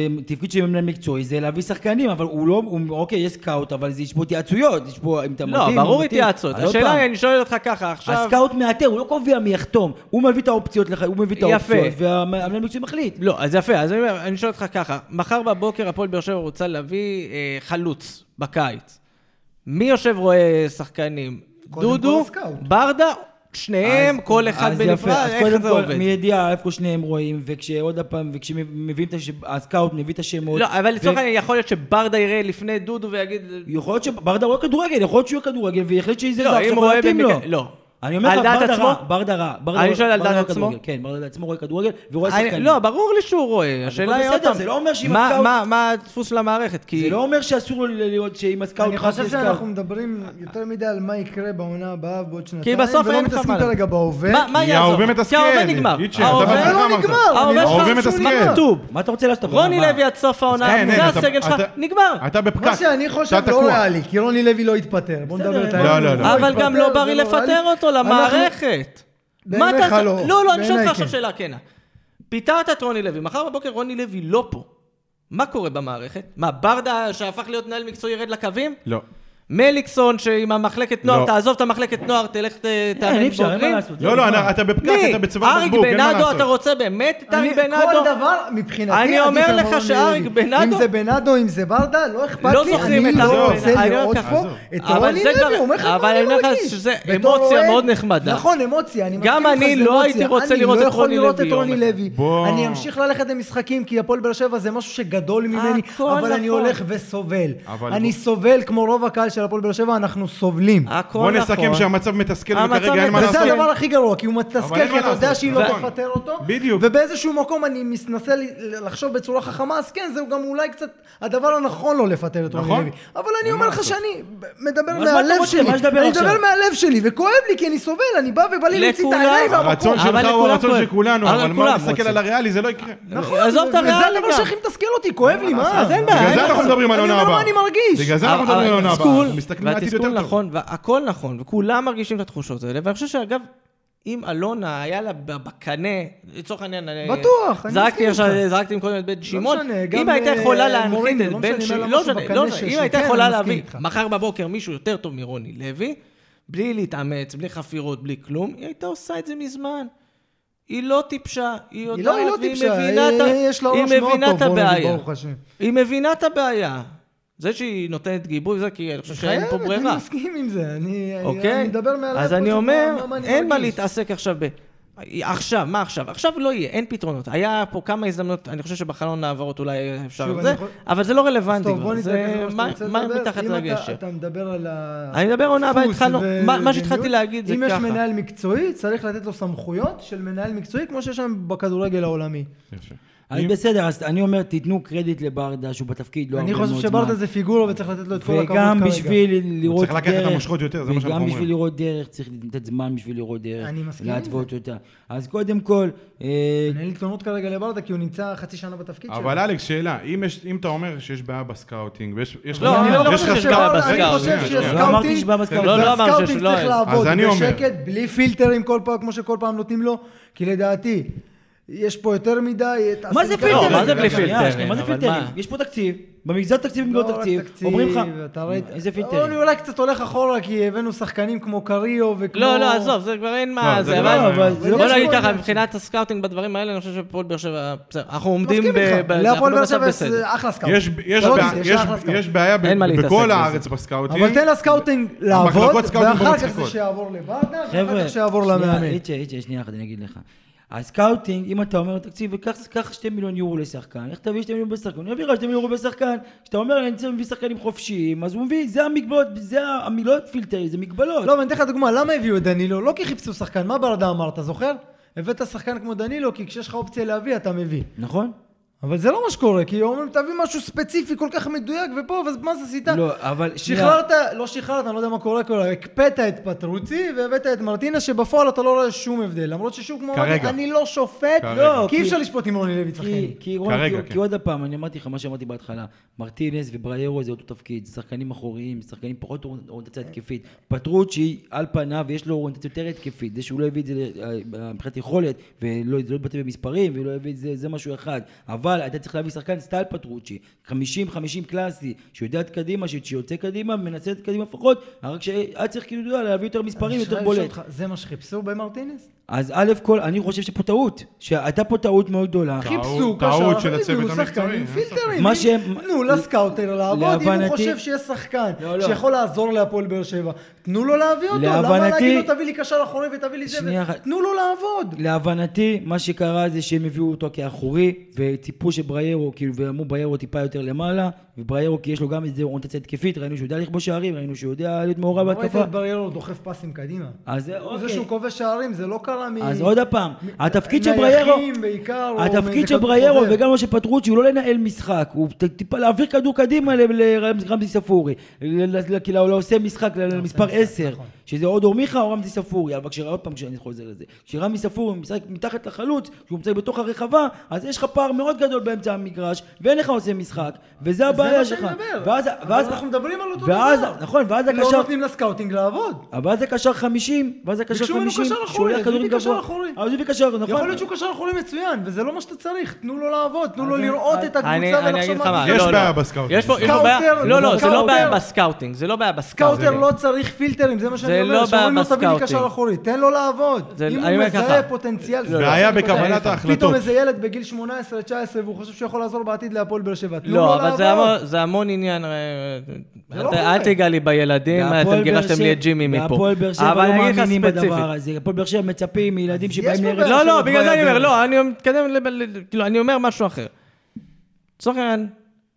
S2: מהתפקיד של מנהל מקצועי זה להביא שחקנים, אבל הוא לא, הוא- אוקיי, יש סקאוט, אבל זה- יש פה התייעצויות, יש פה אם אתה מתאים.
S1: לא, ברור
S2: מתאים.
S1: התייעצות.
S2: אז עוד
S1: השאלה
S2: פעם,
S1: היא, אני שואל אותך ככה, עכשיו...
S2: הסקאוט מאתר, הוא לא קובע מי יחתום, הוא מביא את האופציות, לך- הוא מביא את
S1: יפה.
S2: האופציות, והמנהל המקצועי מחליט.
S1: לא, אז יפה, אז אני אומר, אני שואל אותך ככה, מחר בבוקר הפועל באר שבע רוצה להביא אה, חלוץ בקיץ. מי יושב רואה שחקנים?
S4: קודם כל
S1: דודו,
S4: הסקאוט.
S1: ברדה, שניהם,
S2: אז-
S1: כל אחד
S2: אז יפה,
S1: בנפרד,
S2: אז
S1: איך
S2: קודם
S1: זה
S2: כל,
S1: עובד?
S2: מידיעה איפה שניהם רואים, וכשעוד פעם, וכשמביאים את הש... הסקאוט מביא את השמות.
S1: לא, אבל לצורך
S2: ו-
S1: העניין, יכול להיות שברדה יראה לפני דודו ויגיד...
S2: יכול להיות שברדה רואה כדורגל, יכול להיות שהוא יהיה כדורגל ויחליט שזה
S1: לא,
S2: זר
S1: אם
S2: שלו
S1: רואה
S2: ולהתאים לו.
S1: במקרה... לא.
S2: אני אומר לך,
S1: על דעת
S2: ברדה
S1: עצמו?
S2: רע, ברדה רע. ברדה-
S1: אני שואל על
S2: ברדה
S1: דעת
S2: רואה
S1: עצמו?
S2: כדורגל. כן, ברדה על עצמו רואה כדורגל ורואה
S1: אני-
S2: שחקנים.
S1: לא, ברור לי שהוא רואה,
S2: הכל
S1: השאלה היא
S2: בסדר,
S1: עוד פעם,
S2: זה לא אומר שאם
S1: מה-
S2: הסקאוט-
S1: מה- מה הדפוס למערכת? כי...
S2: זה לא אומר שאסור לו להיות שאם הסקאוט...
S4: אני
S2: נכנס
S4: חושב
S2: לסקאוט.
S4: שאנחנו מדברים יותר מדי על מה יקרה בעונה הבאה ובעוד
S1: כי
S4: שנתיים,
S1: בסוף
S2: לא
S4: ולא
S1: אין לך
S4: מתעסקים
S1: מה-
S4: כרגע בהווה.
S1: מה- מה
S3: כי
S1: יעזור?
S3: ההווה מתסכל.
S1: כי ההווה נגמר.
S3: איצ'ה, אתה
S1: ההווה-
S3: בעצמך
S4: לא
S3: אמרת.
S4: נגמר.
S1: ההווה
S4: ההווה
S1: שלך
S3: מתסכל.
S1: שהוא כתוב.
S2: מה אתה רוצה לעשות?
S1: רוני
S2: מה?
S1: לוי עד סוף העונה,
S3: אין, אין,
S1: זה
S3: אה, אתה-
S1: הסגל שלך,
S3: אתה-
S1: נגמר.
S3: אתה בפקק.
S4: מה שאני חושב
S3: אתה
S4: לא
S3: תקוע.
S4: ריאלי, כי רוני לוי לא יתפטר. בוא
S2: בסדר,
S4: נדבר את
S2: לא,
S4: האמת.
S3: לא, לא.
S4: הוא
S1: אבל גם לא
S4: יתפטר,
S1: בריא
S4: זה
S1: לפטר
S4: ריאלי.
S1: אותו
S4: אנחנו-
S1: למערכת. מה
S4: בעיניך
S1: אתה...
S4: לא.
S1: לא, לא, אני שואל
S4: בעיניי
S1: אותך עכשיו
S4: כן.
S1: שאלה כנה. פיטרת את רוני לוי, מחר בבוקר רוני לוי לא פה. מה קורה במערכת? מה, ברדה שהפך להיות מנהל מקצועי ירד לקווים?
S3: לא.
S1: מליקסון שעם המחלקת נוער,
S3: לא.
S1: תעזוב את המחלקת נוער, תלך ת-
S4: אה,
S2: אין,
S1: תאמן
S2: אי אפשר, אין מה
S1: בוגרים?
S2: לעשות. זה
S3: לא, לא,
S2: נגמר.
S3: אתה- אתה בפקק,
S1: מי?
S3: אתה בצוואר
S1: אריק
S3: בקבוק, אין מה
S1: בנאדו, אתה
S3: לעשות.
S1: רוצה באמת את אריק
S4: אני-
S1: בנאדו?
S4: כל דבר מבחינתי...
S1: אני אומר
S4: עדיף על
S1: לך
S4: רוני
S1: שאריק
S4: לוי.
S1: בנאדו-
S4: אם זה בנאדו, אם זה ברדה, לא אכפת
S1: לא
S4: לי.
S1: זוכרים
S4: אני
S1: את
S4: לא
S1: אריק
S4: רוצה
S1: בנאדו. אני
S4: לראות
S1: אומר לך-
S4: פה את
S1: אבל
S4: רוני
S1: זה
S4: לוי.
S1: כבר-
S4: הוא אומר לך
S1: אבל
S4: מה
S1: אני אומר לך
S4: מרגיש.
S1: שזה
S4: בתור
S1: אמוציה
S4: אוהד-
S1: מאוד נחמדה.
S4: נכון, אמוציה. אני
S1: גם
S4: מסכים איתך,
S1: אני
S4: זה
S1: לא
S4: אמוציה.
S1: הייתי רוצה
S4: אני
S1: לראות
S4: לא
S1: את
S4: יכול
S1: רוני
S4: לראות
S1: לוי
S4: את רוני
S1: יום אחד.
S4: לוי.
S3: בוא.
S4: אני אמשיך ללכת למשחקים, כי הפועל באר שבע זה משהו שגדול ממני,
S1: הכל
S4: אבל אני
S1: נכון.
S4: הולך וסובל.
S3: אבל
S4: אני
S3: בוא.
S4: סובל כמו רוב הקהל של של הפועל באר שבע, אנחנו סובלים.
S1: הכל
S3: בוא
S1: נכון.
S3: נסכם שהמצב מתסכל
S1: המצב
S3: וכרגע אין
S1: מתסכל.
S3: מה
S4: וזה
S3: לעשות.
S1: לעשות?
S4: הדבר הכי גרוע, כי הוא
S3: אבל אין
S4: מתסכל,
S3: מה
S4: כי אתה יודע
S3: לעשות,
S4: שהיא לא
S3: נכון.
S4: תפטר אותו.
S3: בדיוק.
S4: ובאיזשהו מקום אני מנסה ל- לחשוב בצורה חכמה, אז כן, זהו גם אולי קצת הדבר הנכון לא לפטר את רוני
S3: נכון.
S4: לוי. אבל אני אומר לך שאני מדבר
S2: אז מה אתה
S4: מהלב
S2: רוצה?
S4: שלי.
S2: מה יש לדבר
S4: אני
S2: עכשיו?
S4: מדבר מהלב שלי, וכואב לי, כי אני סובל, אני בא ובא לי להוציא את
S1: לכולם.
S4: העיניים מהמקום.
S3: הרצון
S1: אבל
S3: שלך הוא
S1: לכולם
S3: הרצון
S1: כואב.
S3: של כולנו,
S1: אבל
S3: אבל
S1: כולם
S3: מה, נסתכל
S1: רוצים.
S3: על הריאלי, זה לא יקרה.
S4: נכון,
S1: עזוב את
S4: וזה
S1: הריאל
S4: הדבר
S1: גם.
S4: שהכי מתסכל אותי, כואב לי, מה?
S1: אז אין בעיה,
S3: בגלל
S1: אין
S3: זה אנחנו מדברים על העונה
S4: אני אומר מה
S3: הבאה.
S4: אני מרגיש.
S3: בגלל זה אנחנו
S1: אבל-
S3: מדברים על העונה הבאה.
S1: התסכול,
S3: אנחנו מסתכלים על עתיד
S1: והתסכול
S3: יותר טוב.
S1: נכון, והכל נכון, וכולם מרגישים את התחושות האלה, ואני חושב שאגב, אם אלונה היה לה ב- בקנה, לצורך העניין, אני-
S4: בטוח, אני
S1: זרקתי
S4: מסכים
S1: עכשיו,
S4: איתך. לא
S1: זרקתי קודם את בן שמעון,
S4: משנה,
S1: אם
S4: גם,
S1: הייתה
S4: אה,
S1: יכולה להנחית
S4: מוריניו,
S1: את
S4: לא
S1: בן
S4: משנה,
S1: שמעון,
S4: היה לה
S1: לא
S4: משהו
S1: משנה,
S4: בקנה
S1: לא משנה, אם
S4: שהוא-
S1: הייתה
S4: כן,
S1: יכולה
S4: אני מסכים
S1: להביא
S4: איתך.
S1: מחר בבוקר מישהו יותר טוב מרוני לוי, בלי להתאמץ, בלי חפירות, בלי כלום, היא הייתה עושה את זה מזמן. היא לא טיפשה, היא יודעת,
S4: היא לא, היא לא
S1: והיא
S4: טיפשה,
S1: מבינה את ה-
S4: היא- יש לה
S1: היא
S4: ראש מאוד
S1: מבינה
S4: טוב,
S1: את
S4: בוא נגיד,
S1: הבעיה.
S4: ברוך השם.
S1: היא מבינה את הבעיה. זה שהיא נותנת גיבוי, זה כי אני חושב שאין פה
S4: חייבת,
S1: ברירה.
S4: אני מסכים עם זה, אני אני-
S1: אוקיי?
S4: אני מדבר מהלב.
S1: אז
S4: פה
S1: אני
S4: של
S1: אומר,
S4: מה- אני
S1: אין מה
S4: מרגיש.
S1: להתעסק עכשיו ב... עכשיו, מה עכשיו? עכשיו לא יהיה, אין פתרונות. היה פה כמה הזדמנויות, אני חושב שבחלון העברות אולי אפשר
S4: שוב,
S1: את זה,
S4: אני יכול-
S1: אבל זה לא
S4: אז
S1: רלוונטי
S4: טוב, בוא
S1: כבר.
S4: נתרכז
S1: זה
S4: במה שאתה
S1: מה-
S4: רוצה
S1: מה
S4: לדבר.
S1: מתחת
S4: אם אתה-
S1: לגשר.
S4: אתה מדבר על ה...
S1: אני מדבר עונה הבאה,
S4: דפוס
S1: התחלנו,
S4: ו-
S1: מה- מה
S4: ומדיניות.
S1: שהתחלתי להגיד זה
S4: אם
S1: ככה.
S4: אם יש מנהל מקצועי, צריך לתת לו סמכויות של מנהל מקצועי, כמו שיש שם בכדורגל העולמי.
S3: יפה.
S2: אז בסדר, אז אני אומר, תיתנו קרדיט לברדה, שהוא בתפקיד לא הרבה
S4: אני
S2: מאוד זמן.
S4: חושב שברדה זה פיגורה וצריך לתת לו את כל הכבוד כרגע.
S2: וגם בשביל לראות
S3: צריך
S2: דרך,
S3: לקחת את המושכות יותר, זה מה שאנחנו
S2: וגם
S3: אומרים.
S2: בשביל לראות דרך, צריך לתת זמן בשביל לראות דרך.
S4: אני מסכים עם
S2: להתוות אותה. אז קודם כל, אה,
S4: אין לי תלונות כרגע לברדה, כי הוא נמצא חצי שנה בתפקיד שלו.
S3: אבל אלכס, שאלה, אם יש- אם אתה אומר שיש בעיה בסקאוטינג, ויש יש
S1: לא, אני
S3: חסר-
S1: לא
S3: יש
S1: חושב שיש
S3: חסר-
S1: בעיה
S3: רגע,
S1: בסקאוט.
S4: אני חושב
S3: שנייה,
S4: שיש
S3: שנייה.
S2: לא אמרתי
S4: סקאוטינג,
S2: שיש בעיה בסקאוט.
S1: לא, לא אמרתי
S4: והסקאוטינג
S1: שלא
S4: צריך
S1: אין.
S3: אז
S4: לעבוד
S3: אני אומר.
S4: בשקט, בלי פילטרים כל פעם, כמו שכל פעם נותנים לו, כי לדעתי, יש פה יותר מדי... את
S2: מה זה
S4: הסנגריה.
S2: פילטרים?
S1: מה זה בלי
S2: לא שנייה,
S1: פילטרים?
S2: שנייה, מה זה
S1: אבל
S2: פילטרים?
S1: מה?
S2: יש פה תקציב, במגזר תקציבים
S4: לא
S2: לא תקציב,
S4: רק
S2: אומרים לך, לא,
S4: אתה ראית-
S2: איזה
S4: אני
S2: פילטרים?
S4: אה, אולי קצת הולך אחורה, כי הבאנו שחקנים כמו קריו וכמו...
S1: לא, לא, עזוב, זה כבר אין
S3: לא,
S1: מה
S3: זה
S1: זה,
S3: לא,
S1: אבל...
S2: אבל זה לא
S1: בוא נגיד
S4: משהו-
S1: ככה, מבחינת הסקאוטינג בדברים האלה, אני חושב שהפועל באר שבע, בסדר, אנחנו עומדים
S4: מסכים
S1: ב...
S4: איתך.
S1: ב-
S4: להפועל
S1: אנחנו
S4: באר
S1: במצב
S4: שבע
S1: בסדר.
S4: זה אחלה סקאוט.
S3: יש- יש
S4: לא
S3: בעיה-
S4: נמצא,
S3: יש-
S4: אחלה סקאוט.
S3: יש בעיה ב-
S1: אין מה להתעסק
S3: בכל
S1: בזה.
S3: הארץ בסקאוטינג.
S4: אבל תן לסקאוטינג לעבוד,
S3: המחלקות סקאוטינג לא
S4: ואחר כך זה
S3: במצחיקות.
S4: שיעבור לברדה, ואחר
S2: חבר'ה,
S4: כך שיעבור
S2: שנייה,
S4: למאמן.
S2: איצ'ה, איצ'ה, שנייה אחת, אני אגיד לך. הסקאוטינג, אם אתה אומר תקציב, קח- קח שתי מיליון יורו לשחקן, איך תביא שתי מיליון בשחקן? הוא יביא לך שתי מיליון יורו בשחקן. כשאתה אומר, אני צריך להביא שחקנים חופשיים, אז הוא מביא, זה המגבלות, זה המילות פילטרים, זה מגבלות.
S4: לא, אבל אני אתן לך דוגמה, למה הביאו את דנילו? לא כי חיפשו שחקן, מה ברדה אמר, אתה זוכר? הבאת שחקן כמו דנילו, כי כשיש לך אופציה להביא, אתה מביא.
S2: נכון?
S4: אבל זה לא מה שקורה, כי אומרים, תביא משהו ספציפי כל כך מדויק, ופה, ואז מה זה עשית?
S2: לא, אבל... שנייה.
S4: שחררת, לא שחררת, אני לא יודע מה קורה כל היום, הקפאת את פטרוצי והבאת את מרטינס, שבפועל אתה לא רואה שום הבדל. למרות ששוב כמו...
S3: כרגע.
S4: אמרתי, אני לא שופט,
S3: כרגע.
S2: לא,
S4: כי אי
S2: כי-
S4: אפשר לשפוט אם רוני לוי צחקן.
S2: כי, כי, רון,
S3: כרגע,
S2: כי,
S3: כן.
S2: כי עוד פעם, אני אמרתי לך מה שאמרתי בהתחלה, מרטינס ובריירו זה אותו תפקיד, זה שחקנים אחוריים, שחקנים פחות אור-
S4: כן.
S2: אוריינטציה התקפית. פטרוצ'י על פניו יש לו אוריינטציה יותר התקפית, זה שהוא לא הביא את זה ל- אה, מבחינת יכולת, ולא זה לא התבטא במספרים, ולא הביא את זה, זה משהו אחד. אבל אתה צריך להביא שחקן סטייל פטרוצ'י, 50-50 קלאסי, שיודע את קדימה, ש- שיוצא קדימה, מנסה את קדימה פחות, רק שהיה צריך כאילו אתה יודע, להביא יותר מספרים,
S4: אני
S2: יותר
S4: חייב לשאול
S2: בולט.
S4: אותך, זה מה שחיפשו במרטינס?
S2: אז א' כל, אני חושב שפה טעות, שהייתה פה טעות מאוד גדולה.
S3: טעות,
S4: חיפשו
S3: טעות
S4: קשר,
S3: של הצוות
S4: הביאו שחקן
S3: המקצועי,
S4: עם
S3: אין
S4: פילטרים.
S2: מה
S4: אם-
S2: שהם-
S4: תנו לסקאוטר לעבוד, אם הוא
S2: להבנתי-
S4: חושב שיש שחקן
S2: לא, לא.
S4: שיכול לעזור להפועל באר שבע, תנו לו להביא אותו, למה
S2: להבנתי-
S4: להגיד לו תביא לי קשר אחורי ותביא לי זה,
S2: שנייה
S4: ו-
S2: אחת.
S4: תנו לו לעבוד.
S2: להבנתי, מה שקרה זה שהם הביאו אותו כאחורי, וציפו שבריירו, כאילו, ואמרו בריירו טיפה יותר למעלה, ובריירו, כי יש לו גם איזה אוריינטציה התקפית, ראינו שהוא יודע לכבוש שערים, ראינו שהוא יודע להיות מעורב
S4: ראית
S2: בהתקפה.
S4: את בריירו דוחף פסים קדימה.
S2: אז זה- אוקיי.
S4: זה שהוא כובש שערים, זה לא קרה מ...
S2: אז עוד פעם,
S4: מ-
S2: התפקיד של
S4: מהיחים
S2: בריירו,
S4: בעיקר, או מאיזה
S2: התפקיד של
S4: כדור
S2: בריירו
S4: חוזר.
S2: וגם מה שפטרוצ'י הוא לא לנהל משחק, הוא ט- טיפה להעביר כדור קדימה ל- לרמזי רמזי ספורי, ל- ל- ל- כאילו לעושה משחק, ל- למספר
S4: משחק,
S2: 10,
S4: נכון.
S2: שזה או דורמיכה או רמזי ספורי, אבל כשראה עוד פעם כשאני חוזר לזה, כשרמזי ספורי משחק מתחת לחלוץ, כשהוא משחק בתוך הרחבה, אז יש לך פער מאוד גדול באמצע המגרש, ואין לך עושה משחק, וזה הבעיה שלך.
S4: זה מה שאני מדבר.
S2: ואז-
S4: אבל
S2: ואז-
S4: אנחנו מדברים על אותו
S2: ואז-
S4: דבר.
S2: נכון, ואז
S4: לא
S2: הקשר...
S4: נותנים לסקאוטינג לעבוד.
S2: אבל אז הקשר 50, ואז הקשר
S4: ביקשו ממנו
S2: 50,
S4: קשר
S2: שהוא
S4: אחורי,
S2: הולך
S4: אז הוא
S2: כדורים
S4: הביא קשר
S2: גבוה.
S4: אחורי.
S2: אז הוא הביא קשר, נכון.
S4: יכול להיות שהוא קשר אחורי מצוין, וזה לא מה שאתה צריך. תנו לו לעבוד, תנו לו לראות את
S1: אני
S4: הקבוצה
S1: אני
S4: ולחשוב
S1: אגיד לך
S4: מה...
S1: מה,
S3: יש
S1: לא, לא.
S3: בעיה בסקאוטינג.
S1: יש פה יש פה
S4: סקאוטר,
S1: בעיה,
S4: זה
S1: לא,
S4: לא
S1: לא, זה לא בעיה
S4: סקאוטר.
S1: בסקאוטינג, זה לא בעיה
S4: סקאוטר
S1: בסקאוטינג.
S4: לא צריך פילטרים, זה מה שאני
S1: זה
S4: אומר.
S1: לא
S4: שאומרים לו
S1: בעיה
S4: תביא לי קשר
S1: בסקאוטינג.
S4: אחורי, תן לו לעבוד.
S1: זה-
S4: אם
S1: אני
S4: הוא
S1: אומר
S4: מזהה
S1: ככה.
S4: פוטנציאל... זה לא
S3: בעיה
S4: פתאום-
S3: בקבלת ההחלטות.
S4: פתאום איזה ילד בגיל 18-19 והוא חושב שהוא יכול לעזור בעתיד להפועל באר שבע. תנו לו
S1: לא, אבל זה
S4: לעבוד.
S1: המון- זה המון עניין, אה,
S4: זה לא
S1: אתה-
S4: קורה.
S1: אל תיגע לי בילדים,
S2: והפועל
S1: אתם
S2: באר
S1: גירשתם לי
S2: שבע-
S1: את ג'ימי מפה.
S2: והפועל באר שבע
S1: אבל
S2: לא
S1: אני אגיד לך
S2: מאמינים
S1: ספציפית.
S2: בדבר הזה. הפועל באר שבע מצפים מילדים שבאים
S4: פה
S2: לארץ...
S4: בעיה.
S1: לא,
S2: ישראל.
S1: לא,
S4: שלו
S1: בגלל זה
S4: כבר
S1: אני אומר,
S4: ידענו.
S1: לא, אני מתקדם, לב- ל- כאילו, אני אומר משהו אחר. לצורך העניין,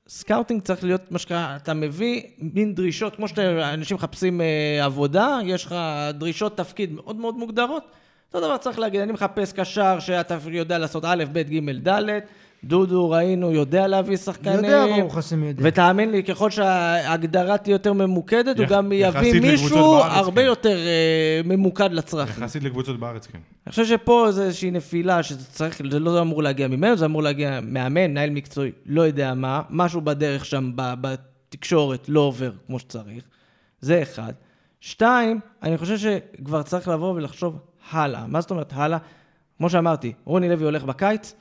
S1: סקאוטינג צריך להיות מה שנקרא, אתה מביא מין דרישות, כמו שאנשים מחפשים אה, עבודה, יש לך דרישות תפקיד מאוד מאוד מוגדרות. אותו דבר צריך להגיד, אני מחפש קשר שאתה יודע לעשות א', ב', ג', ד', דודו, ראינו, יודע להביא שחקנים.
S4: יודע, ברוך השם, יודע.
S1: ותאמין לי, ככל שההגדרה תהיה יותר ממוקדת, הוא
S3: יח-
S1: גם יביא
S3: יחסית
S1: מישהו
S3: לקבוצות בארץ,
S1: הרבה
S3: כן.
S1: יותר אה, ממוקד לצרכים.
S3: יחסית לקבוצות בארץ, כן.
S1: אני חושב שפה זה איזושהי נפילה, שזה צריך, זה לא אמור להגיע ממנו, זה אמור להגיע מאמן, מנהל מקצועי, לא יודע מה, משהו בדרך שם, ב- בתקשורת, לא עובר כמו שצריך. זה אחד. שתיים, אני חושב שכבר צריך לבוא ולחשוב הלאה. מה זאת אומרת הלאה? כמו שאמרתי, רוני לוי הולך בקיץ,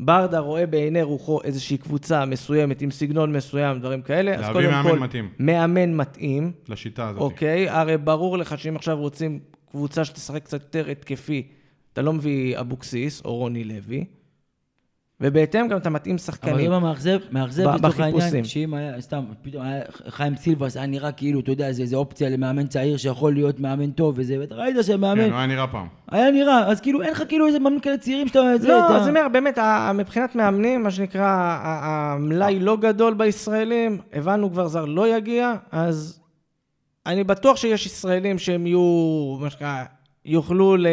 S1: ברדה רואה בעיני רוחו איזושהי קבוצה מסוימת, עם סגנון מסוים, דברים כאלה. אז
S3: להביא
S1: קודם
S3: מאמן
S1: כל,
S3: מתאים.
S1: מאמן מתאים.
S3: לשיטה הזאת.
S1: אוקיי, הרי ברור לך שאם עכשיו רוצים קבוצה שתשחק קצת יותר התקפי, אתה לא מביא אבוקסיס או רוני לוי, ובהתאם גם אתה מתאים
S2: אבל
S1: שחקנים.
S2: אם המאכזב, מאכזב
S1: ב-
S2: לצורך העניין,
S1: בחיפושים.
S2: שאם היה, סתם, פתאום היה חיים סילבס, היה נראה כאילו, אתה יודע, זה איזה אופציה למאמן צעיר שיכול להיות מאמן טוב וזה, ואתה ראית
S3: כן,
S2: שמאמן,
S3: הוא היה נראה פעם.
S1: אוקיי.
S2: היה נראה, אז כאילו אין לך כאילו איזה מאמן כאלה צעירים שאתה...
S1: לא,
S2: אתה-
S1: אז אני אומר, באמת, ה- ה- מבחינת מאמנים, מה שנקרא, ה- המלאי לא גדול בישראלים, הבנו כבר זר לא יגיע, אז אני בטוח שיש ישראלים שהם יהיו, מה שנקרא, יוכלו ל-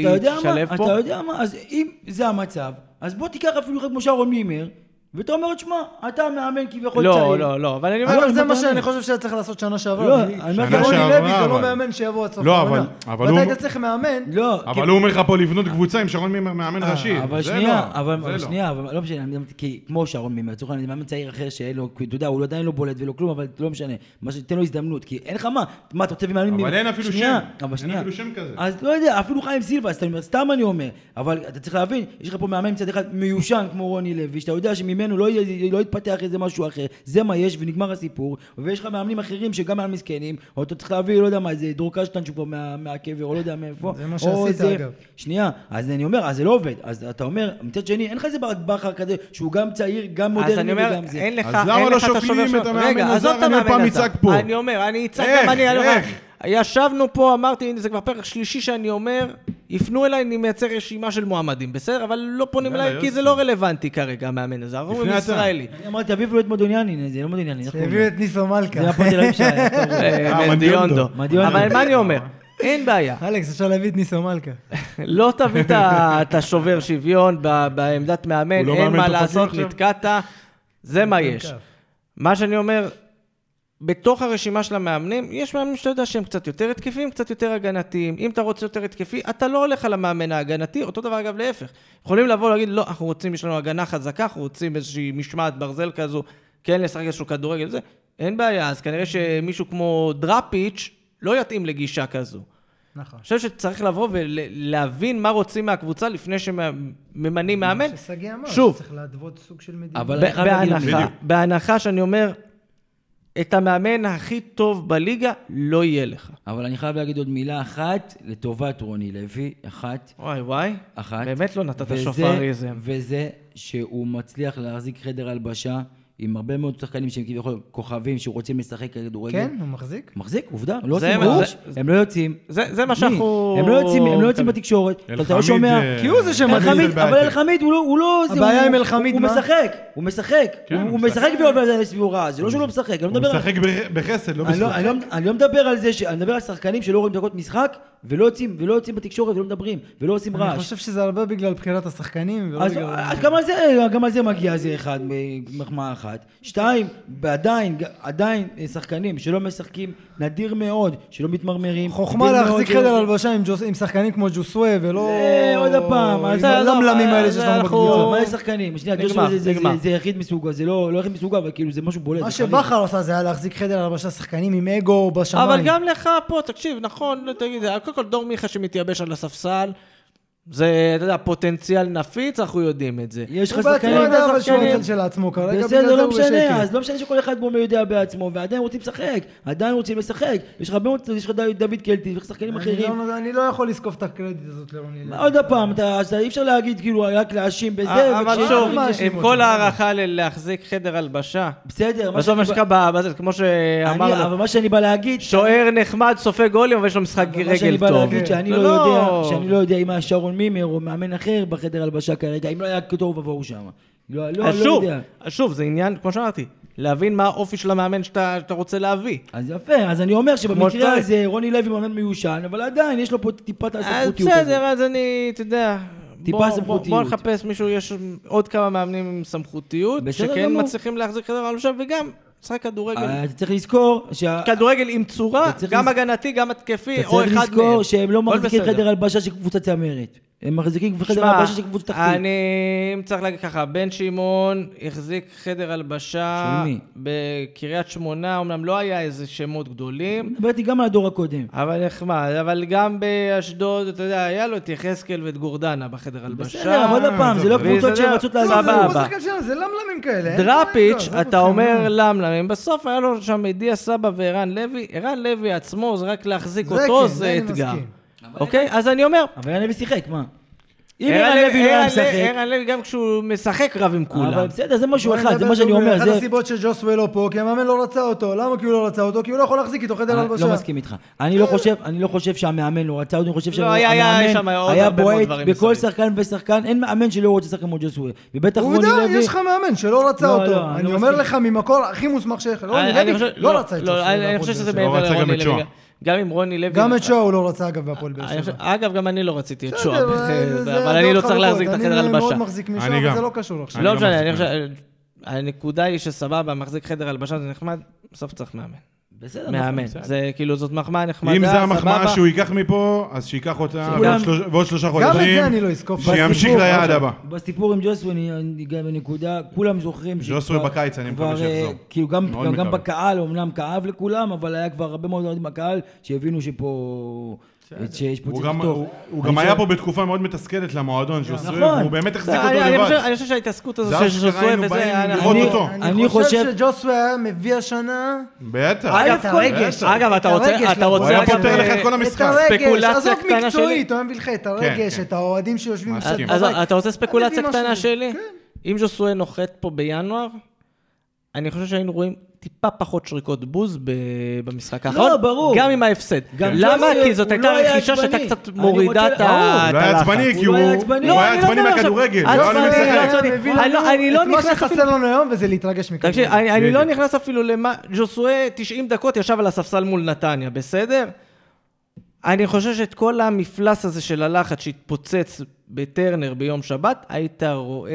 S2: אתה יודע
S1: להשתלב
S2: מה,
S1: פה.
S2: אתה יודע מה, אז אם זה המצב, אז בוא תיקח אפילו אחד כמו שרון מימר, ואתה אומר, שמע, אתה מאמן כביכול צעיר.
S1: לא, לא, לא, אבל אני אומר,
S4: אבל זה מה
S2: מתאמן.
S4: שאני חושב שהיה צריך לעשות שנה שעברה.
S2: לא,
S4: אני-
S2: אני אומר,
S4: כי
S3: שנה
S4: רוני
S3: שעברה,
S4: לוי זה לא
S3: אבל-
S4: מאמן שיבוא עד סוף
S3: לא,
S4: העונה.
S3: אבל- אבל
S4: ואתה
S3: הוא-
S4: היית צריך מאמן.
S2: לא, כי-
S3: אבל הוא אומר לך פה לבנות קבוצה עם שרון מימר מאמן
S1: אה,
S3: ראשי.
S2: אה, אבל
S3: זה
S2: שנייה,
S3: לא,
S2: אבל
S3: זה
S2: אבל
S3: לא.
S2: שנייה, אבל לא משנה, אני- כי כמו שרון מימר, לצורך העניין, זה מאמן צעיר אחר שאין לו, כי אתה יודע, הוא עדיין לא בולט ולא כלום, אבל לא משנה, מה שתיתן לו הזדמנות, כי אין לך מה, מה אתה רוצה במאמן
S3: אבל
S2: מימר?
S3: אין אפילו
S2: שנייה,
S3: שם.
S2: אבל
S3: אין
S2: שנייה.
S3: אפילו שם כזה.
S2: אז לא יודע, אפילו חיים סילבס, אתה אומר, סתם אני אומר, אבל אתה צריך להבין, יש לך פה מאמן מצד אחד מיושן כמו רוני לוי, שאתה יודע שממנו לא יהיה- לא יתפתח איזה משהו אחר, זה מה יש ונגמר הסיפור, ויש לך מאמנים אחרים שגם הם מסכנים, או אתה צריך להביא, לא יודע מה, איזה דרור קשטן שהוא פה מה- מהקבר, או לא יודע מאיפה.
S4: זה מה
S2: או
S4: שעשית,
S2: זה-
S4: אגב.
S2: שנייה, אז אני אומר, אז זה לא עובד. אז אתה אומר, מצד שני, אין לך איזה ברק בכר כזה, שהוא גם צעיר, גם
S1: אז
S2: מודרני
S1: אני אומר,
S2: וגם זה.
S1: אין לך,
S3: אז למה
S1: אין לך
S3: לא
S1: את
S3: שוקלים
S1: השובר
S3: את
S1: שלו?
S3: המאמן
S1: רגע,
S3: הזר?
S1: עזוב את
S3: אני עוד
S1: המאמן
S3: פעם
S1: הזר.
S3: אצעק פה.
S1: אני אומר, אני אצעק
S3: איך?
S1: גם אני, אני אומר,
S3: איך?
S1: ישבנו פה, אמרתי, הנה, זה כבר פרק שלישי שאני אומר, יפנו אליי, אני מייצר רשימה של מועמדים, בסדר? אבל לא פונים
S3: יאללה,
S1: אליי, כי
S3: יוסי.
S1: זה לא רלוונטי כרגע, המאמן הזר, אנחנו אומרים
S3: אתה. אה,
S1: ישראלי.
S2: אני אמרתי, אביב לא את מודוניאני, זה לא מודוניאני, איך קוראים
S4: הביאו
S2: לו?
S4: את ניסו מלכה.
S2: זה הפועל תל אביב
S1: (laughs)
S2: שהיה, איך קוראים לו?
S1: אה,
S3: אה,
S1: מנדיונדו.
S2: מנדיונדו.
S1: אבל מה אני אומר? אין בעיה,
S4: (laughs) אלכס, אפשר להביא את ניסו מלכה.
S1: לא תביא את ה- את השובר שוויון ב- בעמדת מאמן,
S3: הוא לא
S1: אין
S3: מאמן
S1: מה
S3: תופסים
S1: לעשות,
S3: עכשיו?
S1: נתקעת, זה מה יש.
S4: כף.
S1: מה שאני אומר, בתוך הרשימה של המאמנים, יש מאמנים שאתה יודע שהם קצת יותר התקפיים, קצת יותר הגנתיים. אם אתה רוצה יותר התקפי, אתה לא הולך על המאמן ההגנתי, אותו דבר אגב להפך. יכולים לבוא ולהגיד, לא, אנחנו רוצים, יש לנו הגנה חזקה, אנחנו רוצים איזושהי משמעת ברזל כזו, כן לשחק איזשהו כדורגל, זה, אין בעיה, אז כנראה שמישהו כמו דראפיץ' לא יתאים לגישה כזו.
S4: נכון.
S1: אני חושב שצריך לבוא ולהבין מה רוצים מהקבוצה לפני שממנים מאמן.
S4: ששגיא אמר,
S1: שוב,
S4: שצריך להתוות סוג של מדיניות.
S2: אבל אני
S1: ב-
S2: חייב להגיד לך-
S1: בהנחה, בהנחה שאני אומר, את המאמן הכי טוב בליגה לא יהיה לך.
S2: אבל אני חייב להגיד עוד מילה אחת לטובת רוני לוי, אחת,
S1: וואי וואי,
S2: אחת.
S1: באמת לא נתת
S2: וזה-
S1: שופריזם.
S2: וזה שהוא מצליח להחזיק חדר הלבשה עם הרבה מאוד שחקנים שהם כביכול כוכבים שרוצים לשחק כדורגל.
S4: כן, הוא מחזיק.
S2: מחזיק, עובדה, לא
S1: זה
S2: עושים
S1: מה-
S2: ראש,
S1: זה-
S2: הם לא יוצאים.
S1: זה זה מה
S2: מי?
S1: שאנחנו...
S2: הם לא יוצאים, הם לא יוצאים בתקשורת.
S3: אל
S2: אתה לא
S3: חמיד,
S2: שומע.
S3: אה,
S4: אוקיי. כי הוא זה שמדליק.
S2: אלחמיד,
S3: אל
S2: אבל
S3: בעייתי.
S2: אלחמיד הוא לא, הוא לא... זה-
S4: הבעיה
S2: הוא-
S4: עם אלחמיד,
S2: הוא
S4: מה?
S2: משחק, הוא משחק.
S3: כן,
S2: הוא
S3: הוא
S2: הוא משחק ועובר על זה סביבו רע, זה לא שהוא לא משחק, אני לא
S3: הוא
S2: מדבר על...
S3: משחק בח- בחסד, לא
S2: אני
S3: בזכות.
S2: לא, אני, לא, אני לא מדבר על זה, ש... אני מדבר על שחקנים שלא רואים דקות משחק ולא יוצאים, ולא יוצאים בתקשורת ולא מדברים ולא עושים
S4: אני
S2: רעש.
S4: חושב שזה הרבה בגלל בחירת השחקנים, ולא
S2: אז
S4: בגלל...
S2: אז גם על זה, גם על זה מגיע זה אחד, מ- מחמאה אחת. שתיים, ועדיין, עדיין אה, שחקנים שלא משחקים, נדיר מאוד, שלא מתמרמרים.
S4: חוכמה
S2: נדיר מאוד
S4: להחזיק
S2: שלא-
S4: חדר הלבשה עם ג'וס- עם שחקנים כמו ג'וסווה, ולא...
S2: אה, עוד הפעם, אז
S4: עם
S1: זה-
S4: הלמלמים
S1: זה-
S4: לא האלה שיש
S1: זה
S4: לנו
S1: אנחנו-
S4: בקבוצה.
S2: מה יש שחקנים? שנייה,
S1: נגמר,
S2: ג'ושוע זה- זה-
S1: נגמר.
S2: זה- זה יחיד מסוגו, זה לא לא יחיד מסוגו, אבל כאילו זה משהו בולט.
S4: מה
S2: זה חריג.
S4: שבכר עשה זה היה להחזיק חדר הלבשה שחקנים עם אגו בשמיים.
S1: אבל גם לך פה, תקשיב, נכון, לא תגיד, קודם כל דור מיכה שמתייבש על הספסל, זה, אתה יודע, פוטנציאל נפיץ, אנחנו יודעים את זה.
S2: יש לך
S4: הוא בעצמו
S2: שחקנים,
S4: יודע אבל שהוא
S1: שחקנים.
S4: הצל של עצמו כרגע, בגלל
S2: בסדר,
S4: זה
S2: לא
S4: הוא
S2: משנה,
S4: בשקט.
S2: אז לא משנה שכל אחד בו יודע בעצמו, ועדיין רוצים לשחק, עדיין רוצים לשחק. יש לך הרבה מאוד, יש לך דוד- דוד קלטי, יש לך שחקנים
S4: אני
S2: אחרים.
S4: לא- אני לא יכול לזקוף את הקרדיט הזאת לרוני לוי.
S2: עוד פעם, אתה אז אי אפשר להגיד, כאילו, רק להאשים בזה.
S1: אה, אבל
S2: וכאילו-
S1: שוב,
S4: לא מאשים
S1: עם
S4: אותו.
S1: כל ההערכה ל- להחזיק חדר הלבשה,
S2: בסדר, מה
S1: בסוף
S2: שאני
S1: מה שקרה,
S2: בא-
S1: ב- בזה, כמו
S2: אני-
S1: שאמרנו,
S2: אבל מה שאני בא להגיד,
S1: שוער נחמד, סופג גולים, אבל יש לו משחק
S2: אבל מה שאני
S1: רגל
S2: בא
S1: טוב.
S2: להגיד שאני
S1: זה
S2: לא יודע, שאני לא יודע אם היה שרון מימר או מאמן אחר בחדר הלבשה כרגע, אם לא היה כתוב ובואו שם. לא, לא,
S1: אז
S2: לא
S1: שוב,
S2: יודע.
S1: אז שוב, זה עניין, כמו שאמרתי, להבין מה האופי של המאמן שאתה שאתה רוצה להביא.
S2: אז יפה, אז אני אומר שבמקרה
S1: שצריך.
S2: הזה רוני לוי מאמן מיושן, אבל עדיין יש לו פה טיפת
S1: אז
S2: הסמכותיות הזאת.
S1: אה, בסדר, אז אני, אתה יודע...
S2: טיפה
S1: בוא-
S2: סמכותיות.
S1: בוא בוא נחפש מישהו, יש עוד כמה מאמנים עם סמכותיות,
S2: בסדר
S1: שכן
S2: גמור.
S1: מצליחים להחזיק חדר על וגם משחק כדורגל.
S2: אה, אתה צריך לזכור שה...
S1: כדורגל עם צורה,
S2: אתה צריך
S1: גם
S2: לז-
S1: הגנתי, גם התקפי,
S2: אתה
S1: או אחד
S2: צריך
S1: מהם.
S2: לזכור שהם לא
S1: הכל
S2: מחזיקים
S1: בסדר.
S2: חדר הלבשה של קבוצה צמרת. הם מחזיקים חדר
S1: שמע,
S2: הלבשה של קבוצה תחתית.
S1: אני אם צריך להגיד ככה, בן שמעון החזיק חדר הלבשה
S2: של מי?
S1: בקריית שמונה, אמנם לא היה איזה שמות גדולים,
S2: דיברתי גם על הדור הקודם.
S1: אבל נחמד, אבל גם באשדוד, אתה יודע, היה לו את יחזקאל ואת גורדנה בחדר הלבשה.
S2: בסדר, אבל עוד פעם, זה לא
S1: וזה-
S2: קבוצות שרצות
S1: לא,
S4: לא,
S2: לעזוב.
S4: זה לא
S1: סבבה.
S4: שחקן שלנו, זה למלמים כאלה.
S2: לא,
S4: אין בעיה,
S1: דראפיץ',
S4: עזוב
S1: אתה
S4: אותך,
S1: אומר
S4: נו.
S1: למלמים, בסוף היה לו שם את דיה סבא וערן לוי, ערן לוי עצמו, זה רק להחזיק
S4: זה
S1: אותו,
S4: כן, זה
S1: זה
S4: אני
S1: אתגר.
S4: מסכים.
S1: אוקיי? אז אני אומר,
S2: אבל ערן לוי שיחק, מה? אם
S1: ערן
S2: ערן לוי לא היה
S1: ערן לוי-
S2: משחק...
S1: ערן לוי גם כשהוא משחק רב עם
S2: אבל
S1: כולם.
S2: בסדר, זה לא משהו
S4: בוא
S2: אחד, זה
S4: נדבר
S2: מה שאני
S4: שוב,
S2: אומר.
S4: אחת
S2: זה-
S4: הסיבות שג'וסווה לא פה, כי המאמן לא רצה אותו. למה? כי הוא לא רצה אותו, כי הוא לא יכול להחזיק איתו חדר
S2: אני
S4: הלבשה.
S2: לא מסכים איתך. אני לא חושב, אני לא חושב שהמאמן לא רצה אותו, אני חושב
S1: כן. לא, היה- היה שם עוד
S2: היה
S1: הרבה מאוד
S2: בועט
S1: דברים
S2: בכל
S1: מסביב.
S2: שחקן ושחקן, אין מאמן שלא רוצה לשחק כמו ג'וסווה. ובטח רוני
S4: עובדה,
S2: לוי...
S4: יש לך מאמן שלא רצה
S2: לא, לא,
S4: אותו.
S2: אני
S4: אני
S2: לא
S4: אומר
S2: מסכים.
S4: לך ממקור הכי מוסמך שלך. לא,
S1: אני-
S4: אני
S1: אני
S4: ראיתי,
S1: חושב-
S4: לא רצה את
S1: לא,
S4: ג'וסווה.
S1: אני אני
S4: בהפועל
S1: חושב שזה
S4: באר שבע.
S3: לא
S1: מעבר
S3: רצה גם
S1: לרוני
S3: את
S1: לוי.
S3: שואה.
S1: גם- גם אם רוני לוי...
S4: גם את שואה הוא לא רצה, אגב, בהפועל באר
S1: אני
S4: שבע.
S1: חושב- אגב, גם אני לא רציתי את
S4: בסדר, אה,
S1: שואה,
S4: זה- זה
S1: אבל אני לא צריך
S4: דעות חלוקות.
S1: להחזיק את החדר
S4: אני מאוד
S1: הלבשה.
S4: מחזיק
S3: אני
S4: משואה, אבל
S3: גם.
S4: זה לא קשור עכשיו.
S3: אני
S1: לא
S3: לא
S1: משנה, אני
S3: מסכים.
S1: חושב... הנקודה היא שסבבה, מחזיק חדר הלבשה זה נחמד, בסוף צריך מאמן.
S2: בסדר,
S1: מאמן.
S2: נכון, בסדר.
S1: זה כאילו, זאת מחמאה נחמדה,
S3: אם זה המחמאה
S1: סבבה.
S3: שהוא ייקח מפה, אז שייקח אותה
S2: כולם-
S3: ועוד שלוש- ועוד שלושה
S4: גם את
S3: חודשים.
S4: זה אני לא אזכור.
S3: שימשיך
S2: בסיפור- אוקיי.
S3: ליעד הבא.
S2: בסיפור עם ג'וסווה אני ניגע בנקודה, כולם זוכרים
S3: ג'וסווה
S2: שכבר-
S3: בקיץ, אני מקווה
S2: כבר, אה,
S3: שיחזור.
S2: כאילו גם,
S3: מאוד
S2: גם, גם
S3: מקווה.
S2: בקהל, אמנם כאב לכולם, אבל היה כבר הרבה מאוד אוהדים בקהל שהבינו שפה... שיש פה
S3: הוא
S2: צריך
S3: גם-
S2: לפתוח.
S3: הוא- הוא
S2: אני
S3: גם היה
S2: חושב-
S3: פה בתקופה מאוד מתסכלת למועדון, שהוא
S2: נכון.
S3: סובב, הוא באמת החזיק
S1: אני-
S3: אותו
S1: אני חושב-
S3: לבד.
S1: אני חושב שההתעסקות
S3: זה
S1: הזו
S3: אשכרה
S1: של ז'וסואל
S3: היינו
S1: וזה
S3: באים
S1: היה...
S3: לראות
S1: אני-
S3: אותו.
S2: אני
S4: אני חושב
S2: חושב-
S4: שג'וסווה היה מביא השנה...
S3: בטח.
S1: אגב,
S4: את הרגש.
S1: אגב, אתה
S4: את
S1: רוצה-
S4: הרגש
S1: אתה
S4: לא.
S1: רוצה
S3: הוא היה
S1: רק-
S3: פותר לך את כל המשחק.
S4: את הרגש,
S1: ספקולציה
S4: עזוב
S1: קטנה
S4: מקצועית,
S1: שלי.
S4: הוא היה מביא לך את הרגש,
S3: כן.
S4: את האוהדים שיושבים
S1: אז-
S3: מסכים.
S4: מסביב
S1: אז
S4: בבית.
S1: אתה רוצה ספקולציה
S4: אני מביא
S1: קטנה
S4: משהו.
S1: שלי?
S2: כן.
S1: אם ז'וסואל נוחת פה בינואר, אני חושב שהיינו רואים טיפה פחות שריקות בוז ב- במשחק האחרון.
S2: לא, ברור.
S1: גם עם ההפסד.
S2: גם
S1: למה?
S2: ג'וסואל,
S1: כי זאת
S2: הוא
S1: הייתה
S2: לא היה
S1: רכישה
S2: עצבני.
S1: שהייתה קצת
S2: אני
S1: מורידה
S2: רוצה-
S1: את
S2: ברור.
S1: ה...
S3: הוא
S1: את
S3: לא היה
S1: הלחץ.
S3: עצבני, כי
S2: הוא
S3: הוא
S2: לא היה עצבני.
S3: הוא
S2: לא,
S3: היה
S1: אני
S3: עצבני
S1: מדבר עכשיו.
S3: מהכדורגל.
S1: עצבני,
S3: לא היה
S1: עצבני.
S3: משחק.
S1: אני-
S4: מביא
S1: אני
S4: לנו
S1: לא- אני לא
S4: את מה
S1: נכנס
S4: שחסר לנו היום, וזה להתרגש מכדורגל.
S1: תקשיב, אני, אני
S3: בדיוק.
S1: לא נכנס אפילו למה... ז'וסואה 90 דקות ישב על הספסל מול נתניה, בסדר? אני חושב שאת כל המפלס הזה של הלחץ שהתפוצץ בטרנר ביום שבת, היית רואה...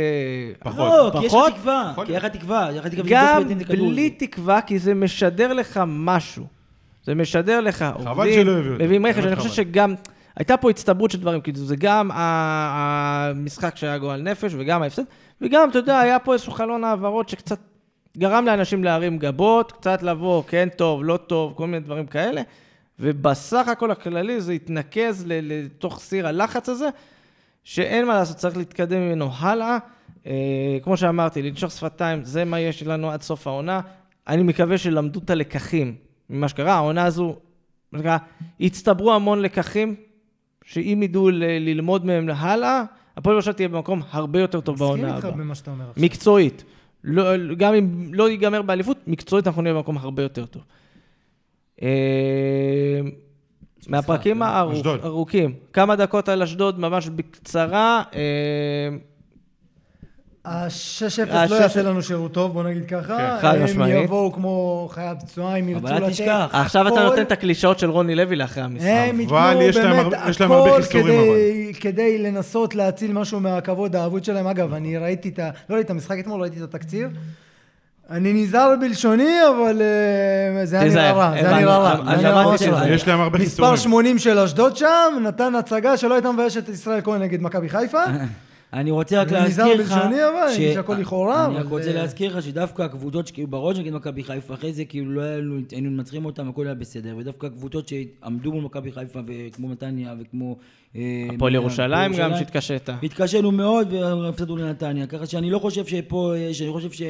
S2: לא, כי יש לך
S1: פחות.
S2: תקווה,
S3: יכול
S2: כי היה לך תקווה, היה לך תקווה
S1: גם
S2: שג'וסווה ייתן את הכדור.
S1: בלי תקווה, כי זה משדר לך משהו. זה משדר לך עובדים,
S3: שלא הביאו אותו.
S1: מביאים רכש,
S3: באמת
S1: אני חושב
S3: חבל.
S1: שגם... הייתה פה הצטברות של דברים, כאילו זה גם ה- המשחק שהיה גועל נפש וגם ההפסד, וגם, אתה יודע, היה פה איזשהו חלון העברות שקצת גרם לאנשים להרים גבות, קצת לבוא, כן טוב, לא טוב, כל מיני דברים כאלה, ובסך הכל הכללי זה התנקז ל- לתוך סיר הלחץ הזה, שאין מה לעשות, צריך להתקדם ממנו הלאה. אה, כמו שאמרתי, לנשוך שפתיים, זה מה יש לנו עד סוף העונה. אני מקווה שלמדו את הלקחים ממה שקרה. העונה הזו, מה שנקרא, הצטברו המון לקחים, שאם ידעו ל- ללמוד מהם הלאה, הפועל עכשיו תהיה במקום הרבה יותר טוב
S4: מסכים
S1: בעונה
S4: איתך
S1: הבאה.
S4: במה שאתה אומר עכשיו.
S1: מקצועית. לא, גם אם לא ייגמר באליפות, מקצועית אנחנו נהיה במקום הרבה יותר טוב. אה, מהפרקים
S3: אה, אשדוד.
S1: הארוכים, כמה דקות על אשדוד, ממש בקצרה. אה,
S4: ה-6-0 לא
S1: ה-
S4: יעשה לנו שירות טוב, בוא נגיד ככה.
S1: אה, כן, חד משמעית.
S4: הם יבואו כמו חיה פצועה, הם ירצו
S2: אבל
S4: לתת.
S2: אל תשכח.
S1: עכשיו אתה
S4: הכל.
S1: נותן את הקלישאות של רוני לוי לאחרי
S3: אה,
S1: המשחק.
S4: הם ייתנו
S3: אבל יש להם
S4: באמת
S3: הרבה- יש להם הרבה
S4: הכל
S3: חיסורים,
S4: כדי- כדי לנסות להציל משהו מהכבוד האבוד שלהם. אגב, אני ראיתי את ה... לא ראיתי את המשחק אתמול, ראיתי את התקציר. אני נזהר בלשוני, אבל אה, זה היה נראה
S1: תיזהר.
S4: רע. זה היה
S1: הבנתי,
S4: נראה רע.
S1: אמרתי
S4: זה היה נראה רע
S1: את זה.
S4: שלהם.
S3: יש להם הרבה
S4: מספר
S3: חיסורים.
S4: 80 של אשדוד שם, נתן הצגה שלא הייתה מביישת את ישראל כהן נגד מכבי
S1: (laughs)
S4: חיפה.
S2: אני רוצה רק
S4: זה נזהר
S2: להזכיר לך...
S4: בלשוני, אבל,
S2: ש-
S4: אני חושב שהכל לכאורה,
S2: אני רק
S4: אבל-
S2: רוצה להזכיר לך שדווקא הקבוצות שכאילו בראש נגד מכבי חיפה, אחרי זה כאילו לא היה לנו- היינו מנצחים אותם, הכל היה בסדר, ודווקא הקבוצות שעמדו מול מכבי חיפה, וכמו נתניה, וכמו... אה,
S1: הפועל ירושלים
S2: הפועל
S1: גם שהתקשית.
S2: התקשנו מאוד והפסדנו לנתניה, ככה שאני לא חושב שפה, שאני חושב ש...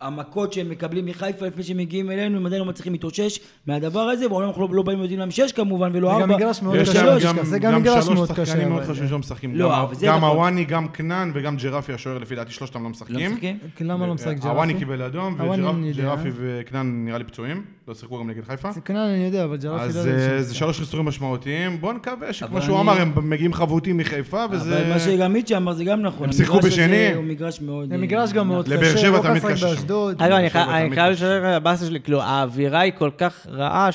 S2: המכות שהם מקבלים מחיפה לפני שהם מגיעים אלינו, הם עדיין לא מצליחים להתאושש מהדבר הזה, ואומנם אנחנו לא- לא באים ויודעים להם שש כמובן, ולא
S4: זה
S2: ארבע.
S4: גם מגרש מאוד
S3: יש
S4: קשה,
S3: להם
S4: לא
S3: גם,
S4: נשכח, זה גם
S3: גם
S4: מגרש
S3: שלוש
S4: מאוד קשה.
S3: שחקנים מאוד
S4: אבל-
S3: חשובים שלא משחקים.
S2: לא,
S3: גם-
S2: אבל זה
S3: גם
S2: דבר-
S3: הוואני, גם כנען וגם ג'רפי השוער, לפי דעתי שלושתם לא משחקים.
S2: לא משחקים?
S4: למה לא משחק ג'רפי?
S3: אה, הוואני קיבל אדום,
S4: הוואני אני יודע.
S3: וג'רפי וכנען נראה לי פצועים, לא שיחקו גם נגד חיפה.
S4: זה כנען אני יודע, אבל ג'רפי
S3: אז
S4: לא
S3: אה,
S4: יודע.
S3: זה שלוש חיסורים משמעותיים, בוא נקווה שכמו
S2: אבל
S3: שהוא
S2: אני-
S3: אמר, הם מגיעים חבוטים מחיפה,
S2: אבל מה
S3: וזה...
S2: שגם מיצ'ה אמר זה גם נכון.
S3: הם שיחקו
S2: המגרש הזה
S3: בשני.
S2: הוא מגרש מאוד...
S4: זה
S2: אה,
S4: מגרש גם מאוד
S3: לבאר
S4: קשה,
S3: שבע
S4: לא
S3: תמיד
S4: קשה
S3: קשה שם.
S4: באשדוד.
S1: אגב, אני
S3: עכשיו
S1: חי-
S3: אתה
S1: אני
S3: מתקשר.
S1: חייב לשאול על הבאסה שלי, כאילו, האווירה היא כל כך רעה,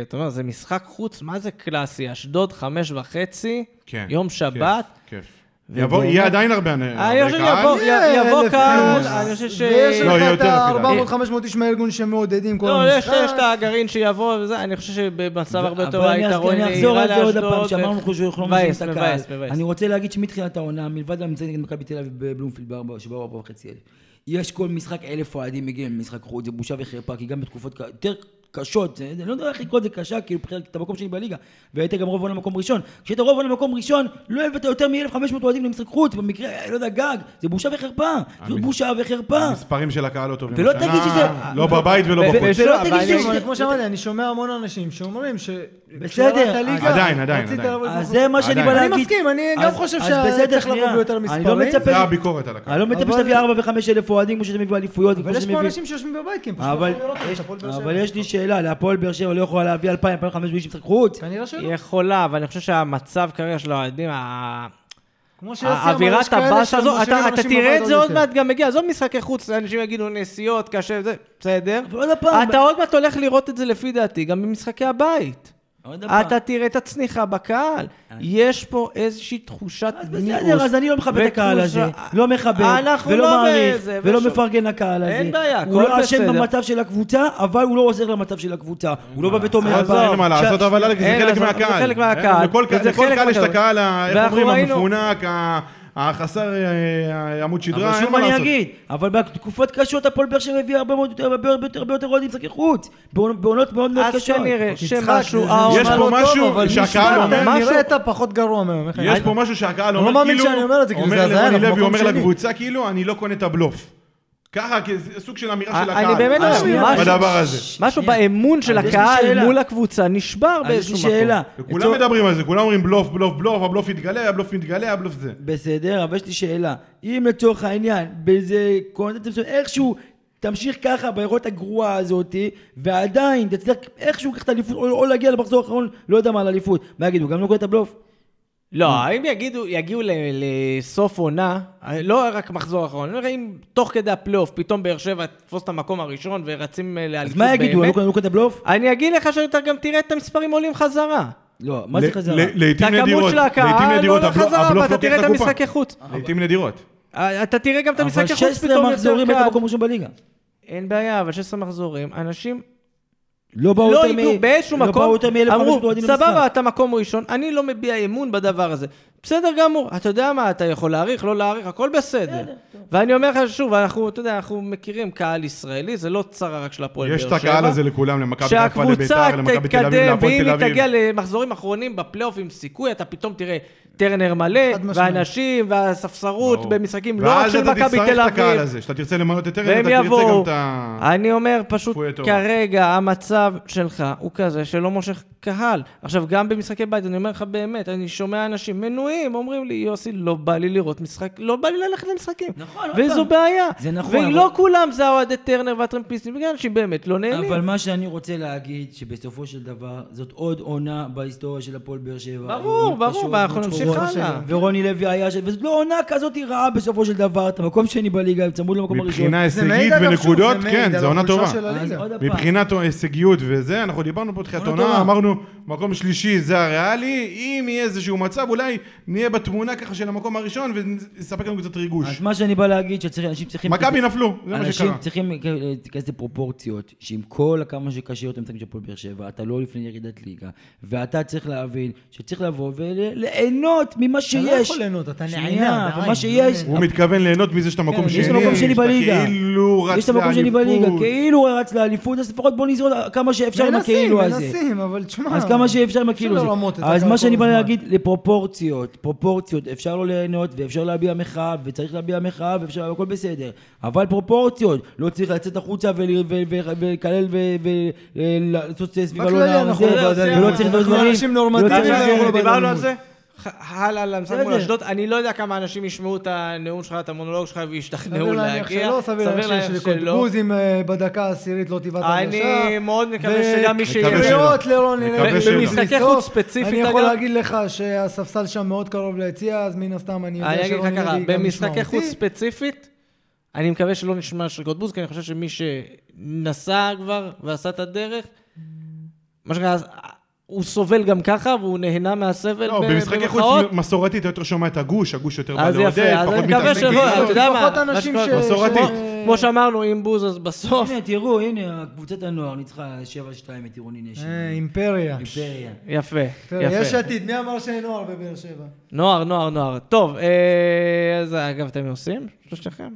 S1: שאתה אומר, זה משחק חוץ, מה זה קלאסי? אשדוד חמש וחצי,
S3: כן,
S1: יום
S3: כיף,
S1: שבת.
S3: כיף.
S1: ובאמת-
S3: יבוא, יהיה עדיין הרבה אנ-
S1: אני
S3: הרבה
S1: חושב
S3: קהל.
S1: שיבוא
S4: יהיה
S1: יבוא
S4: אה, אלף
S1: קהל,
S4: פלוס.
S1: אני חושב ש...
S4: ויש
S3: לא, יהיה
S4: לך את
S3: יותר אפילו.
S4: ה-400-500 איש מהארגון שמעודדים כל
S1: לא, יש
S4: המשחק.
S1: יש את הגרעין שיבוא וזה, אני חושב שבמצב הרבה יותר
S2: אבל אני
S1: היתרון
S2: אחזור- אני אחזור על זה עוד הפעם, שאמרנו לך שאנחנו לא מבינים את הקהל.
S1: כן. מבאס, מבאס.
S2: אני רוצה להגיד שמתחילת העונה, מלבד המצב נגד מכבי תל אביב בבלומפילד בארבע- שבאו ארבע וחצי אלף, יש כל משחק אלף אוהדים מגיעים למשחק חוץ, זה בושה וחרפה, כי גם בתקופות ק- יותר קשות, זה- אני לא יודע איך לקרוא את זה קשה, כאילו מבחינת את המקום שלי בליגה, והיית גם רוב עונה מקום ראשון. כשהיית רוב עונה מקום ראשון, לא הבאת יותר מ-1,500 אוהדים למשחק חוץ, במקרה, לא יודע, גג, זה בושה וחרפה, זאת בושה וחרפה.
S3: המספרים של הקהל לא טובים.
S2: ולא
S3: השנה,
S2: תגיד שזה-
S3: לא בבית ולא
S1: ו-
S3: בחוץ.
S1: ו-
S4: לא,
S1: אבל
S4: תגיד
S1: אני-
S4: לי, אבל כמו שאמרתי, אני שומע המון אנשים שאומרים ש...
S2: בסדר,
S4: ליגה,
S3: עדיין, עדיין,
S4: רצית
S3: עדיין.
S4: לבוא
S2: אז
S4: להתמחות.
S2: זה מה שאני בא
S3: עדיין.
S2: להגיד.
S4: אני מסכים, אני גם
S2: אז-
S4: חושב
S2: אז
S4: שצריך
S2: בסדר,
S4: לבוא
S2: שנייה.
S4: ביותר
S2: אני לא
S4: מספרים.
S2: מצפה...
S3: זה הביקורת על הקהל.
S2: אני לא מצפה
S4: אבל-
S2: שתביא 4 ו-5 אלף אוהדים כמו שאתה מביא באליפויות.
S4: אבל יש פה אנשים שיושבים בבית, כי הם פשוט לא
S2: אבל,
S4: יכולים לראות את
S2: יש,
S4: הפועל באר שבע.
S2: אבל יש לי שאלה, להפועל באר שבע לא יכולה להביא 2,000, 2,500 איש משחק חוץ?
S4: כנראה שלא.
S1: היא יכולה, אבל אני חושב שהמצב כרגע של האוהדים, ה-
S4: כמו שיוסי אמר, יש
S1: האווירת
S4: כאלה
S1: הבאסה הזו,
S4: שמשאירים
S1: אתה אתה
S4: אנשים
S1: תראה
S4: בבית
S1: את זה עוד
S4: יותר.
S1: מעט גם מגיע, עזוב משחקי חוץ, אנשים יגידו נסיעות, קשה, זה, בסדר.
S2: אבל עוד פעם,
S1: אתה עוד מעט הולך לראות את זה לפי דעתי גם במשחקי הבית.
S2: עוד פעם.
S1: אתה תראה את הצניחה בקהל. יש פה איזושהי תחושת
S2: אז
S1: מיאוס.
S2: בסדר, אז אני לא מכבד את הקהל הזה,
S1: ותחושה-
S2: לא מכבד,
S1: אנחנו
S2: ולא
S1: לא
S2: מעריך,
S1: בזה,
S2: ולא
S1: ושוב-
S2: מפרגן לקהל הזה.
S1: אין בעיה,
S2: הוא
S1: הכל
S2: לא אשם
S1: בסדר.
S2: במצב של הקבוצה, אבל הוא לא עוזר למצב של הקבוצה. הוא
S1: אה,
S2: לא בא ותומר.
S3: אז אין מה לעשות, אבל אלכס, זה
S1: אין
S3: חלק
S1: לעשות,
S3: מהקהל.
S1: זה חלק מהקהל,
S3: לכל
S1: וזה
S3: לכל
S1: חלק
S3: קהל יש את
S1: מהקהל.
S3: הקהל, ה- איך
S1: ואנחנו
S3: אומרים,
S1: ראינו-
S3: המפונק, ה- החסר אה, עמוד שדרה,
S2: אבל
S3: אין
S2: שוב
S3: מה
S2: אני
S3: לעשות.
S2: אגיד, אבל בתקופות קשות הפועל באר שבע הביאה הרבה מאוד יותר- הרבה יותר- הרבה יותר אוהדים משחקי חוץ. בעונות בעונות מאוד מאוד
S1: אז
S2: קשות. אוקיי.
S1: כנראה
S4: יצחק,
S1: שמשהו,
S4: זה-
S1: העונה
S3: יש
S1: לא
S3: פה
S1: טוב,
S3: משהו
S1: אבל
S3: שהקהל
S1: נשמע,
S3: אומר-
S1: משהו-
S4: נראית פחות גרוע מהיום.
S1: כן.
S4: איך-
S3: יש פה משהו שהקהל
S4: לא
S3: אומר,
S4: מאמין
S3: כאילו,
S4: שאני אומר את זה, כאילו, זה
S3: אומר
S4: הזיה,
S3: לרוני
S4: אנחנו
S1: לא
S3: לוי,
S4: במקום
S3: אומר
S4: שני.
S3: לקבוצה, כאילו, אני לא קונה את הבלוף. ככה, כי זה סוג של אמירה של
S1: אה, אני
S3: הקהל.
S1: באמת אה,
S4: לא
S3: בדבר
S4: מבין.
S3: בדבר הזה.
S1: משהו
S2: שנייה.
S1: באמון של
S2: אז יש לי
S1: הקהל
S2: שאלה.
S1: מול הקבוצה נשבר
S2: אז יש לי
S1: באיזשהו מקום.
S2: שאלה.
S3: וכולם מדברים על זה, כולם אומרים בלוף, בלוף, בלוף, הבלוף יתגלה, הבלוף מתגלה, הבלוף זה.
S2: בסדר, אבל יש לי שאלה. אם לצורך העניין, באיזה קונטנט מסוים, איכשהו תמשיך ככה ביכולת הגרועה הזאת, ועדיין תצליח איכשהו לקחת אליפות, או, או להגיע למחזור האחרון, לא יודע מה על אליפות. מה יגידו, גם לא קורא את הבלוף?
S1: לא, אם יגידו, יגיעו ל- לסוף עונה, לא רק מחזור אחרון, אני אומר, אם תוך כדי הפלייאוף פתאום באר שבע תפוס את המקום הראשון ורצים אה, לאליפות
S2: אז
S1: באמת,
S2: מה יגידו, אני לא קורא- אני לא קורא את הבלוף?
S1: אני אגיד לך שאתה גם תראה את המספרים עולים חזרה.
S2: לא, מה זה
S3: ל-
S2: חזרה?
S3: ל- לעתים
S1: את הכמות
S3: נדירות,
S1: של
S3: לעתים
S1: הקהל
S3: נדירות,
S1: עולה
S3: הבלוף-
S1: חזרה,
S3: הבלוף לא
S1: ואתה
S3: לוקח
S1: תראה את
S3: הקופה.
S1: המשחקי חוץ.
S3: לעתים נדירות.
S1: אה, אתה תראה גם את
S2: אבל
S1: המשחקי חוץ
S2: 16
S1: פתאום יותר
S2: מחזורים היית
S1: קל.
S2: במקום ראשון בליגה.
S1: אין בעיה, אבל 16 מחזורים, אנשים
S2: לא באו
S1: לא
S2: יותר מ...
S1: ידעו באיזשהו
S2: לא באו
S1: מקום,
S2: יותר מ-1,500
S1: אמרו,
S2: אוהדים למשחק.
S1: סבבה, אתה מקום ראשון, אני לא מביע אמון בדבר הזה. בסדר גמור, אתה יודע מה, אתה יכול להעריך, לא להעריך, הכל בסדר. ואני אומר לך שוב, אנחנו, אתה יודע, אנחנו מכירים קהל ישראלי, זה לא צרה רק של הפועל באר
S3: יש
S1: שבע.
S3: את הקהל הזה לכולם, למכבי חיפה,
S1: שהקבוצה
S3: לביתר, למכבי תל אביב,
S1: תתקדם,
S3: להפועל
S1: ואם
S3: תל
S1: היא
S3: אביב.
S1: תגיע למחזורים אחרונים בפלייאוף עם סיכוי, אתה פתאום תראה טרנר מלא,
S4: חד משמעית.
S1: ואנשים, והספסרות
S3: ברור.
S1: במשחקים לא רק של
S3: ואז
S1: מכבי תל
S3: אתה תצטרך את הקהל
S1: אביב.
S3: הזה, שאתה תרצה למנות את ארז,
S1: והם
S3: אתה תרצה גם
S1: יבואו.
S3: את ה...
S1: אני אומר, פשוט
S3: כפויי טובה.
S1: כרגע המצב שלך הוא כזה שלא מושך קהל. עכשיו, גם במשחקי בית, אני אומר לך באמת, אני שומע אנשים מנויים, אומרים לי, יוסי, לא בא לי לראות משחק, לא בא לי ללכת למשחקים.
S2: נכון, עוד
S1: וזו
S2: פעם.
S1: בעיה.
S2: זה נכון,
S1: ולא
S2: אבל-
S1: כולם זה האוהדי טרנר והטרמפיסטים, בגלל אנשים באמת לא נהנים.
S2: אבל מה שאני רוצה להגיד, שבסופו של דבר, זאת עוד עונה בהיסטוריה של הפועל באר שבע.
S1: ברור,
S2: היו
S1: ברור,
S2: קשות,
S1: ואנחנו
S2: היו
S1: נמשיך
S2: שחורות.
S1: הלאה.
S2: ורוני לוי היה שם, וזאת לא עונה כזאת רעה בסופו של דבר, את המקום שני בליגה, צמוד למקום הראשון.
S3: מבחינה
S4: זה מעיד,
S3: הישגית
S4: אגב, שוב,
S3: ונקודות,
S4: זה מעיד
S3: כן,
S4: על
S3: זו עונה
S4: החולשה
S3: טובה.
S4: של הליגה.
S2: אז עוד הפעם.
S3: מבחינת הישגיות וזה, אנחנו דיברנו פה תחילת
S2: עונה
S3: עונה,
S2: טובה.
S3: אמרנו, מקום שלישי זה הריאלי, אם יהיה איזשהו מצב, אולי נהיה בתמונה ככה של המקום הראשון ונספק לנו קצת ריגוש.
S2: אז מה שאני בא להגיד, שאנשים צריכים...
S3: מכבי נפלו, זה מה
S2: אנשים
S3: שקרה.
S2: צריכים להיכנס לפרופורציות, שעם כל הכמה שקשה להיות המצבים של הפועל באר שבע, אתה לא לפני ירידת ליגה, ואתה צריך להבין שצריך לבוא וליהנות ממה שיש.
S4: לא יכול ליהנות, אתה נענה,
S2: שנייה,
S4: בעין,
S2: אבל מה שיש...
S3: הוא מתכוון ליהנות מזה שאתה מקום
S4: כן,
S3: שני.
S2: יש לו מקום שני
S3: שאתה
S2: בליגה.
S3: כאילו לא, רץ
S2: יש את המקום שני בליגה,
S3: לאליפות.
S2: כאילו הוא רץ לאליפות, אז לפחות בוא נזרום כמה שאפשר עם
S4: מנסים,
S2: הכאילו הזה.
S4: מנסים, אבל תשמע.
S2: אז כמה שאפשר עם הכאילו
S4: אפשר
S2: הזה.
S4: לרמות את
S2: אז
S4: הקהל
S2: מה
S4: כל
S2: שאני בא
S4: הזמן.
S2: להגיד, לפרופורציות. פרופורציות, אפשר לא ליהנות ואפשר להביע מחאה וצריך להביע מחאה ואפשר, הכל בסדר. אבל פרופורציות, לא צריך לצאת החוצה ול- ו- ו- ולקלל ולעשות סביבה לא
S4: בכללי
S2: נער,
S4: אנחנו
S2: זה,
S1: בוועדה,
S2: ולא
S1: אנחנו
S2: צריך
S1: אנשים
S2: דברים,
S4: נורמטיביים,
S2: לא צריך-
S4: אנחנו לא
S1: דיברנו-
S4: בדעה
S1: דיברנו על
S4: לעמוד.
S1: זה. ח- הלאה למשחק מול
S2: בסדר.
S1: אשדוד, אני לא יודע כמה אנשים ישמעו את הנאום שלך, את המונולוג שלך
S4: סביר
S1: וישתכנעו
S4: להניח
S1: להגיע.
S4: שלא, סביר להניח שיש קודבוז אם אה, בדקה העשירית לא תיבעת על
S1: אני מאוד מקווה שגם מי
S3: מקווה
S1: שיראה...
S3: שלא.
S4: קריאות לרוני
S3: מקווה
S4: לוי.
S3: שלא.
S1: במשחקי
S4: בסוף,
S1: חוץ ספציפית,
S4: אני יכול
S1: אגב-
S4: להגיד לך שהספסל שם מאוד קרוב ליציע, אז מן הסתם אני יודע
S1: אני אגיד לך
S4: שרוני
S1: ככה,
S4: לוי גם ישמע
S1: במשחקי
S4: אותי.
S1: חוץ ספציפית, אני מקווה שלא נשמע שריקות בוז, כי אני חושב שמי שנסע כבר ועשה את הדרך, מה שנקרא, אז, הוא סובל גם ככה והוא נהנה מהסבל
S3: לא,
S1: ב-
S3: במשחקי חוץ
S1: כאילו במחאות.
S3: מסורתית אתה יותר שומע את הגוש, הגוש יותר בא
S1: אז יפה,
S3: לעודד,
S1: אז
S3: פחות
S1: אני מקווה
S3: מתעסק
S1: שלא,
S3: בזה.
S1: אתה יודע מה,
S4: פחות
S1: מה
S4: אנשים
S1: שקורה-
S4: ש-
S3: מסורתי.
S4: ש-
S1: כמו שאמרנו, עם בוז אז בסוף.
S2: הנה, תראו, הנה, קבוצת הנוער ניצחה 7-2 את עירוני נשי.
S4: אה, אימפריה.
S2: אימפריה.
S1: יפה,
S4: אימפריה. יש
S1: יפה.
S4: עתיד, מי אמר שאין נוער בבאר שבע?
S1: נוער, נוער, נוער. טוב, אה, אז אגב, אתם עושים? שלושתכם?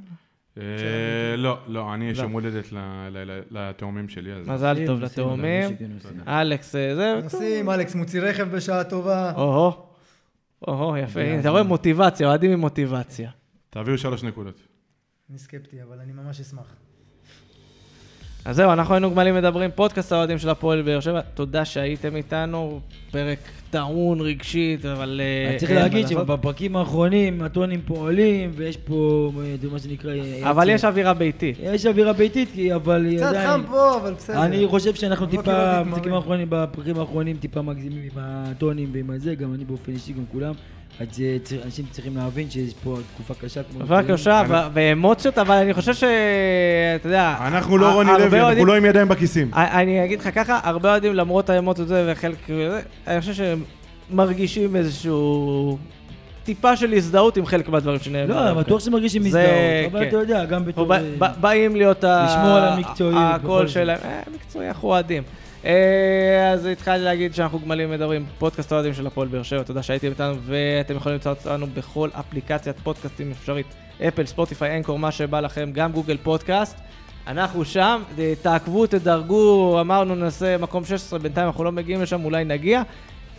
S3: אה, לא, לא, אני יש יום הולדת ל- ל- ל- לתאומים שלי, אז...
S1: מזל טוב
S2: עושים, עושים,
S1: לתאומים.
S2: עושים, עושים.
S1: אלכס, אה, זה...
S4: נשים, אלכס מוציא רכב בשעה טובה.
S1: או-הו, או-הו, יפה. הנה, אתה רואה מוטיבציה, אוהדים עם מוטיבציה.
S3: תביאו שלוש נקודות.
S4: אני סקפטי, אבל אני ממש אשמח.
S1: אז זהו, אנחנו היינו גמלים מדברים, פודקאסט האוהדים של הפועל באר שבע. תודה שהייתם איתנו, פרק טעון רגשית, אבל... אה,
S2: אז צריך
S1: אין מה
S2: להגיד
S1: לעשות.
S2: שבפרקים האחרונים הטונים פועלים, ויש פה, אה, זה מה שנקרא... אה,
S1: אבל
S2: עצב.
S1: יש אווירה ביתית.
S2: יש אווירה ביתית, כי- אבל היא
S4: קצת חם
S2: עדיין...
S4: פה, אבל בסדר.
S2: אני חושב שאנחנו
S4: בבוקר
S2: טיפה,
S4: לא
S2: בפרקים
S4: תתמרים.
S2: האחרונים, בפרקים האחרונים טיפה מגזימים עם הטונים ועם הזה, גם אני באופן אישי, גם כולם. אז אה, צריך- אנשים צריכים להבין שיש פה תקופה קשה כמו...
S1: עברה קשה ו- ואמוציות, אבל אני חושב ש... אתה יודע...
S3: אנחנו לא
S1: ה-
S3: רוני
S1: אה, הרבה
S3: לוי, אנחנו
S1: אוהדים-
S3: לא עם ידיים בכיסים.
S1: אני- אני אגיד לך ככה, הרבה אוהדים למרות האמוציות זה וחלק... זה, אני חושב שהם מרגישים איזשהו... טיפה של הזדהות עם חלק מהדברים שנאמרו.
S2: לא, בטוח שמרגישים
S1: זה-
S2: הזדהות, אבל
S1: כן.
S2: אתה יודע, גם בתור...
S1: אנחנו
S2: אה,
S1: ב- ב- באים להיות ה-
S2: לשמור על המקצועיות,
S1: הקול
S2: בכל זאת.
S1: שלהם. אה, מקצועי, אנחנו אוהדים. אה, אז התחלתי להגיד שאנחנו גמלים מדברים, פודקאסט האוהדים של הפועל באר שבע, תודה שהייתם איתנו, ואתם יכולים למצוא אותנו בכל אפליקציית פודקאסטים אפשרית, אפל, ספוטיפיי, אנקור, מה שבא לכם, גם גוגל פודקאסט. אנחנו שם, אה, תעקבו, תדרגו, אמרנו נעשה מקום 16, בינתיים אנחנו לא מגיעים לשם, אולי נגיע.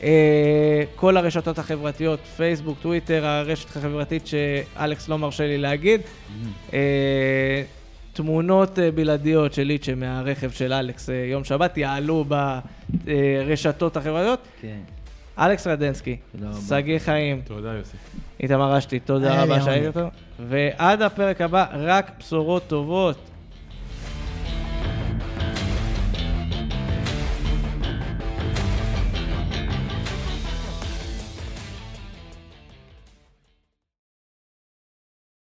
S1: אה, כל הרשתות החברתיות, פייסבוק, טוויטר, הרשת החברתית שאלכס לא מרשה לי להגיד.
S2: Mm-hmm.
S1: אה, תמונות אה, בלעדיות של ליצ'ה מהרכב של אלכס אה, יום שבת יעלו ברשתות החברתיות.
S2: כן.
S1: אלכס רדנסקי,
S2: תודה רבה. אה,
S1: שגיא חיים,
S3: תודה, יוסי.
S1: איתמר אשתי,
S4: היה
S1: תודה
S4: לי
S1: רבה
S4: העונג.
S1: שהיית איתנו. ועד הפרק הבא, רק בשורות טובות.